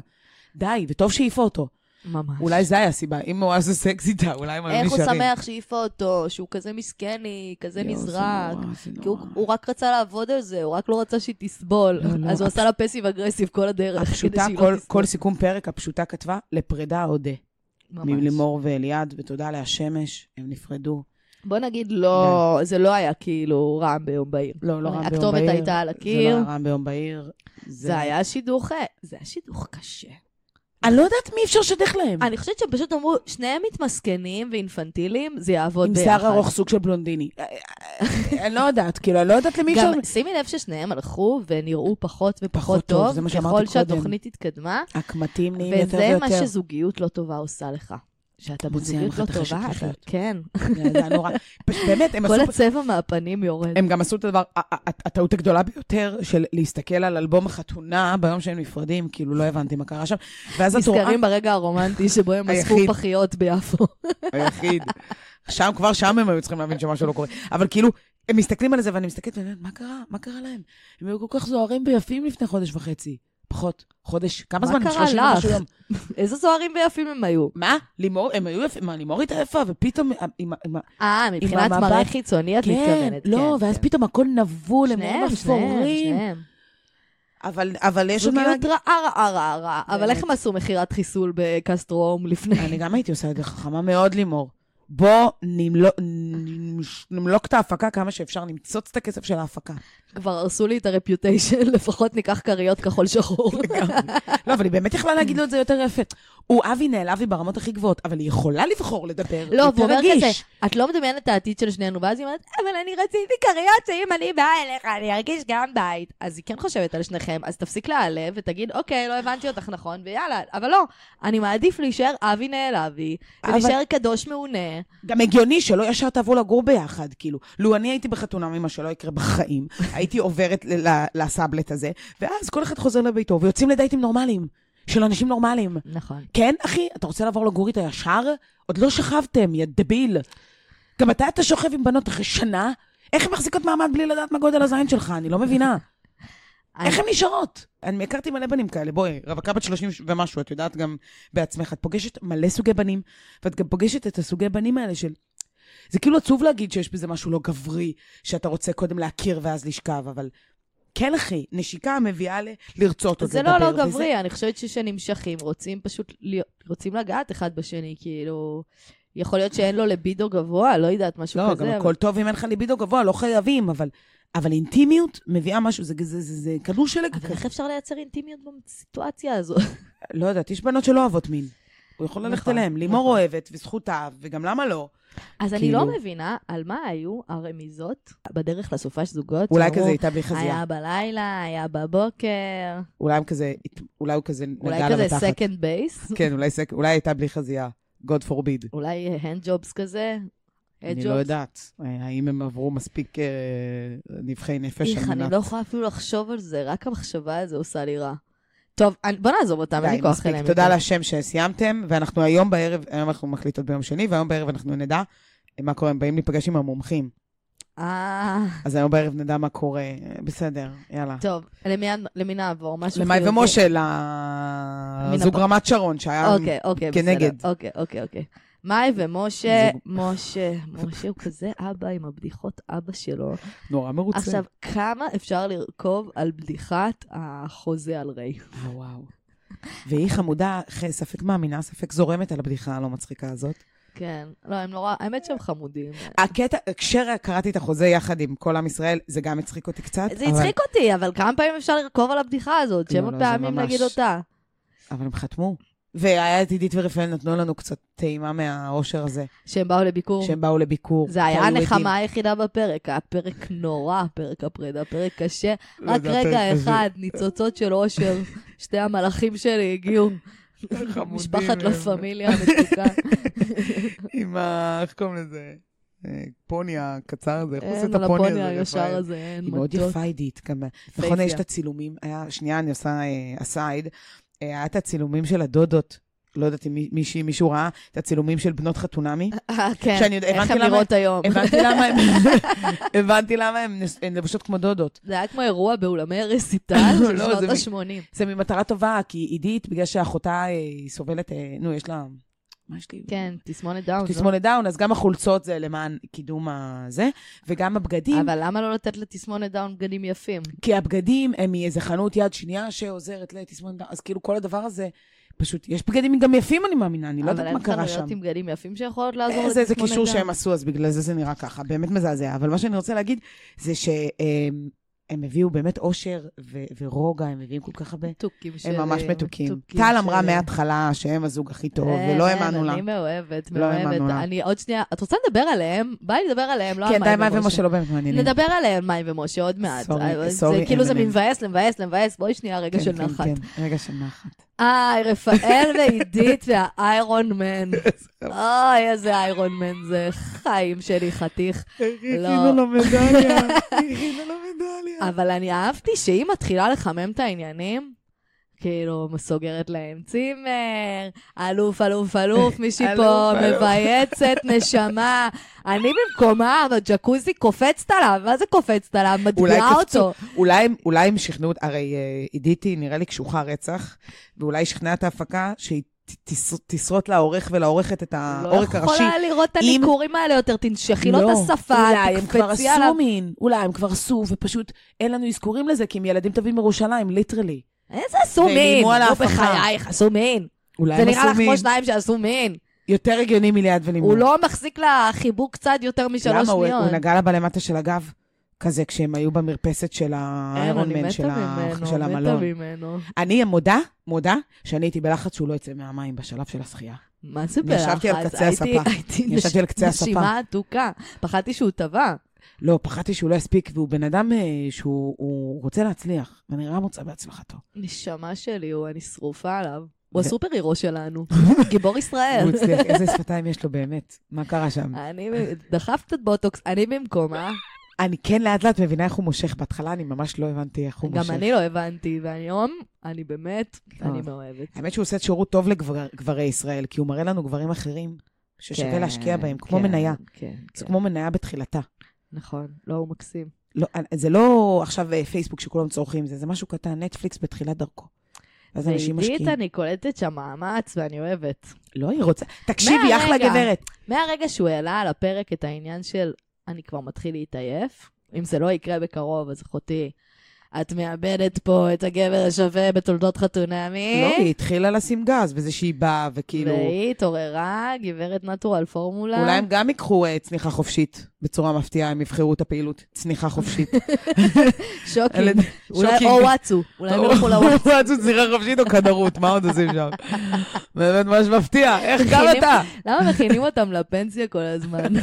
[SPEAKER 3] די, וטוב שהעיפה אותו.
[SPEAKER 1] ממש.
[SPEAKER 4] אולי זה היה הסיבה, אם הוא היה עושה סקס איתה, אולי הם
[SPEAKER 3] אה,
[SPEAKER 4] היו
[SPEAKER 1] איך הוא
[SPEAKER 4] נשארים.
[SPEAKER 1] שמח שהעיפה אותו, שהוא כזה מסכני, כזה
[SPEAKER 3] יואו, זה
[SPEAKER 1] נזרק.
[SPEAKER 3] נורא, זה
[SPEAKER 1] כי הוא,
[SPEAKER 3] נורא.
[SPEAKER 1] הוא רק רצה לעבוד על זה, הוא רק לא רצה שהיא תסבול.
[SPEAKER 3] לא, לא,
[SPEAKER 1] אז הוא
[SPEAKER 3] הפ-
[SPEAKER 1] עשה לה פסיב אגרסיב כל הדרך, כדי
[SPEAKER 3] הפשוטה,
[SPEAKER 1] שהיא
[SPEAKER 3] כל-
[SPEAKER 1] לא תסבול.
[SPEAKER 3] כל סיכום פרק, הפשוטה כתבה, לפרידה אודה.
[SPEAKER 1] ממש.
[SPEAKER 3] מלימור ואליעד, ותודה להשמש, הם נפרדו.
[SPEAKER 1] בוא נגיד,
[SPEAKER 3] כן.
[SPEAKER 1] לא, זה לא היה כאילו רעם ביום בהיר.
[SPEAKER 3] לא, לא רם ביום בעיר.
[SPEAKER 1] הכתובת הייתה על
[SPEAKER 3] זה
[SPEAKER 1] הקיר.
[SPEAKER 3] לא היה רם ביום בעיר.
[SPEAKER 1] זה היה שידוך, אה, זה היה שידוך קשה.
[SPEAKER 3] אני לא יודעת מי אפשר לשדך להם.
[SPEAKER 1] אני חושבת שהם פשוט אמרו, שניהם מתמסכנים ואינפנטיליים, זה יעבוד
[SPEAKER 3] עם
[SPEAKER 1] ביחד.
[SPEAKER 3] שיער ארוך סוג של בלונדיני. אני לא יודעת, כאילו, אני לא יודעת למי אפשר...
[SPEAKER 1] גם שימי לב ששניהם הלכו ונראו פחות ופחות
[SPEAKER 3] פחות טוב,
[SPEAKER 1] טוב,
[SPEAKER 3] זה מה שאמרתי
[SPEAKER 1] ככל
[SPEAKER 3] קודם.
[SPEAKER 1] שהתוכנית התקדמה,
[SPEAKER 3] הקמטים נהיים יותר
[SPEAKER 1] וזה מה
[SPEAKER 3] ויותר.
[SPEAKER 1] שזוגיות לא טובה עושה לך. שאתה
[SPEAKER 3] מוציאה
[SPEAKER 1] בזוגיות
[SPEAKER 3] ממך
[SPEAKER 1] לא
[SPEAKER 3] את החשק
[SPEAKER 1] טובה, אתה...
[SPEAKER 3] לחיות.
[SPEAKER 1] כן.
[SPEAKER 3] זה היה נורא. פש- באמת, הם
[SPEAKER 1] כל
[SPEAKER 3] עשו...
[SPEAKER 1] הצבע מהפנים יורד.
[SPEAKER 3] הם גם עשו את הדבר, ה- ה- הטעות הגדולה ביותר של להסתכל על אלבום החתונה ביום שהם נפרדים, כאילו לא הבנתי מה קרה שם. ואז את רואה,
[SPEAKER 1] נזכרים ברגע הרומנטי שבו הם אספו
[SPEAKER 4] היחיד.
[SPEAKER 1] פחיות ביפו.
[SPEAKER 4] היחיד.
[SPEAKER 3] שם, כבר שם הם היו צריכים להבין שמשהו לא קורה. אבל כאילו, הם מסתכלים על זה ואני מסתכלת ואני אומרת, מה קרה? מה קרה להם? הם היו כל כך זוהרים ויפים לפני חודש וחצי. פחות, חודש. כמה
[SPEAKER 1] מה
[SPEAKER 3] זמן?
[SPEAKER 1] קרה
[SPEAKER 3] 30
[SPEAKER 1] לך?
[SPEAKER 3] ומשהו יום.
[SPEAKER 1] איזה זוהרים ויפים הם היו.
[SPEAKER 3] מה? לימור, הם היו יפים, מה, לימור הייתה יפה, ופתאום... עם ה- עם ה-
[SPEAKER 1] אה, מבחינת
[SPEAKER 3] המבט.
[SPEAKER 1] מראה חיצוני את מתכוונת.
[SPEAKER 3] לא,
[SPEAKER 1] כן,
[SPEAKER 3] ואז
[SPEAKER 1] כן.
[SPEAKER 3] פתאום הכל נבול, הם
[SPEAKER 1] שניהם,
[SPEAKER 3] היו
[SPEAKER 1] שניהם,
[SPEAKER 3] אפורים.
[SPEAKER 1] שניהם.
[SPEAKER 3] אבל אבל יש עוד מה
[SPEAKER 1] זוגיות
[SPEAKER 3] להגיד.
[SPEAKER 1] רעה רעה רעה רעה. אבל
[SPEAKER 3] באמת.
[SPEAKER 1] איך הם עשו מכירת חיסול בקסטרו הום לפני?
[SPEAKER 3] אני גם הייתי עושה את זה חכמה מאוד, לימור. בוא נמלוק- נמש- נמלוק את ההפקה כמה שאפשר, נמצוץ את הכסף של ההפקה.
[SPEAKER 1] כבר הרסו לי את הרפיוטיישן, לפחות ניקח כריות כחול שחור.
[SPEAKER 3] לא, אבל היא באמת יכלה להגיד לו את זה יותר יפה. הוא אבי נעלבי ברמות הכי גבוהות, אבל היא יכולה לבחור לדבר.
[SPEAKER 1] לא, והוא
[SPEAKER 3] יותר
[SPEAKER 1] אומר
[SPEAKER 3] רגיש.
[SPEAKER 1] כזה, את לא מדמיינת את העתיד של שנינו, ואז היא אומרת, אבל אני רציתי כריות שאם אני באה אליך, אני ארגיש גם בית. אז היא כן חושבת על שניכם, אז תפסיק להיעלב ותגיד, אוקיי, לא הבנתי אותך נכון, ויאללה. אבל לא, אני מעדיף להישאר אבי נעלבי,
[SPEAKER 3] אבל-
[SPEAKER 1] ולהישאר קדוש מעונה.
[SPEAKER 3] גם הגיוני שלא ישר תעברו לגור ביחד, כאילו. לו אני הייתי בחתונה ממה שלא יקרה בחיים, הייתי עוברת ל- ל- לסאבלט הזה, ואז כל אחד חוזר לביתו ויוצאים לדייטים נורמליים, של אנשים נורמליים.
[SPEAKER 1] נכון.
[SPEAKER 3] כן, אחי, אתה רוצה לעבור לגור איתה ישר? עוד לא שכבתם, יא דביל. גם מתי אתה שוכב עם בנות אחרי שנה? איך הן מחזיקות מעמד בלי לדעת מה גודל הזין שלך? אני לא מבינה. איך הן נשארות? אני הכרתי מלא בנים כאלה, בואי, רווקה בת 30 ומשהו, את יודעת גם בעצמך, את פוגשת מלא סוגי בנים, ואת גם פוגשת את הסוגי בנים האלה של... זה כאילו עצוב להגיד שיש בזה משהו לא גברי, שאתה רוצה קודם להכיר ואז לשכב, אבל... כן, אחי, נשיקה מביאה ל... לרצות עוד
[SPEAKER 1] זה
[SPEAKER 3] לדבר.
[SPEAKER 1] לא לא
[SPEAKER 3] וזה-
[SPEAKER 1] גברי, אני חושבת שכשנמשכים, רוצים פשוט, להיות- רוצים לגעת אחד בשני, כאילו... יכול להיות שאין לו לבידו גבוה, לא יודעת, משהו
[SPEAKER 3] לא,
[SPEAKER 1] כזה.
[SPEAKER 3] גם
[SPEAKER 1] אבל-
[SPEAKER 3] הכל טוב אם אין לך ליבידו גבוה, לא חייבים, אבל... אבל אינטימיות מביאה משהו, זה, זה, זה, זה כדור שלג
[SPEAKER 1] אבל
[SPEAKER 3] כזה.
[SPEAKER 1] איך אפשר לייצר אינטימיות בסיטואציה הזו?
[SPEAKER 3] לא יודעת, יש בנות שלא אוהבות מין. הוא יכול ללכת
[SPEAKER 1] נכון,
[SPEAKER 3] אליהם, לימור
[SPEAKER 1] נכון.
[SPEAKER 3] אוהבת, וזכותה, וגם למה לא?
[SPEAKER 1] אז אני לא
[SPEAKER 3] כאילו-
[SPEAKER 1] מבינה על מה היו הרמיזות בדרך לסופש זוגות.
[SPEAKER 3] אולי
[SPEAKER 1] שאמרו,
[SPEAKER 3] כזה הייתה בלי חזייה.
[SPEAKER 1] היה בלילה, היה בבוקר,
[SPEAKER 3] אולי הם כזה, אולי הוא כזה
[SPEAKER 1] אולי
[SPEAKER 3] נגע לה
[SPEAKER 1] כזה
[SPEAKER 3] בתחת.
[SPEAKER 1] סקנד בייס,
[SPEAKER 4] כן, אולי סק- אולי הייתה בלי חזייה. God forbid.
[SPEAKER 1] אולי הנד ג'ובס כזה.
[SPEAKER 4] אני לא יודעת.
[SPEAKER 3] אה,
[SPEAKER 4] האם הם עברו מספיק אה, נבחי נפש
[SPEAKER 1] איך,
[SPEAKER 4] על
[SPEAKER 1] אני
[SPEAKER 3] לא-
[SPEAKER 4] מנת...
[SPEAKER 1] לא יכולה אפילו לחשוב על זה, רק המחשבה הזו עושה לי רע. טוב, אני- בוא נעזוב אותם, אין
[SPEAKER 3] די,
[SPEAKER 1] לי כוח
[SPEAKER 3] מספיק.
[SPEAKER 1] אליהם.
[SPEAKER 3] תודה
[SPEAKER 1] יותר.
[SPEAKER 3] להשם שסיימתם, ואנחנו היום בערב, היום אנחנו מחליטות ביום שני, והיום בערב אנחנו נדע אה, מה קורה, הם באים להיפגש עם המומחים.
[SPEAKER 1] אה,
[SPEAKER 3] אז היום בערב נדע מה קורה. אה, בסדר, יאללה.
[SPEAKER 1] טוב, למי- למי נעבור? משהו כאילו.
[SPEAKER 3] למאי
[SPEAKER 1] חיובי.
[SPEAKER 3] ומשה,
[SPEAKER 1] כן. מן
[SPEAKER 3] לזוג
[SPEAKER 1] הבא.
[SPEAKER 3] רמת שרון, שהיה...
[SPEAKER 1] אוקיי, אוקיי, בסדר.
[SPEAKER 3] כנגד.
[SPEAKER 1] אוקיי, אוקיי, אוקיי. מאי ומשה,
[SPEAKER 3] זוג.
[SPEAKER 1] משה, משה הוא כזה אבא עם הבדיחות אבא שלו.
[SPEAKER 4] נורא מרוצה.
[SPEAKER 1] עכשיו, כמה אפשר לרכוב על בדיחת החוזה על ריי?
[SPEAKER 3] אה, וואו. והיא חמודה, ח- ספק מאמינה, ספק זורמת על הבדיחה הלא מצחיקה הזאת.
[SPEAKER 1] כן. לא, הם נורא, האמת שהם חמודים.
[SPEAKER 3] הקטע, כשקראתי את החוזה יחד עם כל עם ישראל, זה גם הצחיק אותי קצת.
[SPEAKER 1] זה
[SPEAKER 3] אבל-
[SPEAKER 1] הצחיק אותי, אבל כמה פעמים אפשר לרכוב על הבדיחה הזאת?
[SPEAKER 3] לא,
[SPEAKER 1] שבע
[SPEAKER 3] לא, זה
[SPEAKER 1] פעמים
[SPEAKER 3] ממש-
[SPEAKER 1] נגיד אותה.
[SPEAKER 3] אבל הם חתמו. והיה את עידית ורפאל, נתנו לנו קצת טעימה מהאושר הזה,
[SPEAKER 1] שהם באו לביקור.
[SPEAKER 3] שהם באו לביקור.
[SPEAKER 1] זה היה
[SPEAKER 3] שהיו עדים.
[SPEAKER 1] הנחמה היחידה בפרק, היה פרק נורא, פרק הפרידה, פרק קשה. רק
[SPEAKER 4] זה הפרק
[SPEAKER 1] רגע
[SPEAKER 4] הזה.
[SPEAKER 1] אחד, ניצוצות של אושר, שתי המלאכים שלי הגיעו.
[SPEAKER 4] חמודים
[SPEAKER 1] משפחת לה
[SPEAKER 4] הם.
[SPEAKER 1] פמיליה מתוקה.
[SPEAKER 4] עם ה... איך קוראים לזה? אה, פוני הקצר הזה, איך הוא עושה
[SPEAKER 1] אין
[SPEAKER 4] את
[SPEAKER 1] על
[SPEAKER 4] הפוני
[SPEAKER 1] הפוני
[SPEAKER 4] הזה?
[SPEAKER 1] הישר
[SPEAKER 4] רפאל?
[SPEAKER 1] הזה, אין
[SPEAKER 3] היא מאוד
[SPEAKER 1] מטות.
[SPEAKER 3] יפה עידית. גם-
[SPEAKER 1] יפהפייה.
[SPEAKER 3] נכון, יש את הצילומים, היה, שנייה, אני עושה אסייד, היה את הצילומים של הדודות. לא יודעת אם מי- מישהי, מישהו ראה את הצילומים של בנות חתונמי.
[SPEAKER 1] אה, אוקיי. כן,
[SPEAKER 3] שאני עוד-
[SPEAKER 1] איך
[SPEAKER 3] הבנתי
[SPEAKER 1] הן
[SPEAKER 3] למה-
[SPEAKER 1] נראות היום.
[SPEAKER 3] הבנתי למה הם, הבנתי למה הם נס- הן לבושות כמו דודות.
[SPEAKER 1] זה היה כמו אירוע באולמי רסיטל של
[SPEAKER 3] לא, זה
[SPEAKER 1] שנות
[SPEAKER 3] מ-
[SPEAKER 1] ה-80.
[SPEAKER 3] זה ממטרה טובה, כי עידית, בגלל שאחותה אה, היא סובלת, אה, נו, יש לה... מה יש לי?
[SPEAKER 1] כן, תסמונת דאון. לא?
[SPEAKER 3] תסמונת דאון, אז גם החולצות זה למען קידום הזה, וגם הבגדים,
[SPEAKER 1] אבל למה לא לתת לתסמונת דאון בגדים יפים?
[SPEAKER 3] כי הבגדים הם מאיזה חנות יד שנייה שעוזרת לתסמונת דאון, אז כאילו כל הדבר הזה, פשוט, יש בגדים גם יפים, אני מאמינה, אני לא יודעת מה
[SPEAKER 1] אבל
[SPEAKER 3] קרה
[SPEAKER 1] אין
[SPEAKER 3] שם.
[SPEAKER 1] חנויות עם בגדים יפים שיכולות לעזור
[SPEAKER 3] אה,
[SPEAKER 1] לתסמונת
[SPEAKER 3] זה
[SPEAKER 1] דאון.
[SPEAKER 3] איזה קישור שהם עשו, אז בגלל זה זה נראה ככה, באמת מזעזע. אבל מה שאני רוצה להגיד, זה שהם הם הביאו באמת אושר ו- ורוגע, הם מביאים כל כך הרבה...
[SPEAKER 1] מתוקים של... אה,
[SPEAKER 3] הם ממש מתוקים. טל אמרה מההתחלה שהם הזוג הכי טוב, ולא האמנו לה.
[SPEAKER 1] אה, כן, אני מאוהבת,
[SPEAKER 3] לא האמנו
[SPEAKER 1] מאוהבת.
[SPEAKER 3] לה.
[SPEAKER 1] אני עוד שנייה... את רוצה לדבר עליהם? בא לי לדבר עליהם, לא על
[SPEAKER 3] כן, די, מאי
[SPEAKER 1] מאי ומשה.
[SPEAKER 3] ומשה לא באמת מעניינים.
[SPEAKER 1] נדבר עליהם, מאי ומשה, עוד מעט.
[SPEAKER 3] סורי,
[SPEAKER 1] אה,
[SPEAKER 3] סורי,
[SPEAKER 1] זה כאילו זה
[SPEAKER 3] M&M.
[SPEAKER 1] מבאס למבאס למבאס, בואי שנייה רגע
[SPEAKER 3] כן,
[SPEAKER 1] של
[SPEAKER 3] כן,
[SPEAKER 1] נחת.
[SPEAKER 3] כן, רגע של נחת.
[SPEAKER 1] איי, רפאל ועידית והאיירון מן. אוי, איזה איירון מן זה, חיים שלי חתיך. לא.
[SPEAKER 4] הכינו לו מדליה, הכינו לו מדליה.
[SPEAKER 1] אבל אני אהבתי שהיא מתחילה לחמם את העניינים. כאילו, סוגרת להם צימר, אלוף, אלוף, אלוף, מישהי פה
[SPEAKER 4] אלוף, אלוף.
[SPEAKER 1] מבייצת, נשמה. אני במקומה, הג'קוזי קופצת עליו, מה זה קופצת עליו?
[SPEAKER 3] אולי
[SPEAKER 1] מטביעה
[SPEAKER 3] קפצו.
[SPEAKER 1] אותו.
[SPEAKER 3] אולי הם- אולי הם שכנעו, הרי אה, עידית היא נראה לי קשוחה רצח, ואולי היא שכנעה את ההפקה שהיא ת- תס- תסרוט לעורך ולעורכת את העורק
[SPEAKER 1] לא
[SPEAKER 3] הראשי.
[SPEAKER 1] יכולה לראות את
[SPEAKER 3] אה, אם- לא.
[SPEAKER 1] הניכורים האלה יותר, תנשכי לו את השפה,
[SPEAKER 3] אולי הם כבר
[SPEAKER 1] תקפצי
[SPEAKER 3] עשו
[SPEAKER 1] עליו.
[SPEAKER 3] מין, אולי הם כבר עשו, ופשוט אין לנו אזכורים לזה, כי הם ילדים טובים מירושלים, ליטרלי.
[SPEAKER 1] איזה עשו
[SPEAKER 3] והם
[SPEAKER 1] מין?
[SPEAKER 3] איימו על
[SPEAKER 1] נו,
[SPEAKER 3] ההפקה.
[SPEAKER 1] בחייך, עשו מין.
[SPEAKER 3] אולי
[SPEAKER 1] זה
[SPEAKER 3] הם
[SPEAKER 1] נראה
[SPEAKER 3] עשו
[SPEAKER 1] לך כמו
[SPEAKER 3] מין.
[SPEAKER 1] שניים שעשו מין.
[SPEAKER 3] יותר הגיוני מליעד ולימור.
[SPEAKER 1] הוא לא מחזיק לה חיבוק קצת יותר משלוש
[SPEAKER 3] למה? הוא-
[SPEAKER 1] שניות.
[SPEAKER 3] הוא נגע לה בלמטה של הגב, כזה כשהם היו במרפסת של
[SPEAKER 1] אה,
[SPEAKER 3] האיירון מן של ה- של המלון.
[SPEAKER 1] ממנו.
[SPEAKER 3] אני מודה, מודה, שאני הייתי בלחץ שהוא לא יצא מהמים בשלב של השחייה.
[SPEAKER 1] מה זה
[SPEAKER 3] אני
[SPEAKER 1] בלחץ?
[SPEAKER 3] ישבתי על קצה
[SPEAKER 1] הייתי-
[SPEAKER 3] הספה.
[SPEAKER 1] הייתי
[SPEAKER 3] אני ישבתי
[SPEAKER 1] נש-
[SPEAKER 3] על קצה הספה.
[SPEAKER 1] נשימה אדוקה. פחדתי שהוא טבע.
[SPEAKER 3] לא, פחדתי שהוא לא יספיק, והוא בן אדם אה, שהוא הוא רוצה להצליח, ונראה מוצא בהצלחתו.
[SPEAKER 1] נשמה שלי, הוא, אני שרופה עליו. הוא
[SPEAKER 3] ו-
[SPEAKER 1] הסופר הירו שלנו. גיבור ישראל.
[SPEAKER 3] הוא הצליח, איזה שפתיים יש לו באמת, מה קרה שם?
[SPEAKER 1] אני דחף קצת בוטוקס, אני במקומה.
[SPEAKER 3] אני כן לאט לאט מבינה איך הוא מושך, בהתחלה אני ממש לא הבנתי איך הוא
[SPEAKER 1] גם
[SPEAKER 3] מושך. אה.
[SPEAKER 1] אני לא הבנתי, והיום, אני באמת, אני מאוהבת.
[SPEAKER 3] האמת שהוא עושה שירות טוב לגברי ישראל, כי הוא מראה לנו גברים אחרים ששווה
[SPEAKER 1] כן,
[SPEAKER 3] להשקיע בהם, כמו
[SPEAKER 1] כן,
[SPEAKER 3] מניה.
[SPEAKER 1] כן,
[SPEAKER 3] זה
[SPEAKER 1] כן.
[SPEAKER 3] כמו מניה בתחילתה.
[SPEAKER 1] נכון, לא, הוא מקסים.
[SPEAKER 3] לא, זה לא עכשיו אה, פייסבוק שכולם צורכים זה, זה משהו קטן, נטפליקס בתחילת דרכו. אז אנשים
[SPEAKER 1] ועידית,
[SPEAKER 3] משקיעים.
[SPEAKER 1] אני קולטת שם מאמץ, ואני אוהבת.
[SPEAKER 3] לא, היא רוצה... תקשיבי,
[SPEAKER 1] מהרגע.
[SPEAKER 3] אחלה גברת.
[SPEAKER 1] מהרגע שהוא העלה על הפרק את העניין של אני כבר מתחיל להתעייף, אם זה לא יקרה בקרוב, אז אחותי, את מאבדת פה את הגבר השווה בתולדות חתונמי.
[SPEAKER 3] לא, היא התחילה לשים גז בזה שהיא באה, וכאילו...
[SPEAKER 1] אה? והיא התעוררה, גברת נטורל פורמולה.
[SPEAKER 3] אולי הם גם ייקחו אה, צניחה חופשית בצורה מפתיעה, הם יבחרו את הפעילות צניחה חופשית.
[SPEAKER 1] שוקינג.
[SPEAKER 3] אלה-
[SPEAKER 1] כן. אולי
[SPEAKER 3] שוקינג.
[SPEAKER 1] או וואטסו. אולי הם ילכו לוואטסו.
[SPEAKER 3] לעשות צניחה חופשית או כדרות, מה עוד עושים שם? באמת ממש מפתיע, איך גם
[SPEAKER 1] מכינים-
[SPEAKER 3] אתה?
[SPEAKER 1] למה מכינים אותם לפנסיה כל הזמן?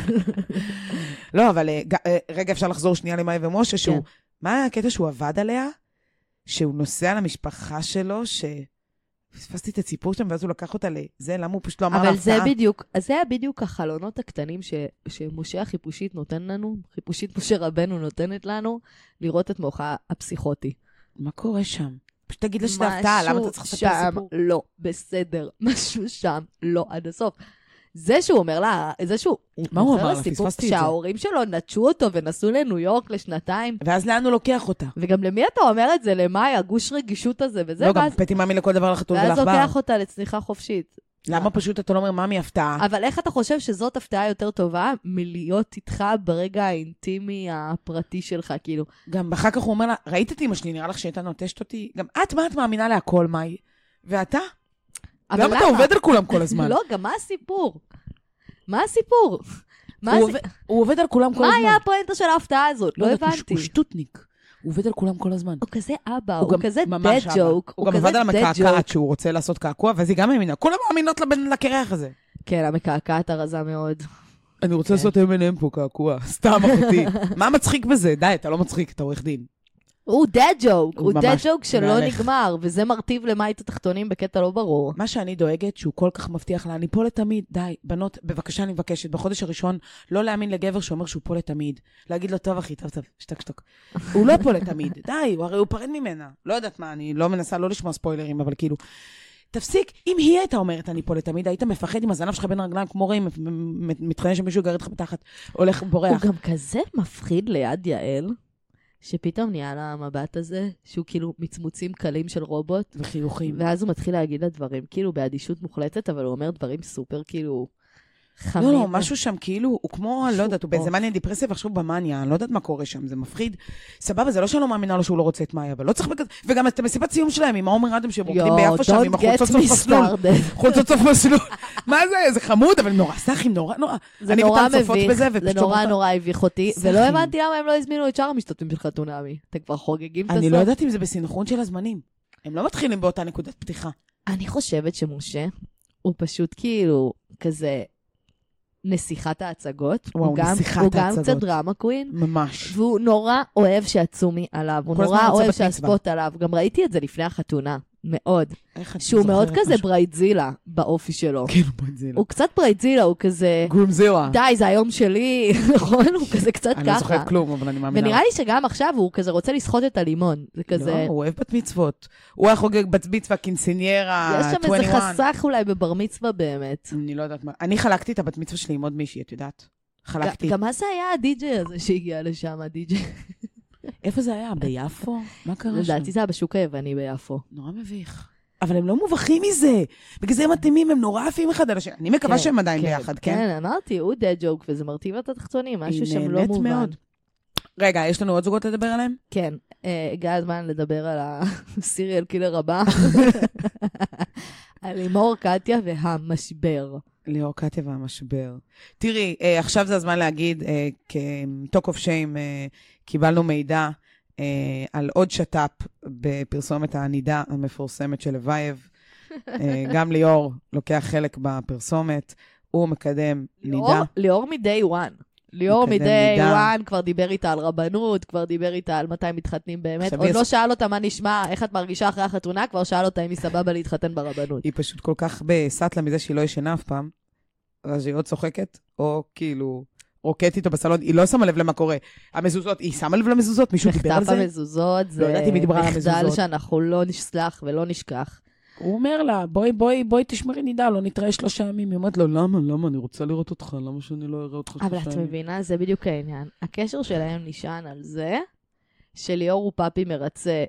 [SPEAKER 3] לא, אבל אה, ג- אה, רגע, אפשר לחזור שנייה למאי ומשה, שהוא...
[SPEAKER 1] כן.
[SPEAKER 3] מה הקטע שהוא עבד עליה? שהוא נוסע למשפחה שלו, ש... פספסתי את הסיפור שם, ואז הוא לקח אותה לזה, למה הוא פשוט לא אמר לה
[SPEAKER 1] אבל זה
[SPEAKER 3] הפתעה?
[SPEAKER 1] בדיוק, אז זה היה בדיוק החלונות הקטנים ש, שמשה החיפושית נותן לנו, חיפושית משה רבנו נותנת לנו, לראות את מוחה הפסיכוטי.
[SPEAKER 3] מה קורה שם? פשוט תגיד לה שזה הפתעה, למה אתה צריך לספר
[SPEAKER 1] משהו שם
[SPEAKER 3] סיפור?
[SPEAKER 1] לא בסדר, משהו שם לא עד הסוף. זה שהוא אומר לה, זה שהוא...
[SPEAKER 5] מה הוא
[SPEAKER 1] אומר
[SPEAKER 5] אמר
[SPEAKER 1] לה
[SPEAKER 5] לה?
[SPEAKER 1] סיפור
[SPEAKER 5] פספסתי את זה.
[SPEAKER 1] שההורים שלו נטשו אותו ונסעו לניו יורק לשנתיים.
[SPEAKER 3] ואז לאן הוא לוקח אותה?
[SPEAKER 1] וגם למי אתה אומר את זה? למאי, הגוש רגישות הזה וזה?
[SPEAKER 3] לא, גם
[SPEAKER 1] ואז-
[SPEAKER 3] פטי מאמי לכל דבר לחתול
[SPEAKER 1] ואז
[SPEAKER 3] ולעכבר.
[SPEAKER 1] לוקח אותה לצניחה חופשית.
[SPEAKER 3] למה פשוט אתה לא אומר, מאמי, הפתעה?
[SPEAKER 1] אבל איך אתה חושב שזאת הפתעה יותר טובה מלהיות איתך ברגע האינטימי הפרטי שלך, כאילו?
[SPEAKER 3] גם אחר כך הוא אומר לה, ראית את אמא שלי, נראה לך שהייתה נוטשת אותי? גם את, מה את מאמינה להכל, מאי? ואתה?
[SPEAKER 1] אבל
[SPEAKER 3] למה אתה עובד על כולם כל הזמן?
[SPEAKER 1] לא, גם מה הסיפור? מה הסיפור? מה
[SPEAKER 3] הוא
[SPEAKER 1] זה-
[SPEAKER 3] עובד- הוא עובד על כולם כל
[SPEAKER 1] מה
[SPEAKER 3] הזמן.
[SPEAKER 1] היה הפואנטה של ההפתעה הזאת? לא
[SPEAKER 3] יודעת, הוא ש-
[SPEAKER 1] הבנתי.
[SPEAKER 3] הוא שטוטניק. הוא עובד על כולם כל הזמן.
[SPEAKER 1] הוא כזה אבא,
[SPEAKER 3] הוא
[SPEAKER 1] הוא
[SPEAKER 3] גם
[SPEAKER 1] כזה
[SPEAKER 3] ממש
[SPEAKER 1] dead
[SPEAKER 3] אבא.
[SPEAKER 1] joke.
[SPEAKER 3] הוא גם
[SPEAKER 1] כזה
[SPEAKER 3] עבד על
[SPEAKER 1] dead
[SPEAKER 3] המקעקעת
[SPEAKER 1] joke.
[SPEAKER 3] שהוא רוצה לעשות קעקוע, ואז היא גם האמינה. כולם מאמינות לבן- לקרח הזה.
[SPEAKER 1] כן, המקעקעת הרזה מאוד.
[SPEAKER 4] אני
[SPEAKER 3] כן.
[SPEAKER 4] רוצה לעשות M&M פה קעקוע, סתם אחותי.
[SPEAKER 3] מה מצחיק בזה? די, אתה לא מצחיק, אתה עורך דין.
[SPEAKER 1] הוא dead joke, הוא
[SPEAKER 3] הוא
[SPEAKER 1] dead
[SPEAKER 3] ממש
[SPEAKER 1] joke שלא
[SPEAKER 3] מהלך.
[SPEAKER 1] נגמר, וזה מרטיב למאית התחתונים בקטע לא ברור.
[SPEAKER 3] מה שאני דואגת, שהוא כל כך מבטיח לה, אני פה לתמיד, די, בנות, בבקשה, אני מבקשת, בחודש הראשון, לא להאמין לגבר שאומר שהוא פה לתמיד. להגיד לו, טוב, אחי, טוב, טוב, שתק, שתק. הוא לא פה לתמיד, די, הוא הרי הוא פרד ממנה. לא יודעת מה, אני לא מנסה לא לשמוע ספוילרים, אבל כאילו... תפסיק, אם היא הייתה אומרת אני פה לתמיד, היית מפחד עם הזנב שלך בין הרגליים, כמו רעים, מתחנן שמישהו יגרד לך מתחת, הולך
[SPEAKER 1] הוא
[SPEAKER 3] בורח.
[SPEAKER 1] גם כזה מפחיד ליד יעל, שפתאום נהיה לה המבט הזה, שהוא כאילו מצמוצים קלים של רובוט,
[SPEAKER 3] וחיוכים.
[SPEAKER 1] ואז הוא מתחיל להגיד לה דברים, כאילו באדישות מוחלטת, אבל הוא אומר דברים סופר כאילו חמים.
[SPEAKER 3] לא, לא, משהו שם כאילו, הוא כמו, אני לא יודעת, הוא באיזה
[SPEAKER 1] אוף.
[SPEAKER 3] מניה דיפרסיה ועכשיו הוא במאניה, אני לא יודעת מה קורה שם, זה מפחיד. סבבה, זה לא שאני לא מאמינה לו שהוא לא רוצה את מאיה, אבל לא צריך בכזה... וגם את המסיבת סיום שלהם עם העומר אדם שהם רוקדים ביפו שם, עם החולצות סוף מסלול. חולצות סוף מסלול. מה זה, זה חמוד, אבל נורא סאחים, נורא נורא.
[SPEAKER 1] זה
[SPEAKER 3] אני
[SPEAKER 1] נורא
[SPEAKER 3] וטל צופות
[SPEAKER 1] מביך,
[SPEAKER 3] בזה,
[SPEAKER 1] זה
[SPEAKER 3] ופשוט
[SPEAKER 1] נורא
[SPEAKER 3] אומרות,
[SPEAKER 1] נורא הביך אותי,
[SPEAKER 3] סחי.
[SPEAKER 1] ולא הבנתי למה הם לא הזמינו את שאר המשתתפים של חתונמי. אתם כבר חוגגים את הסוף?
[SPEAKER 3] אני לא יודעת אם זה בסינכרון של הזמנים. הם לא מתחילים באותה נקודת פתיחה.
[SPEAKER 1] אני חושבת שמשה הוא פשוט כאילו כזה נסיכת ההצגות.
[SPEAKER 3] וואו,
[SPEAKER 1] הוא גם-
[SPEAKER 3] נסיכת
[SPEAKER 1] הוא גם
[SPEAKER 3] ההצגות.
[SPEAKER 1] קצת דרמה קווין.
[SPEAKER 3] ממש.
[SPEAKER 1] והוא נורא אוהב שיעצומי עליו, הוא
[SPEAKER 3] כל הזמן
[SPEAKER 1] נורא
[SPEAKER 3] רוצה
[SPEAKER 1] אוהב
[SPEAKER 3] בת מצווה.
[SPEAKER 1] שיעשפות עליו. גם ראיתי את זה לפני החתונה, מאוד.
[SPEAKER 3] איך את
[SPEAKER 1] שהוא מאוד
[SPEAKER 3] זוכרת
[SPEAKER 1] כזה
[SPEAKER 3] משהו?
[SPEAKER 1] ברייטזילה באופי שלו.
[SPEAKER 3] כן, ברנזילה.
[SPEAKER 1] הוא קצת ברייטזילה, הוא כזה,
[SPEAKER 3] גרומזירה.
[SPEAKER 1] די, זה היום שלי, נכון? הוא כזה קצת
[SPEAKER 3] אני לא
[SPEAKER 1] ככה.
[SPEAKER 3] זוכרת כלום, אבל אני מאמינה.
[SPEAKER 1] ונראה לי שגם עכשיו הוא כזה רוצה לסחוט את הלימון. זה כזה,
[SPEAKER 3] לא, הוא אוהב בת מצוות. הוא היה חוגג בת מצווה, קינסניירה,
[SPEAKER 1] יש
[SPEAKER 3] 21.
[SPEAKER 1] שם איזה חסך אולי בבר מצווה באמת.
[SPEAKER 3] אני לא יודעת מה. אני חלקתי את הבת מצווה שלי עם עוד מישהי, את יודעת? חלקתי.
[SPEAKER 1] גם- גם מה זה היה הדי-ג'יי הזה שהגיע לשם, הדי-ג'יי?
[SPEAKER 3] כן. איפה זה היה? ביפו? מה קרה שם?
[SPEAKER 1] לדעתי זה היה בשוק היווני ביפו.
[SPEAKER 3] נורא מביך. אבל הם לא מובכים מזה. בגלל זה הם מתאימים, הם נורא עפים אחד על השני. אני מקווה
[SPEAKER 1] כן,
[SPEAKER 3] שהם עדיין ביחד, כן?
[SPEAKER 1] כן, אמרתי, הוא דד ג'וק, וזה מרטיב את התחתונים, משהו
[SPEAKER 3] היא
[SPEAKER 1] שם לא
[SPEAKER 3] נהנית
[SPEAKER 1] מובן.
[SPEAKER 3] מאוד. רגע, יש לנו עוד זוגות לדבר עליהם?
[SPEAKER 1] כן, אה, הגיע הזמן לדבר על הסיריאל קילר הבא. על לימור קטיה והמשבר.
[SPEAKER 3] ליאור קטיה והמשבר. תראי, אה, עכשיו זה הזמן להגיד, אה, כ-talk of shame, אה, קיבלנו מידע אה, על עוד שת"פ בפרסומת הענידה המפורסמת של לבייב. אה, גם ליאור לוקח חלק בפרסומת, הוא מקדם
[SPEAKER 1] ליאור-
[SPEAKER 3] נידה.
[SPEAKER 1] ליאור מ-day one. ליאור
[SPEAKER 3] מקדם
[SPEAKER 1] מ-day
[SPEAKER 3] נידה.
[SPEAKER 1] one כבר דיבר איתה על רבנות, כבר דיבר איתה על מתי מתחתנים באמת.
[SPEAKER 3] עכשיו
[SPEAKER 1] עוד
[SPEAKER 3] יש-
[SPEAKER 1] לא שאל אותה מה נשמע, איך את מרגישה אחרי החתונה, כבר שאל אותה אם היא סבבה להתחתן ברבנות.
[SPEAKER 3] היא פשוט כל כך בסטלה מזה שהיא לא ישנה אף פעם, אז היא או צוחקת, או כאילו רוקדת איתו בסלון, היא לא שמה לב למה קורה. המזוזות, היא שמה לב למזוזות? מישהו דיבר על
[SPEAKER 1] מחטף
[SPEAKER 3] זה?
[SPEAKER 1] המזוזות
[SPEAKER 3] לא
[SPEAKER 1] זה
[SPEAKER 3] יודעת אם היא דיברה על
[SPEAKER 1] מחדל
[SPEAKER 3] המזוזות.
[SPEAKER 1] שאנחנו לא נסלח ולא נשכח.
[SPEAKER 5] הוא אומר לה, בואי, בואי, בואי תשמרי נידה, לא נתראה שלושה ימים. היא אומרת לו, למה, למה, אני רוצה לראות אותך, למה שאני לא אראה אותך שלושה
[SPEAKER 1] אבל
[SPEAKER 5] ימים?
[SPEAKER 1] את מבינה, זה בדיוק העניין. הקשר שלהם נשען על זה שליאור הוא פאפי מרצה,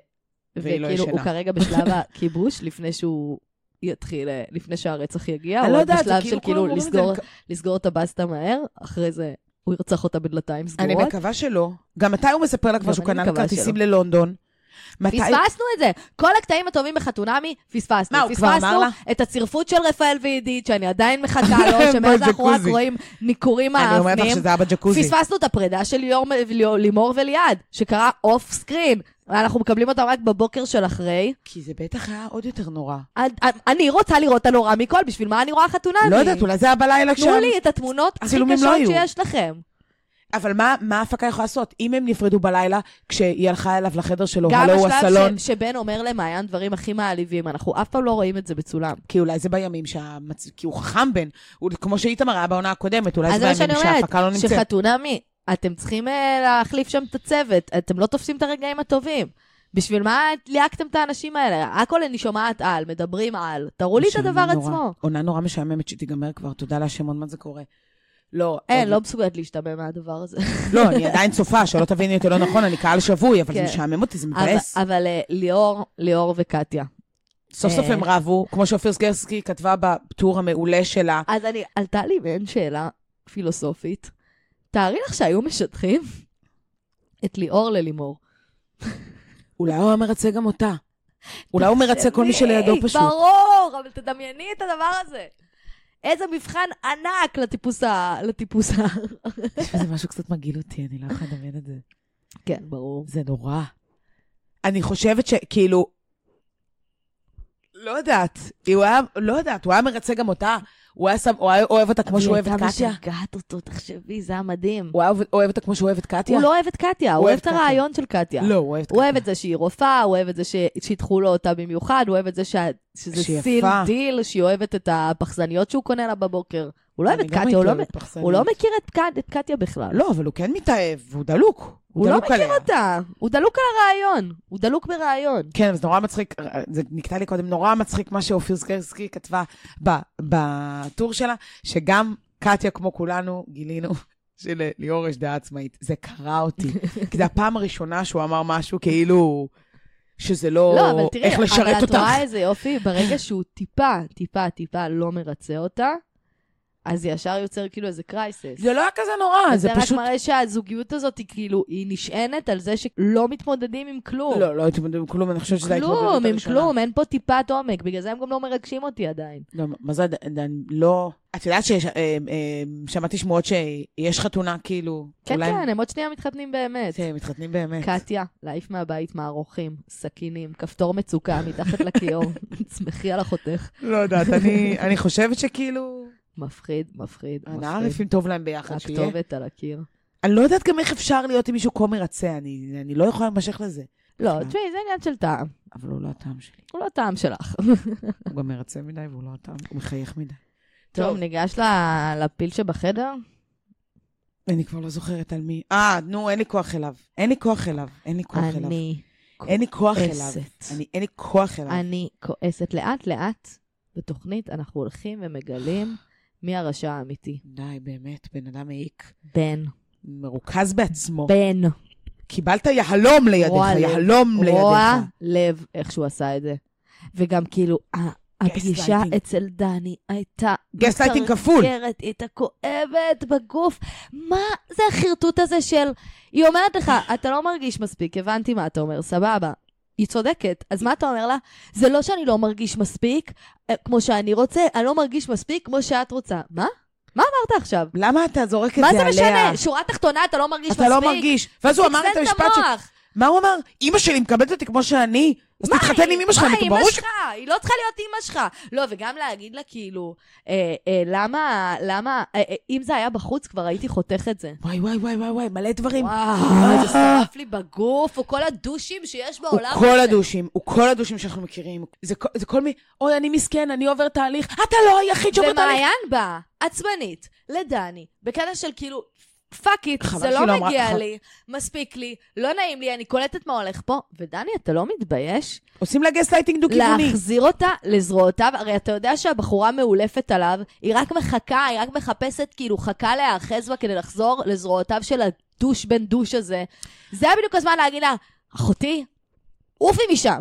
[SPEAKER 3] והיא לא
[SPEAKER 1] וכאילו הוא
[SPEAKER 3] ישנה.
[SPEAKER 1] כרגע בשלב הכיבוש, לפני שהוא יתחיל, אה, לפני שהרצח יגיע,
[SPEAKER 3] אני
[SPEAKER 1] הוא
[SPEAKER 3] לא
[SPEAKER 1] עוד
[SPEAKER 3] יודעת, זה
[SPEAKER 1] בשלב
[SPEAKER 3] כאילו
[SPEAKER 1] של
[SPEAKER 3] כולם
[SPEAKER 1] כאילו
[SPEAKER 3] אומרים את זה,
[SPEAKER 1] לסגור-
[SPEAKER 3] אני-
[SPEAKER 1] לסגור את הבסטה מהר, אחרי זה הוא ירצח אותה בדלתיים
[SPEAKER 3] אני
[SPEAKER 5] לא
[SPEAKER 1] סגורות.
[SPEAKER 3] מקווה שלא. גם מתי הוא מספר לה כבר
[SPEAKER 1] גם
[SPEAKER 3] שהוא
[SPEAKER 1] אני
[SPEAKER 3] קנה לה
[SPEAKER 1] מקווה
[SPEAKER 3] כרטיסים
[SPEAKER 1] שלא.
[SPEAKER 3] ללונדון? מתי...
[SPEAKER 1] פספסנו את זה. כל הקטעים הטובים בחתונמי, פספסנו.
[SPEAKER 3] מה, הוא כבר
[SPEAKER 1] פספסנו
[SPEAKER 3] אמר
[SPEAKER 1] את הצרפות של רפאל ועידית, שאני עדיין מחכה לו,
[SPEAKER 3] מאוד,
[SPEAKER 1] שמאז
[SPEAKER 3] זה
[SPEAKER 1] אנחנו רק
[SPEAKER 3] קוזי.
[SPEAKER 1] רואים ניכורים
[SPEAKER 3] אני אומרת לך
[SPEAKER 1] מהאפנים.
[SPEAKER 3] שזה היה בג'קוזי.
[SPEAKER 1] פספסנו את הפרידה של ליאור- ליאור- לימור וליעד, שקרה אוף סקרין. אנחנו מקבלים אותם רק בבוקר של אחרי.
[SPEAKER 3] כי זה בטח היה עוד יותר נורא.
[SPEAKER 1] אני- אני רוצה לראות את הנורא מכל, בשביל מה אני רואה חתונמי?
[SPEAKER 3] לא יודעת, אולי זה היה בלילה שם.
[SPEAKER 1] תנו לי את התמונות הכי
[SPEAKER 3] הצילומים לא
[SPEAKER 1] קשות
[SPEAKER 3] היו.
[SPEAKER 1] שיש לכם.
[SPEAKER 3] אבל מה מה ההפקה יכולה לעשות? אם הם נפרדו בלילה, כשהיא הלכה אליו לחדר שלו,
[SPEAKER 1] גם
[SPEAKER 3] הלו לא, הוא הסלון,
[SPEAKER 1] השלב ש- שבן אומר למעיין דברים הכי מעליבים, אנחנו אף פעם לא רואים את זה בצולם.
[SPEAKER 3] כי אולי זה בימים שה... כי הוא חכם בן. הוא- כמו שאיתמר היה בעונה הקודמת, אולי
[SPEAKER 1] אז זה מה
[SPEAKER 3] זה
[SPEAKER 1] שאני
[SPEAKER 3] בימים שההפקה לא
[SPEAKER 1] אומרת,
[SPEAKER 3] נמצאת.
[SPEAKER 1] שחתונמי, אתם צריכים אה, להחליף שם את הצוות, אתם לא תופסים את הרגעים הטובים. בשביל מה ליהקתם את האנשים האלה? הכל אני שומעת על, מדברים על. תראו לי את
[SPEAKER 3] משעמם
[SPEAKER 1] הדבר
[SPEAKER 3] נורא.
[SPEAKER 1] עצמו.
[SPEAKER 3] עונה נורא משעממת שתיגמר כבר, תודה להשם, עוד מעט זה קורה. לא,
[SPEAKER 1] אין,
[SPEAKER 3] עוד-
[SPEAKER 1] לא מסוגלת להשתמם מהדבר הזה.
[SPEAKER 3] לא, אני עדיין צופה, שלא תביני אותי לא נכון, אני קהל שבוי, אבל זה
[SPEAKER 1] כן.
[SPEAKER 3] משעמם אותי, זה
[SPEAKER 1] אבל-
[SPEAKER 3] מבאס.
[SPEAKER 1] אבל אה, ליאור, ליאור וקטיה.
[SPEAKER 3] סוף סוף
[SPEAKER 1] אה.
[SPEAKER 3] הם רבו, כמו שאופיר סגרסקי כתבה בטור המעולה שלה.
[SPEAKER 1] אז אני, עלתה לי מעין שאלה פילוסופית. תארי לך שהיו משטחים את ליאור ללימור.
[SPEAKER 3] אולי הוא היה מרצה גם אותה. אולי הוא מרצה כל מי שלידו
[SPEAKER 1] תחשבי,
[SPEAKER 3] פשוט.
[SPEAKER 1] ברור, אבל תדמייני את הדבר הזה. איזה מבחן ענק לטיפוס ה... לטיפוס ה...
[SPEAKER 3] זה משהו קצת מגעיל אותי, אני לא יכולה לדמיין את זה.
[SPEAKER 1] כן, ברור.
[SPEAKER 3] זה נורא. אני חושבת שכאילו, לא יודעת, הוא היה, לא יודעת, הוא היה מרצה גם אותה, הוא היה, שם, הוא היה אוהב אותה כמו שהוא אוהב את
[SPEAKER 1] היא
[SPEAKER 3] קטיה.
[SPEAKER 1] הייתה משגעת אותו, תחשבי, זה היה מדהים.
[SPEAKER 3] הוא היה אוהב- אוהב אותה כמו שהוא אוהב את קטיה?
[SPEAKER 1] הוא לא אוהב את קטיה, הוא אוהב את
[SPEAKER 3] קטיה.
[SPEAKER 1] הרעיון של קטיה.
[SPEAKER 3] לא, הוא אוהב את
[SPEAKER 1] הוא
[SPEAKER 3] קטיה.
[SPEAKER 1] אוהב את זה שהיא רופאה, הוא אוהב את זה ש- שידחו לו אותה במיוחד, הוא אוהב את זה שה- שזה
[SPEAKER 3] שהיא
[SPEAKER 1] סיל
[SPEAKER 3] יפה.
[SPEAKER 1] דיל, שהיא אוהבת את הפחזניות שהוא קונה לה בבוקר. הוא לא אוהב את
[SPEAKER 3] אני גם
[SPEAKER 1] קטיה, הוא לא
[SPEAKER 3] הייתי
[SPEAKER 1] מ-
[SPEAKER 3] אוהבת פחסנית.
[SPEAKER 1] הוא לא מכיר את ק- את קטיה בכלל.
[SPEAKER 3] לא, אבל הוא כן מתאהב, הוא דלוק.
[SPEAKER 1] הוא לא
[SPEAKER 3] דלוק
[SPEAKER 1] מכיר
[SPEAKER 3] עליה.
[SPEAKER 1] אותה, הוא דלוק על הרעיון, הוא דלוק ברעיון.
[SPEAKER 3] כן, אבל זה נורא מצחיק, זה נקטע לי קודם, נורא מצחיק מה שאופיר סקרסקי כתבה ב- בטור שלה, שגם קטיה, כמו כולנו, גילינו שלליאור יש דעה עצמאית. זה קרע אותי. כי זו הפעם הראשונה שהוא אמר משהו כאילו, שזה לא,
[SPEAKER 1] לא, אבל תראי,
[SPEAKER 3] איך לשרת
[SPEAKER 1] אבל את
[SPEAKER 3] אותך.
[SPEAKER 1] רואה איזה יופי, ברגע שהוא טיפה, טיפה, טיפה לא מרצה אותה, אז זה ישר יוצר כאילו איזה קרייסס.
[SPEAKER 3] זה לא היה כזה נורא, זה
[SPEAKER 1] זה רק
[SPEAKER 3] פשוט...
[SPEAKER 1] מראה שהזוגיות הזאת היא כאילו, היא נשענת על זה שלא מתמודדים עם כלום.
[SPEAKER 3] לא, לא התמודדו עם כלום, אני חושבת שזה ההתמודדות
[SPEAKER 1] כלום,
[SPEAKER 3] הראשונה.
[SPEAKER 1] עם כלום, אין פה טיפת עומק, בגלל זה הם גם לא מרגשים אותי עדיין.
[SPEAKER 3] לא, מה זה, עדיין- עדיין לא... את יודעת ששמעתי שמועות שיש חתונה, כאילו...
[SPEAKER 1] כן,
[SPEAKER 3] אולי-
[SPEAKER 1] כן, הם עוד שנייה מתחתנים באמת.
[SPEAKER 3] כן, מתחתנים באמת.
[SPEAKER 1] קטיה, להעיף מהבית מערוכים, סכינים, כפתור מצוקה מתחת לכיור, צמחי על אחותך.
[SPEAKER 3] לא יודעת, אני, אני חושבת שכאילו...
[SPEAKER 1] מפחיד, מפחיד, מפחיד.
[SPEAKER 3] הנערפים טוב להם ביחד, שיהיה.
[SPEAKER 1] הכתובת על הקיר.
[SPEAKER 3] אני לא יודעת גם איך אפשר להיות עם מישהו כה מרצה, אני, אני לא יכולה להימשך לזה.
[SPEAKER 1] לא,
[SPEAKER 3] בכלל.
[SPEAKER 1] תשמעי, זה עניין של טעם.
[SPEAKER 3] אבל הוא לא הטעם שלי.
[SPEAKER 1] הוא לא טעם שלך.
[SPEAKER 3] הוא גם מרצה מדי והוא לא הטעם, הוא מחייך מדי.
[SPEAKER 1] טוב, ניגש ל- לפיל שבחדר?
[SPEAKER 3] אני כבר לא זוכרת על מי. אה, נו, אין לי כוח אליו. אין לי כוח אליו. אין לי כוח אליו.
[SPEAKER 1] אני
[SPEAKER 3] אין לי כוח אליו.
[SPEAKER 1] כועסת.
[SPEAKER 3] אני, אין לי כוח אליו.
[SPEAKER 1] אני כועסת. לאט-לאט, בתוכנית אנחנו הולכים ומגלים מי הרשע האמיתי.
[SPEAKER 3] די, באמת, בן אדם מעיק.
[SPEAKER 1] בן.
[SPEAKER 3] מרוכז בעצמו.
[SPEAKER 1] בן.
[SPEAKER 3] קיבלת
[SPEAKER 1] רוע לב.
[SPEAKER 3] יהלום לידיך, יהלום
[SPEAKER 1] רוע
[SPEAKER 3] לידיך.
[SPEAKER 1] לב איך שהוא עשה את זה. וגם כאילו, ה- הפגישה
[SPEAKER 3] Gaslighting.
[SPEAKER 1] אצל דני הייתה...
[SPEAKER 3] גסלייטינג כפול.
[SPEAKER 1] מקרקרת, היא הייתה כואבת בגוף. מה זה החרטוט הזה של... היא אומרת לך, אתה לא מרגיש מספיק, הבנתי מה אתה אומר, סבבה. היא צודקת, אז מה אתה אומר לה? זה לא שאני לא מרגיש מספיק אה, כמו שאני רוצה, אני לא מרגיש מספיק כמו שאת רוצה. מה? מה אמרת עכשיו?
[SPEAKER 3] למה אתה זורק את זה
[SPEAKER 1] מה
[SPEAKER 3] עליה?
[SPEAKER 1] זה משנה? שורה תחתונה, אתה לא מרגיש מספיק?
[SPEAKER 3] אתה לא מרגיש. ואז הוא אמר את
[SPEAKER 1] תקסם
[SPEAKER 3] המשפט ש...
[SPEAKER 1] המוח.
[SPEAKER 3] מה הוא אמר? אימא שלי מקבלת אותי כמו שאני, אז תתחתן עם אימא שלך, אני
[SPEAKER 1] מה
[SPEAKER 3] ברור
[SPEAKER 1] אימא
[SPEAKER 3] ש...
[SPEAKER 1] שלך? היא לא צריכה להיות אימא שלך. לא, וגם להגיד לה, כאילו, אה, אה, למה, למה, אה, אה, אם זה היה בחוץ, כבר הייתי חותך את זה.
[SPEAKER 3] וואי, וואי, וואי, וואי, וואי, מלא דברים.
[SPEAKER 1] וואו, זה שרף לי בגוף, או כל הדושים שיש
[SPEAKER 3] הוא
[SPEAKER 1] בעולם.
[SPEAKER 3] כל
[SPEAKER 1] הזה.
[SPEAKER 3] הדושים, הוא כל הדושים שאנחנו מכירים. זה כל- זה כל מי, אוי, אני מסכן, אני עובר תהליך. אתה לא היחיד שעובר תהליך.
[SPEAKER 1] ומעיין באה, עצבנית, לדני, בקטע של כאילו, פאק איט,
[SPEAKER 3] חבל
[SPEAKER 1] זה
[SPEAKER 3] שהיא
[SPEAKER 1] לא
[SPEAKER 3] לא אמרה-
[SPEAKER 1] מגיע
[SPEAKER 3] חבל.
[SPEAKER 1] לי, מספיק לי, לא נעים לי, אני קולטת מה הולך פה. ודני, אתה לא מתבייש?
[SPEAKER 3] עושים לה גסלייטינג דו-כיווני.
[SPEAKER 1] להחזיר אותה לזרועותיו, הרי אתה יודע שהבחורה מאולפת עליו, היא רק מחכה, היא רק מחפשת, כאילו, חכה להיאחז בה כדי לחזור לזרועותיו של הדוש בן דוש הזה. זה היה בדיוק הזמן להגיד לה, אחותי, עופי משם,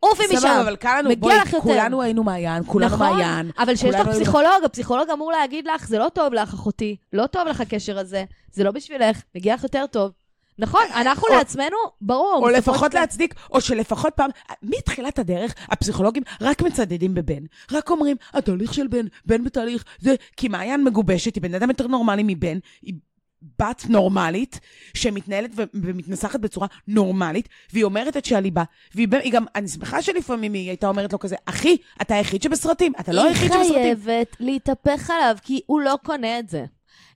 [SPEAKER 1] עופי משם.
[SPEAKER 3] סבבה, אבל כאן לנו,
[SPEAKER 1] מגיע
[SPEAKER 3] בואי,
[SPEAKER 1] לך יותר.
[SPEAKER 3] כולנו היינו מעיין, כולנו
[SPEAKER 1] נכון,
[SPEAKER 3] מעיין.
[SPEAKER 1] אבל שיש לך
[SPEAKER 3] כולנו-
[SPEAKER 1] פסיכולוג, הפסיכולוג אמור להגיד לך, זה לא טוב לך, אחותי, לא טוב לך הקשר הזה, זה לא בשבילך, מגיע לך יותר טוב. נכון, אנחנו
[SPEAKER 3] אה, או-
[SPEAKER 1] לעצמנו, ברור.
[SPEAKER 3] או
[SPEAKER 1] בסופו
[SPEAKER 3] לפחות
[SPEAKER 1] של-
[SPEAKER 3] להצדיק, או שלפחות פעם, מתחילת הדרך, הפסיכולוגים רק מצדדים בבן. רק אומרים, התהליך של בן, בן בתהליך, זה, כי מעיין מגובשת, היא בן אדם יותר נורמלי מבן, היא בת נורמלית, שמתנהלת ו- ומתנסחת בצורה נורמלית, והיא אומרת את שעליבה, והיא ב- היא גם, אני שמחה שלפעמים היא הייתה אומרת לו כזה, אחי, אתה היחיד שבסרטים, אתה לא היחיד
[SPEAKER 1] היא
[SPEAKER 3] שבסרטים.
[SPEAKER 1] חייבת להתהפך עליו, כי הוא לא קונה את זה.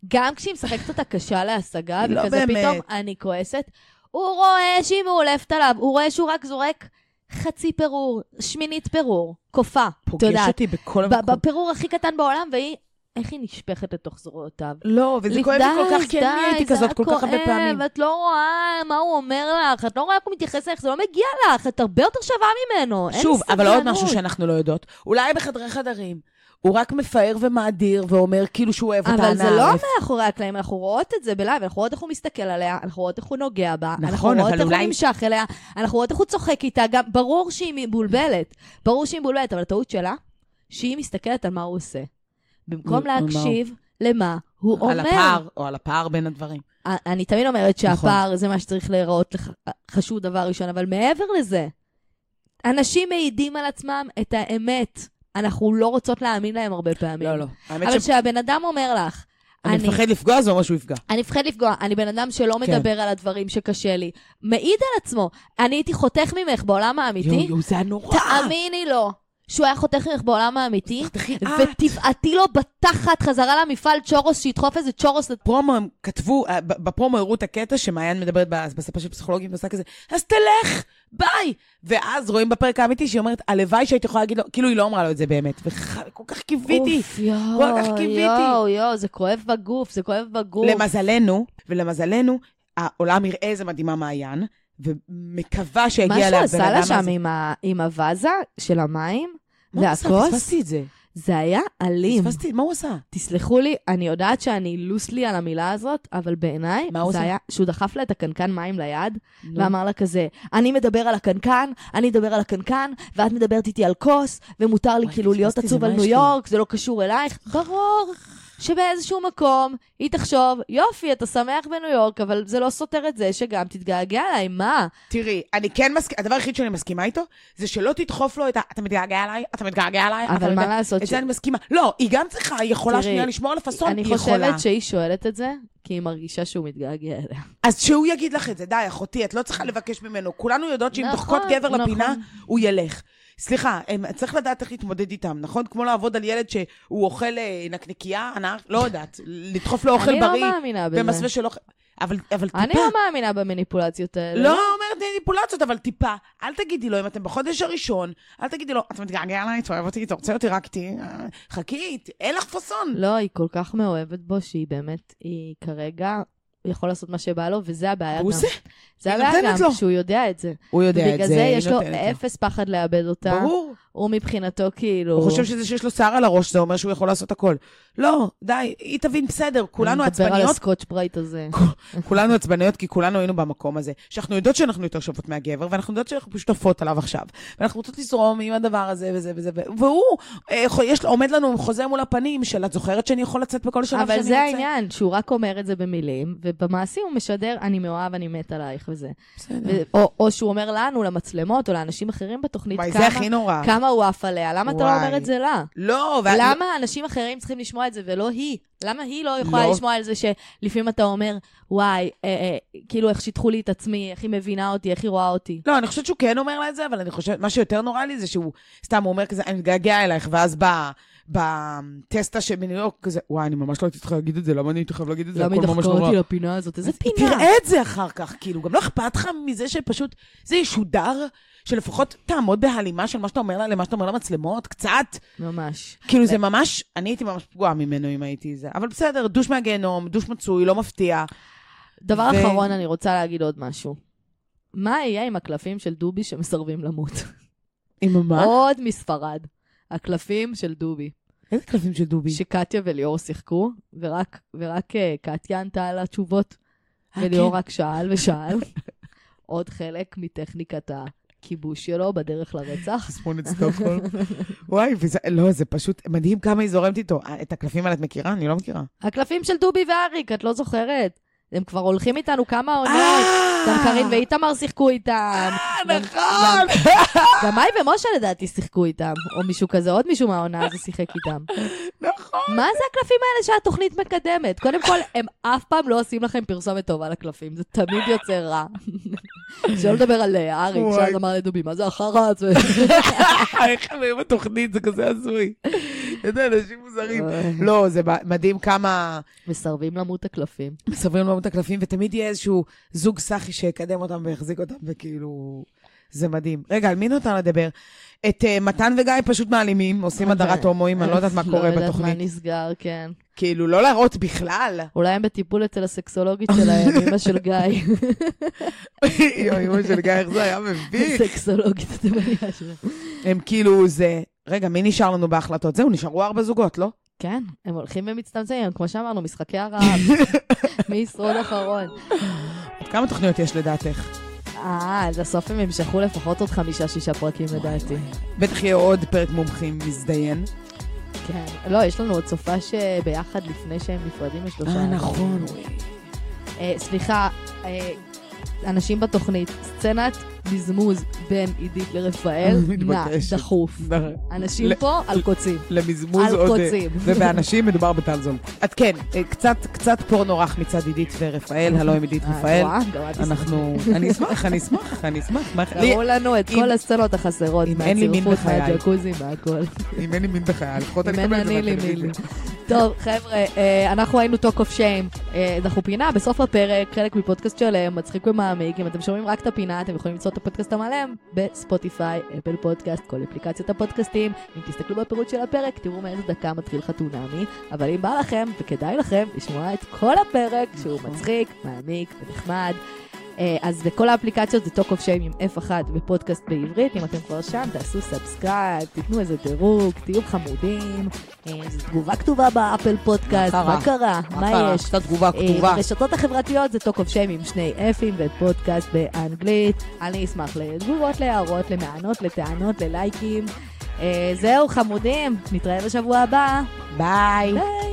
[SPEAKER 1] גם כשהיא משחקת אותה קשה להשגה,
[SPEAKER 3] לא
[SPEAKER 1] וכזה
[SPEAKER 3] באמת.
[SPEAKER 1] פתאום אני כועסת, הוא רואה שהיא מאולפת עליו, הוא רואה שהוא רק זורק חצי פירור, שמינית פירור, קופה.
[SPEAKER 3] פוגש
[SPEAKER 1] יודעת,
[SPEAKER 3] אותי בכל
[SPEAKER 1] ב-
[SPEAKER 3] המקום.
[SPEAKER 1] בפירור הכי קטן בעולם, והיא איך היא נשפכת לתוך זרועותיו.
[SPEAKER 3] לא, וזה כואב לי כל כך, כי אני
[SPEAKER 1] די,
[SPEAKER 3] הייתי
[SPEAKER 1] זה
[SPEAKER 3] כזאת
[SPEAKER 1] היה
[SPEAKER 3] כל כך הרבה
[SPEAKER 1] כואב,
[SPEAKER 3] פעמים.
[SPEAKER 1] את לא רואה מה הוא אומר לך, את לא רואה איך הוא מתייחס אליך, זה לא מגיע לך, את הרבה יותר שווה ממנו. אין
[SPEAKER 3] שוב, אבל עוד
[SPEAKER 1] סבלנות.
[SPEAKER 3] משהו שאנחנו לא יודעות, אולי בחדרי חדרים, הוא רק מפאר ומאדיר ואומר כאילו שהוא אוהב אותה.
[SPEAKER 1] אבל זה
[SPEAKER 3] הנער.
[SPEAKER 1] לא מאחורי הקלעים, אנחנו רואות את זה בלייב, אנחנו רואות איך הוא מסתכל עליה, אנחנו רואות איך הוא נוגע בה, אנחנו
[SPEAKER 3] נכון,
[SPEAKER 1] רואות
[SPEAKER 3] אבל
[SPEAKER 1] איך הוא
[SPEAKER 3] אולי-
[SPEAKER 1] נמשך אליה, אנחנו רואות איך הוא צוחק איתה, גם ברור שהיא מבולבלת, ברור שהיא מבולבלת, אבל הטעות שלה, שהיא מסתכלת על מה הוא עושה. במקום
[SPEAKER 3] על מה הוא-
[SPEAKER 1] להקשיב למה הוא אומר.
[SPEAKER 3] על הפער, או על הפער בין הדברים.
[SPEAKER 1] אני תמיד אומרת
[SPEAKER 3] נכון.
[SPEAKER 1] שהפער זה מה שצריך להיראות לך- חשוב דבר ראשון, אבל מעבר לזה, אנשים מעידים על עצמם את האמת. אנחנו לא רוצות להאמין להם הרבה פעמים.
[SPEAKER 3] לא, לא. האמת
[SPEAKER 1] אבל כשהבן אדם אומר לך,
[SPEAKER 3] שאני מפחד לפגוע, זה אומר שהוא יפגע.
[SPEAKER 1] אני מפחד לפגוע, אני בן אדם שלא
[SPEAKER 3] כן.
[SPEAKER 1] מדבר על הדברים שקשה לי. מעיד על עצמו. אני הייתי חותך ממך בעולם
[SPEAKER 3] יואו,
[SPEAKER 1] האמיתי,
[SPEAKER 3] יואו, זה היה נורא.
[SPEAKER 1] תאמיני לו. שהוא היה חותך ממך בעולם האמיתי,
[SPEAKER 3] תחי, את.
[SPEAKER 1] ותבעטי לו בתחת חזרה למפעל צ'ורוס, שידחוף איזה צ'ורוס. לת-
[SPEAKER 3] פרומו, הם כתבו, אה, ב- בפרומו הראו את הקטע שמעיין מדברת בס- בספה של פסיכולוגים ועושה כזה, אז תלך, ביי! ואז רואים בפרק האמיתי שהיא אומרת, הלוואי שהייתי יכולה להגיד לו, כאילו היא לא אמרה לו את זה באמת, וכל כך קיוויתי.
[SPEAKER 1] אוף, יואו,
[SPEAKER 3] כל כך קיוויתי.
[SPEAKER 1] יואו, יואו, זה כואב בגוף, זה כואב בגוף.
[SPEAKER 3] למזלנו, ולמזלנו, העולם יראה איזה מדהימה מעיין, ומקווה
[SPEAKER 1] מה
[SPEAKER 3] שיגיע
[SPEAKER 1] שהוא
[SPEAKER 3] לבן אדם הזה.
[SPEAKER 1] עשה לה שם עם ה- עם הווזה של המים,
[SPEAKER 3] מה הוא עשה?
[SPEAKER 1] והכוס,
[SPEAKER 3] פספסתי את זה.
[SPEAKER 1] זה היה אלים.
[SPEAKER 3] פספסתי, מה הוא עשה?
[SPEAKER 1] תסלחו לי, אני יודעת שאני לוסלי על המילה הזאת, אבל בעיניי
[SPEAKER 3] מה הוא
[SPEAKER 1] זה
[SPEAKER 3] עושה?
[SPEAKER 1] היה שהוא דחף לה את הקנקן מים ליד,
[SPEAKER 3] לא.
[SPEAKER 1] ואמר לה כזה, אני מדבר על הקנקן, אני אדבר על הקנקן, ואת מדברת איתי על כוס, ומותר לי
[SPEAKER 3] וואי,
[SPEAKER 1] כאילו להיות
[SPEAKER 3] פספסתי,
[SPEAKER 1] עצוב
[SPEAKER 3] זה
[SPEAKER 1] על
[SPEAKER 3] מה
[SPEAKER 1] ניו
[SPEAKER 3] יש לי?
[SPEAKER 1] יורק, זה לא קשור אלייך. ברור שבאיזשהו מקום היא תחשוב, יופי, אתה שמח בניו יורק, אבל זה לא סותר את זה שגם תתגעגע אליי, מה?
[SPEAKER 3] תראי, אני כן מסכימה, הדבר היחיד שאני מסכימה איתו, זה שלא תדחוף לו את ה... אתה מתגעגע אליי? אתה מתגעגע אליי? אתה
[SPEAKER 1] אבל מה
[SPEAKER 3] מתגעגע-"
[SPEAKER 1] לעשות
[SPEAKER 3] אה, את
[SPEAKER 1] ש-
[SPEAKER 3] זה אני מסכימה. לא, היא גם צריכה, היא יכולה
[SPEAKER 1] תראי,
[SPEAKER 3] שנייה לשמור על הפאסון,
[SPEAKER 1] אני
[SPEAKER 3] היא יכולה.
[SPEAKER 1] חושבת שהיא שואלת את זה, כי היא מרגישה שהוא מתגעגע אליה.
[SPEAKER 3] אז שהוא יגיד לך את זה, די, אחותי, את לא צריכה לבקש ממנו. כולנו יודעות שאם
[SPEAKER 1] נכון,
[SPEAKER 3] דוחקות גבר
[SPEAKER 1] נכון.
[SPEAKER 3] לפינה, הוא ילך. סליחה, הם- צריך לדעת איך להתמודד איתם, נכון? כמו לעבוד על ילד שהוא אוכל אה, נקניקייה, אנח, לא יודעת, לדחוף לו אוכל
[SPEAKER 1] אני לא
[SPEAKER 3] בריא,
[SPEAKER 1] מאמינה בזה.
[SPEAKER 3] במסווה של אוכל... אבל אבל טיפה.
[SPEAKER 1] אני לא מאמינה במניפולציות האלה.
[SPEAKER 3] לא אומרת מניפולציות, אבל טיפה. אל תגידי לו, אם אתם בחודש הראשון, אל תגידי לו, את מתגעגע אליי, את אוהב אותי, אתה רוצה אותי, רק איתי. אה, חכי, אין לך פאסון.
[SPEAKER 1] לא, היא כל כך מאוהבת בו, שהיא באמת, היא כרגע, הוא יכול לעשות מה שבא לו, וזה הבעיה גם.
[SPEAKER 3] הוא עושה,
[SPEAKER 1] זה
[SPEAKER 3] היא
[SPEAKER 1] הבעיה
[SPEAKER 3] נותנת
[SPEAKER 1] גם,
[SPEAKER 3] לו.
[SPEAKER 1] שהוא יודע את זה.
[SPEAKER 3] הוא יודע את זה,
[SPEAKER 1] לא. ובגלל זה
[SPEAKER 3] היא
[SPEAKER 1] יש לו
[SPEAKER 3] נותנת לו.
[SPEAKER 1] אפס פחד לאבד אותה.
[SPEAKER 3] ברור.
[SPEAKER 1] הוא מבחינתו כאילו...
[SPEAKER 3] הוא חושב שזה שיש לו שיער על הראש, זה אומר שהוא יכול לעשות הכל. לא, די, היא תבין בסדר, כולנו
[SPEAKER 1] אני מדבר על
[SPEAKER 3] עצבניות,
[SPEAKER 1] הסקוטש ברייט הזה.
[SPEAKER 3] כולנו עצבניות כי כולנו היינו במקום הזה. שאנחנו יודעות שאנחנו יותר שוות מהגבר, ואנחנו יודעות שאנחנו פשוט עפות עליו עכשיו. ואנחנו רוצות לזרום עם הדבר הזה וזה וזה, ו- והוא, אה, חו- יש, לו- עומד לנו עם חוזה מול הפנים של את זוכרת שאני יכול לצאת בכל שלב שאני רוצה?
[SPEAKER 1] אבל זה העניין, שהוא רק אומר את זה במילים, ובמעשים הוא משדר, אני מאוהב, אני מת עלייך וזה.
[SPEAKER 3] בסדר.
[SPEAKER 1] ו- או- או שהוא אומר לנו, למצלמות, או לאנשים אחרים בתוכנית,
[SPEAKER 3] וואי,
[SPEAKER 1] כמה-
[SPEAKER 3] זה הכי נורא.
[SPEAKER 1] כמה הוא עף עליה, למה אתה לא
[SPEAKER 3] וואי.
[SPEAKER 1] אומר את זה לה?
[SPEAKER 3] לא, ו...
[SPEAKER 1] למה אנשים אחרים צריכים לשמוע את זה ולא היא? למה היא לא יכולה
[SPEAKER 3] לא.
[SPEAKER 1] לשמוע על זה שלפעמים אתה אומר, וואי, אה, אה, כאילו איך שיטחו לי את עצמי, איך היא מבינה אותי, איך היא רואה אותי.
[SPEAKER 3] לא, אני חושבת שהוא כן אומר לה את זה, אבל אני חושבת, מה שיותר נורא לי זה שהוא סתם הוא אומר כזה, אני מתגעגע אלייך, ואז ב... בטסטה שבניו יורק כזה, וואי, אני ממש לא הייתי צריכה להגיד את זה, למה אני הייתי חייב להגיד את זה?
[SPEAKER 1] למה
[SPEAKER 3] הכל
[SPEAKER 1] היא
[SPEAKER 3] ממש
[SPEAKER 1] דחקה
[SPEAKER 3] נורא.
[SPEAKER 1] אותי לפינה הזאת? איזה
[SPEAKER 3] היא
[SPEAKER 1] פינה?
[SPEAKER 3] תראה את זה אחר כך, כאילו, גם לא אכפת לך מזה שפשוט זה ישודר, שלפחות תעמוד בהלימה של מה שאתה אומר לה למה שאתה אומר למצלמות, קצת.
[SPEAKER 1] ממש.
[SPEAKER 3] כאילו, זה ממש, אני הייתי ממש פגועה ממנו אם הייתי זה. אבל בסדר, דוש מהגיהנום, דוש מצוי, לא מפתיע.
[SPEAKER 1] דבר
[SPEAKER 3] ו-
[SPEAKER 1] אחרון, אני רוצה להגיד עוד משהו. מה יהיה עם הקלפים של דובי שמסרבים למות?
[SPEAKER 3] עם מה?
[SPEAKER 1] עוד מספרד. הקלפים של דובי,
[SPEAKER 3] איזה קלפים של דובי?
[SPEAKER 1] שקטיה וליאור שיחקו, ורק, ורק אה, קטיה ענתה על התשובות,
[SPEAKER 3] אה,
[SPEAKER 1] וליאור
[SPEAKER 3] כן.
[SPEAKER 1] רק שאל ושאל. עוד חלק מטכניקת הכיבוש שלו בדרך לרצח.
[SPEAKER 4] תסמונת סטוקהולם.
[SPEAKER 3] וואי, וזה, לא, זה פשוט מדהים כמה היא זורמת איתו. אה, את הקלפים האלה את מכירה? אני לא מכירה.
[SPEAKER 1] הקלפים של דובי ואריק, את לא זוכרת? הם כבר הולכים איתנו כמה עונות. אה, נכון. גם קארין
[SPEAKER 3] אה,
[SPEAKER 1] ואיתמר שיחקו איתם. גם-
[SPEAKER 3] נכון!
[SPEAKER 1] גם- גם מאי ומשה לדעתי שיחקו איתם, או מישהו כזה, עוד מישהו מהעונה הזו שיחק איתם.
[SPEAKER 3] נכון.
[SPEAKER 1] מה זה הקלפים האלה שהתוכנית מקדמת? קודם כל, הם אף פעם לא עושים לכם פרסומת טובה לקלפים, זה תמיד יוצא רע. שלא לדבר על אה, אריק,
[SPEAKER 3] וואי.
[SPEAKER 1] שאז אמר לדובי, מה זה החרא הזה?
[SPEAKER 3] איך הם היו בתוכנית, זה כזה הזוי. איזה אנשים מוזרים. לא, זה מדהים כמה
[SPEAKER 1] מסרבים למות הקלפים.
[SPEAKER 3] מסברים לנו את הקלפים, ותמיד יהיה איזשהו זוג סאחי שיקדם אותם ויחזיק אותם, וכאילו... זה מדהים. רגע, על מי נותר לדבר? את אה, מתן וגיא פשוט מעלימים, עושים
[SPEAKER 1] אוקיי.
[SPEAKER 3] הדרת הומואים, אני לא יודעת מה קורה
[SPEAKER 1] לא יודעת מה
[SPEAKER 3] בתוכנית.
[SPEAKER 1] נסגר, כן.
[SPEAKER 3] כאילו, לא להראות בכלל.
[SPEAKER 1] אולי הם בטיפול אצל הסקסולוגית שלהם, אמא של גיא.
[SPEAKER 3] אוי, אמא של גיא, איך זה היה מביך.
[SPEAKER 1] סקסולוגית, אתם מבינים שלו.
[SPEAKER 3] הם כאילו, זה... רגע, מי נשאר לנו בהחלטות? זהו, נשארו ארבע זוגות, לא?
[SPEAKER 1] כן, הם הולכים ומצטמצמים, כמו שאמרנו, משחקי הרעב. מי ישרוד אחרון?
[SPEAKER 3] עוד כמה תוכניות יש לדעתך?
[SPEAKER 1] אה, אז בסוף הם ימשכו לפחות עוד חמישה-שישה פרקים לדעתי.
[SPEAKER 3] בטח יהיה עוד פרק מומחים מזדיין.
[SPEAKER 1] כן. לא, יש לנו עוד סופה שביחד לפני שהם נפרדים בשלושה.
[SPEAKER 3] נכון, וואי.
[SPEAKER 1] אה, סליחה, אה, אנשים בתוכנית, סצנת בזמוז בין עידית לרפאל, נע,
[SPEAKER 3] מתבקשת.
[SPEAKER 1] דחוף. אנשים
[SPEAKER 3] ל-
[SPEAKER 1] פה על קוצים.
[SPEAKER 3] למזמוז
[SPEAKER 1] על
[SPEAKER 3] עוד... אה,
[SPEAKER 1] קוצים.
[SPEAKER 3] ובאנשים מדובר בטל זול. אז כן, אה, קצת, קצת פורנו רך מצד עידית ורפאל, הלא עם עידית
[SPEAKER 1] אה, את
[SPEAKER 3] רפאל.
[SPEAKER 1] רואה? גם את
[SPEAKER 3] אנחנו... אני אשמח, אני אשמח, אני אשמח. מה- לי-
[SPEAKER 1] תראו לנו את
[SPEAKER 3] אם-
[SPEAKER 1] כל הסצנות החסרות,
[SPEAKER 3] אם אין לי מין
[SPEAKER 1] מהצירפות,
[SPEAKER 3] בחיי.
[SPEAKER 1] מהג'קוזי, מהכל.
[SPEAKER 3] אם אין לי מין בחיי, לפחות אני
[SPEAKER 1] אם אין
[SPEAKER 3] אקבל את זה
[SPEAKER 1] אני לי
[SPEAKER 3] מהטלוויזיה.
[SPEAKER 1] מין. טוב, חבר'ה, אה, אנחנו היינו טוק אוף שיים. אה, אנחנו פינה בסוף הפרק, חלק מפודקאסט של אה, מצחיק ומעמיק. אם אתם שומעים רק את הפינה, אתם יכולים למצוא את הפודקאסט המלא בספוטיפיי, אפל פודקאסט, כל אפליקציות הפודקאסטים. אם תסתכלו בפירוט של הפרק, תראו מאיזה דקה מתחיל חתונמי. אבל אם בא לכם, וכדאי לכם, לשמוע את כל הפרק, שהוא
[SPEAKER 3] נכון.
[SPEAKER 1] מצחיק, מעמיק ונחמד. אה, אז בכל האפליקציות זה טוק אוף שיים עם F1 ופודקאסט בעברית. אם אתם כבר שם, תעשו סאבסקרייב, תיתנו איזה דירוג, תהיו חמודים. אה, זו תגובה כתובה באפל פודקאסט,
[SPEAKER 3] מה קרה?
[SPEAKER 1] מה קרה? מה יש?
[SPEAKER 3] קצת תגובה
[SPEAKER 1] אה,
[SPEAKER 3] כתובה.
[SPEAKER 1] ברשתות החברתיות זה טוק אוף שיים עם שני אפים ופודקאסט באנגלית. אני אשמח לתגובות, להערות, למענות, לטענות, ללייקים. אה, זהו, חמודים, נתראה בשבוע הבא.
[SPEAKER 3] ביי.
[SPEAKER 1] ביי.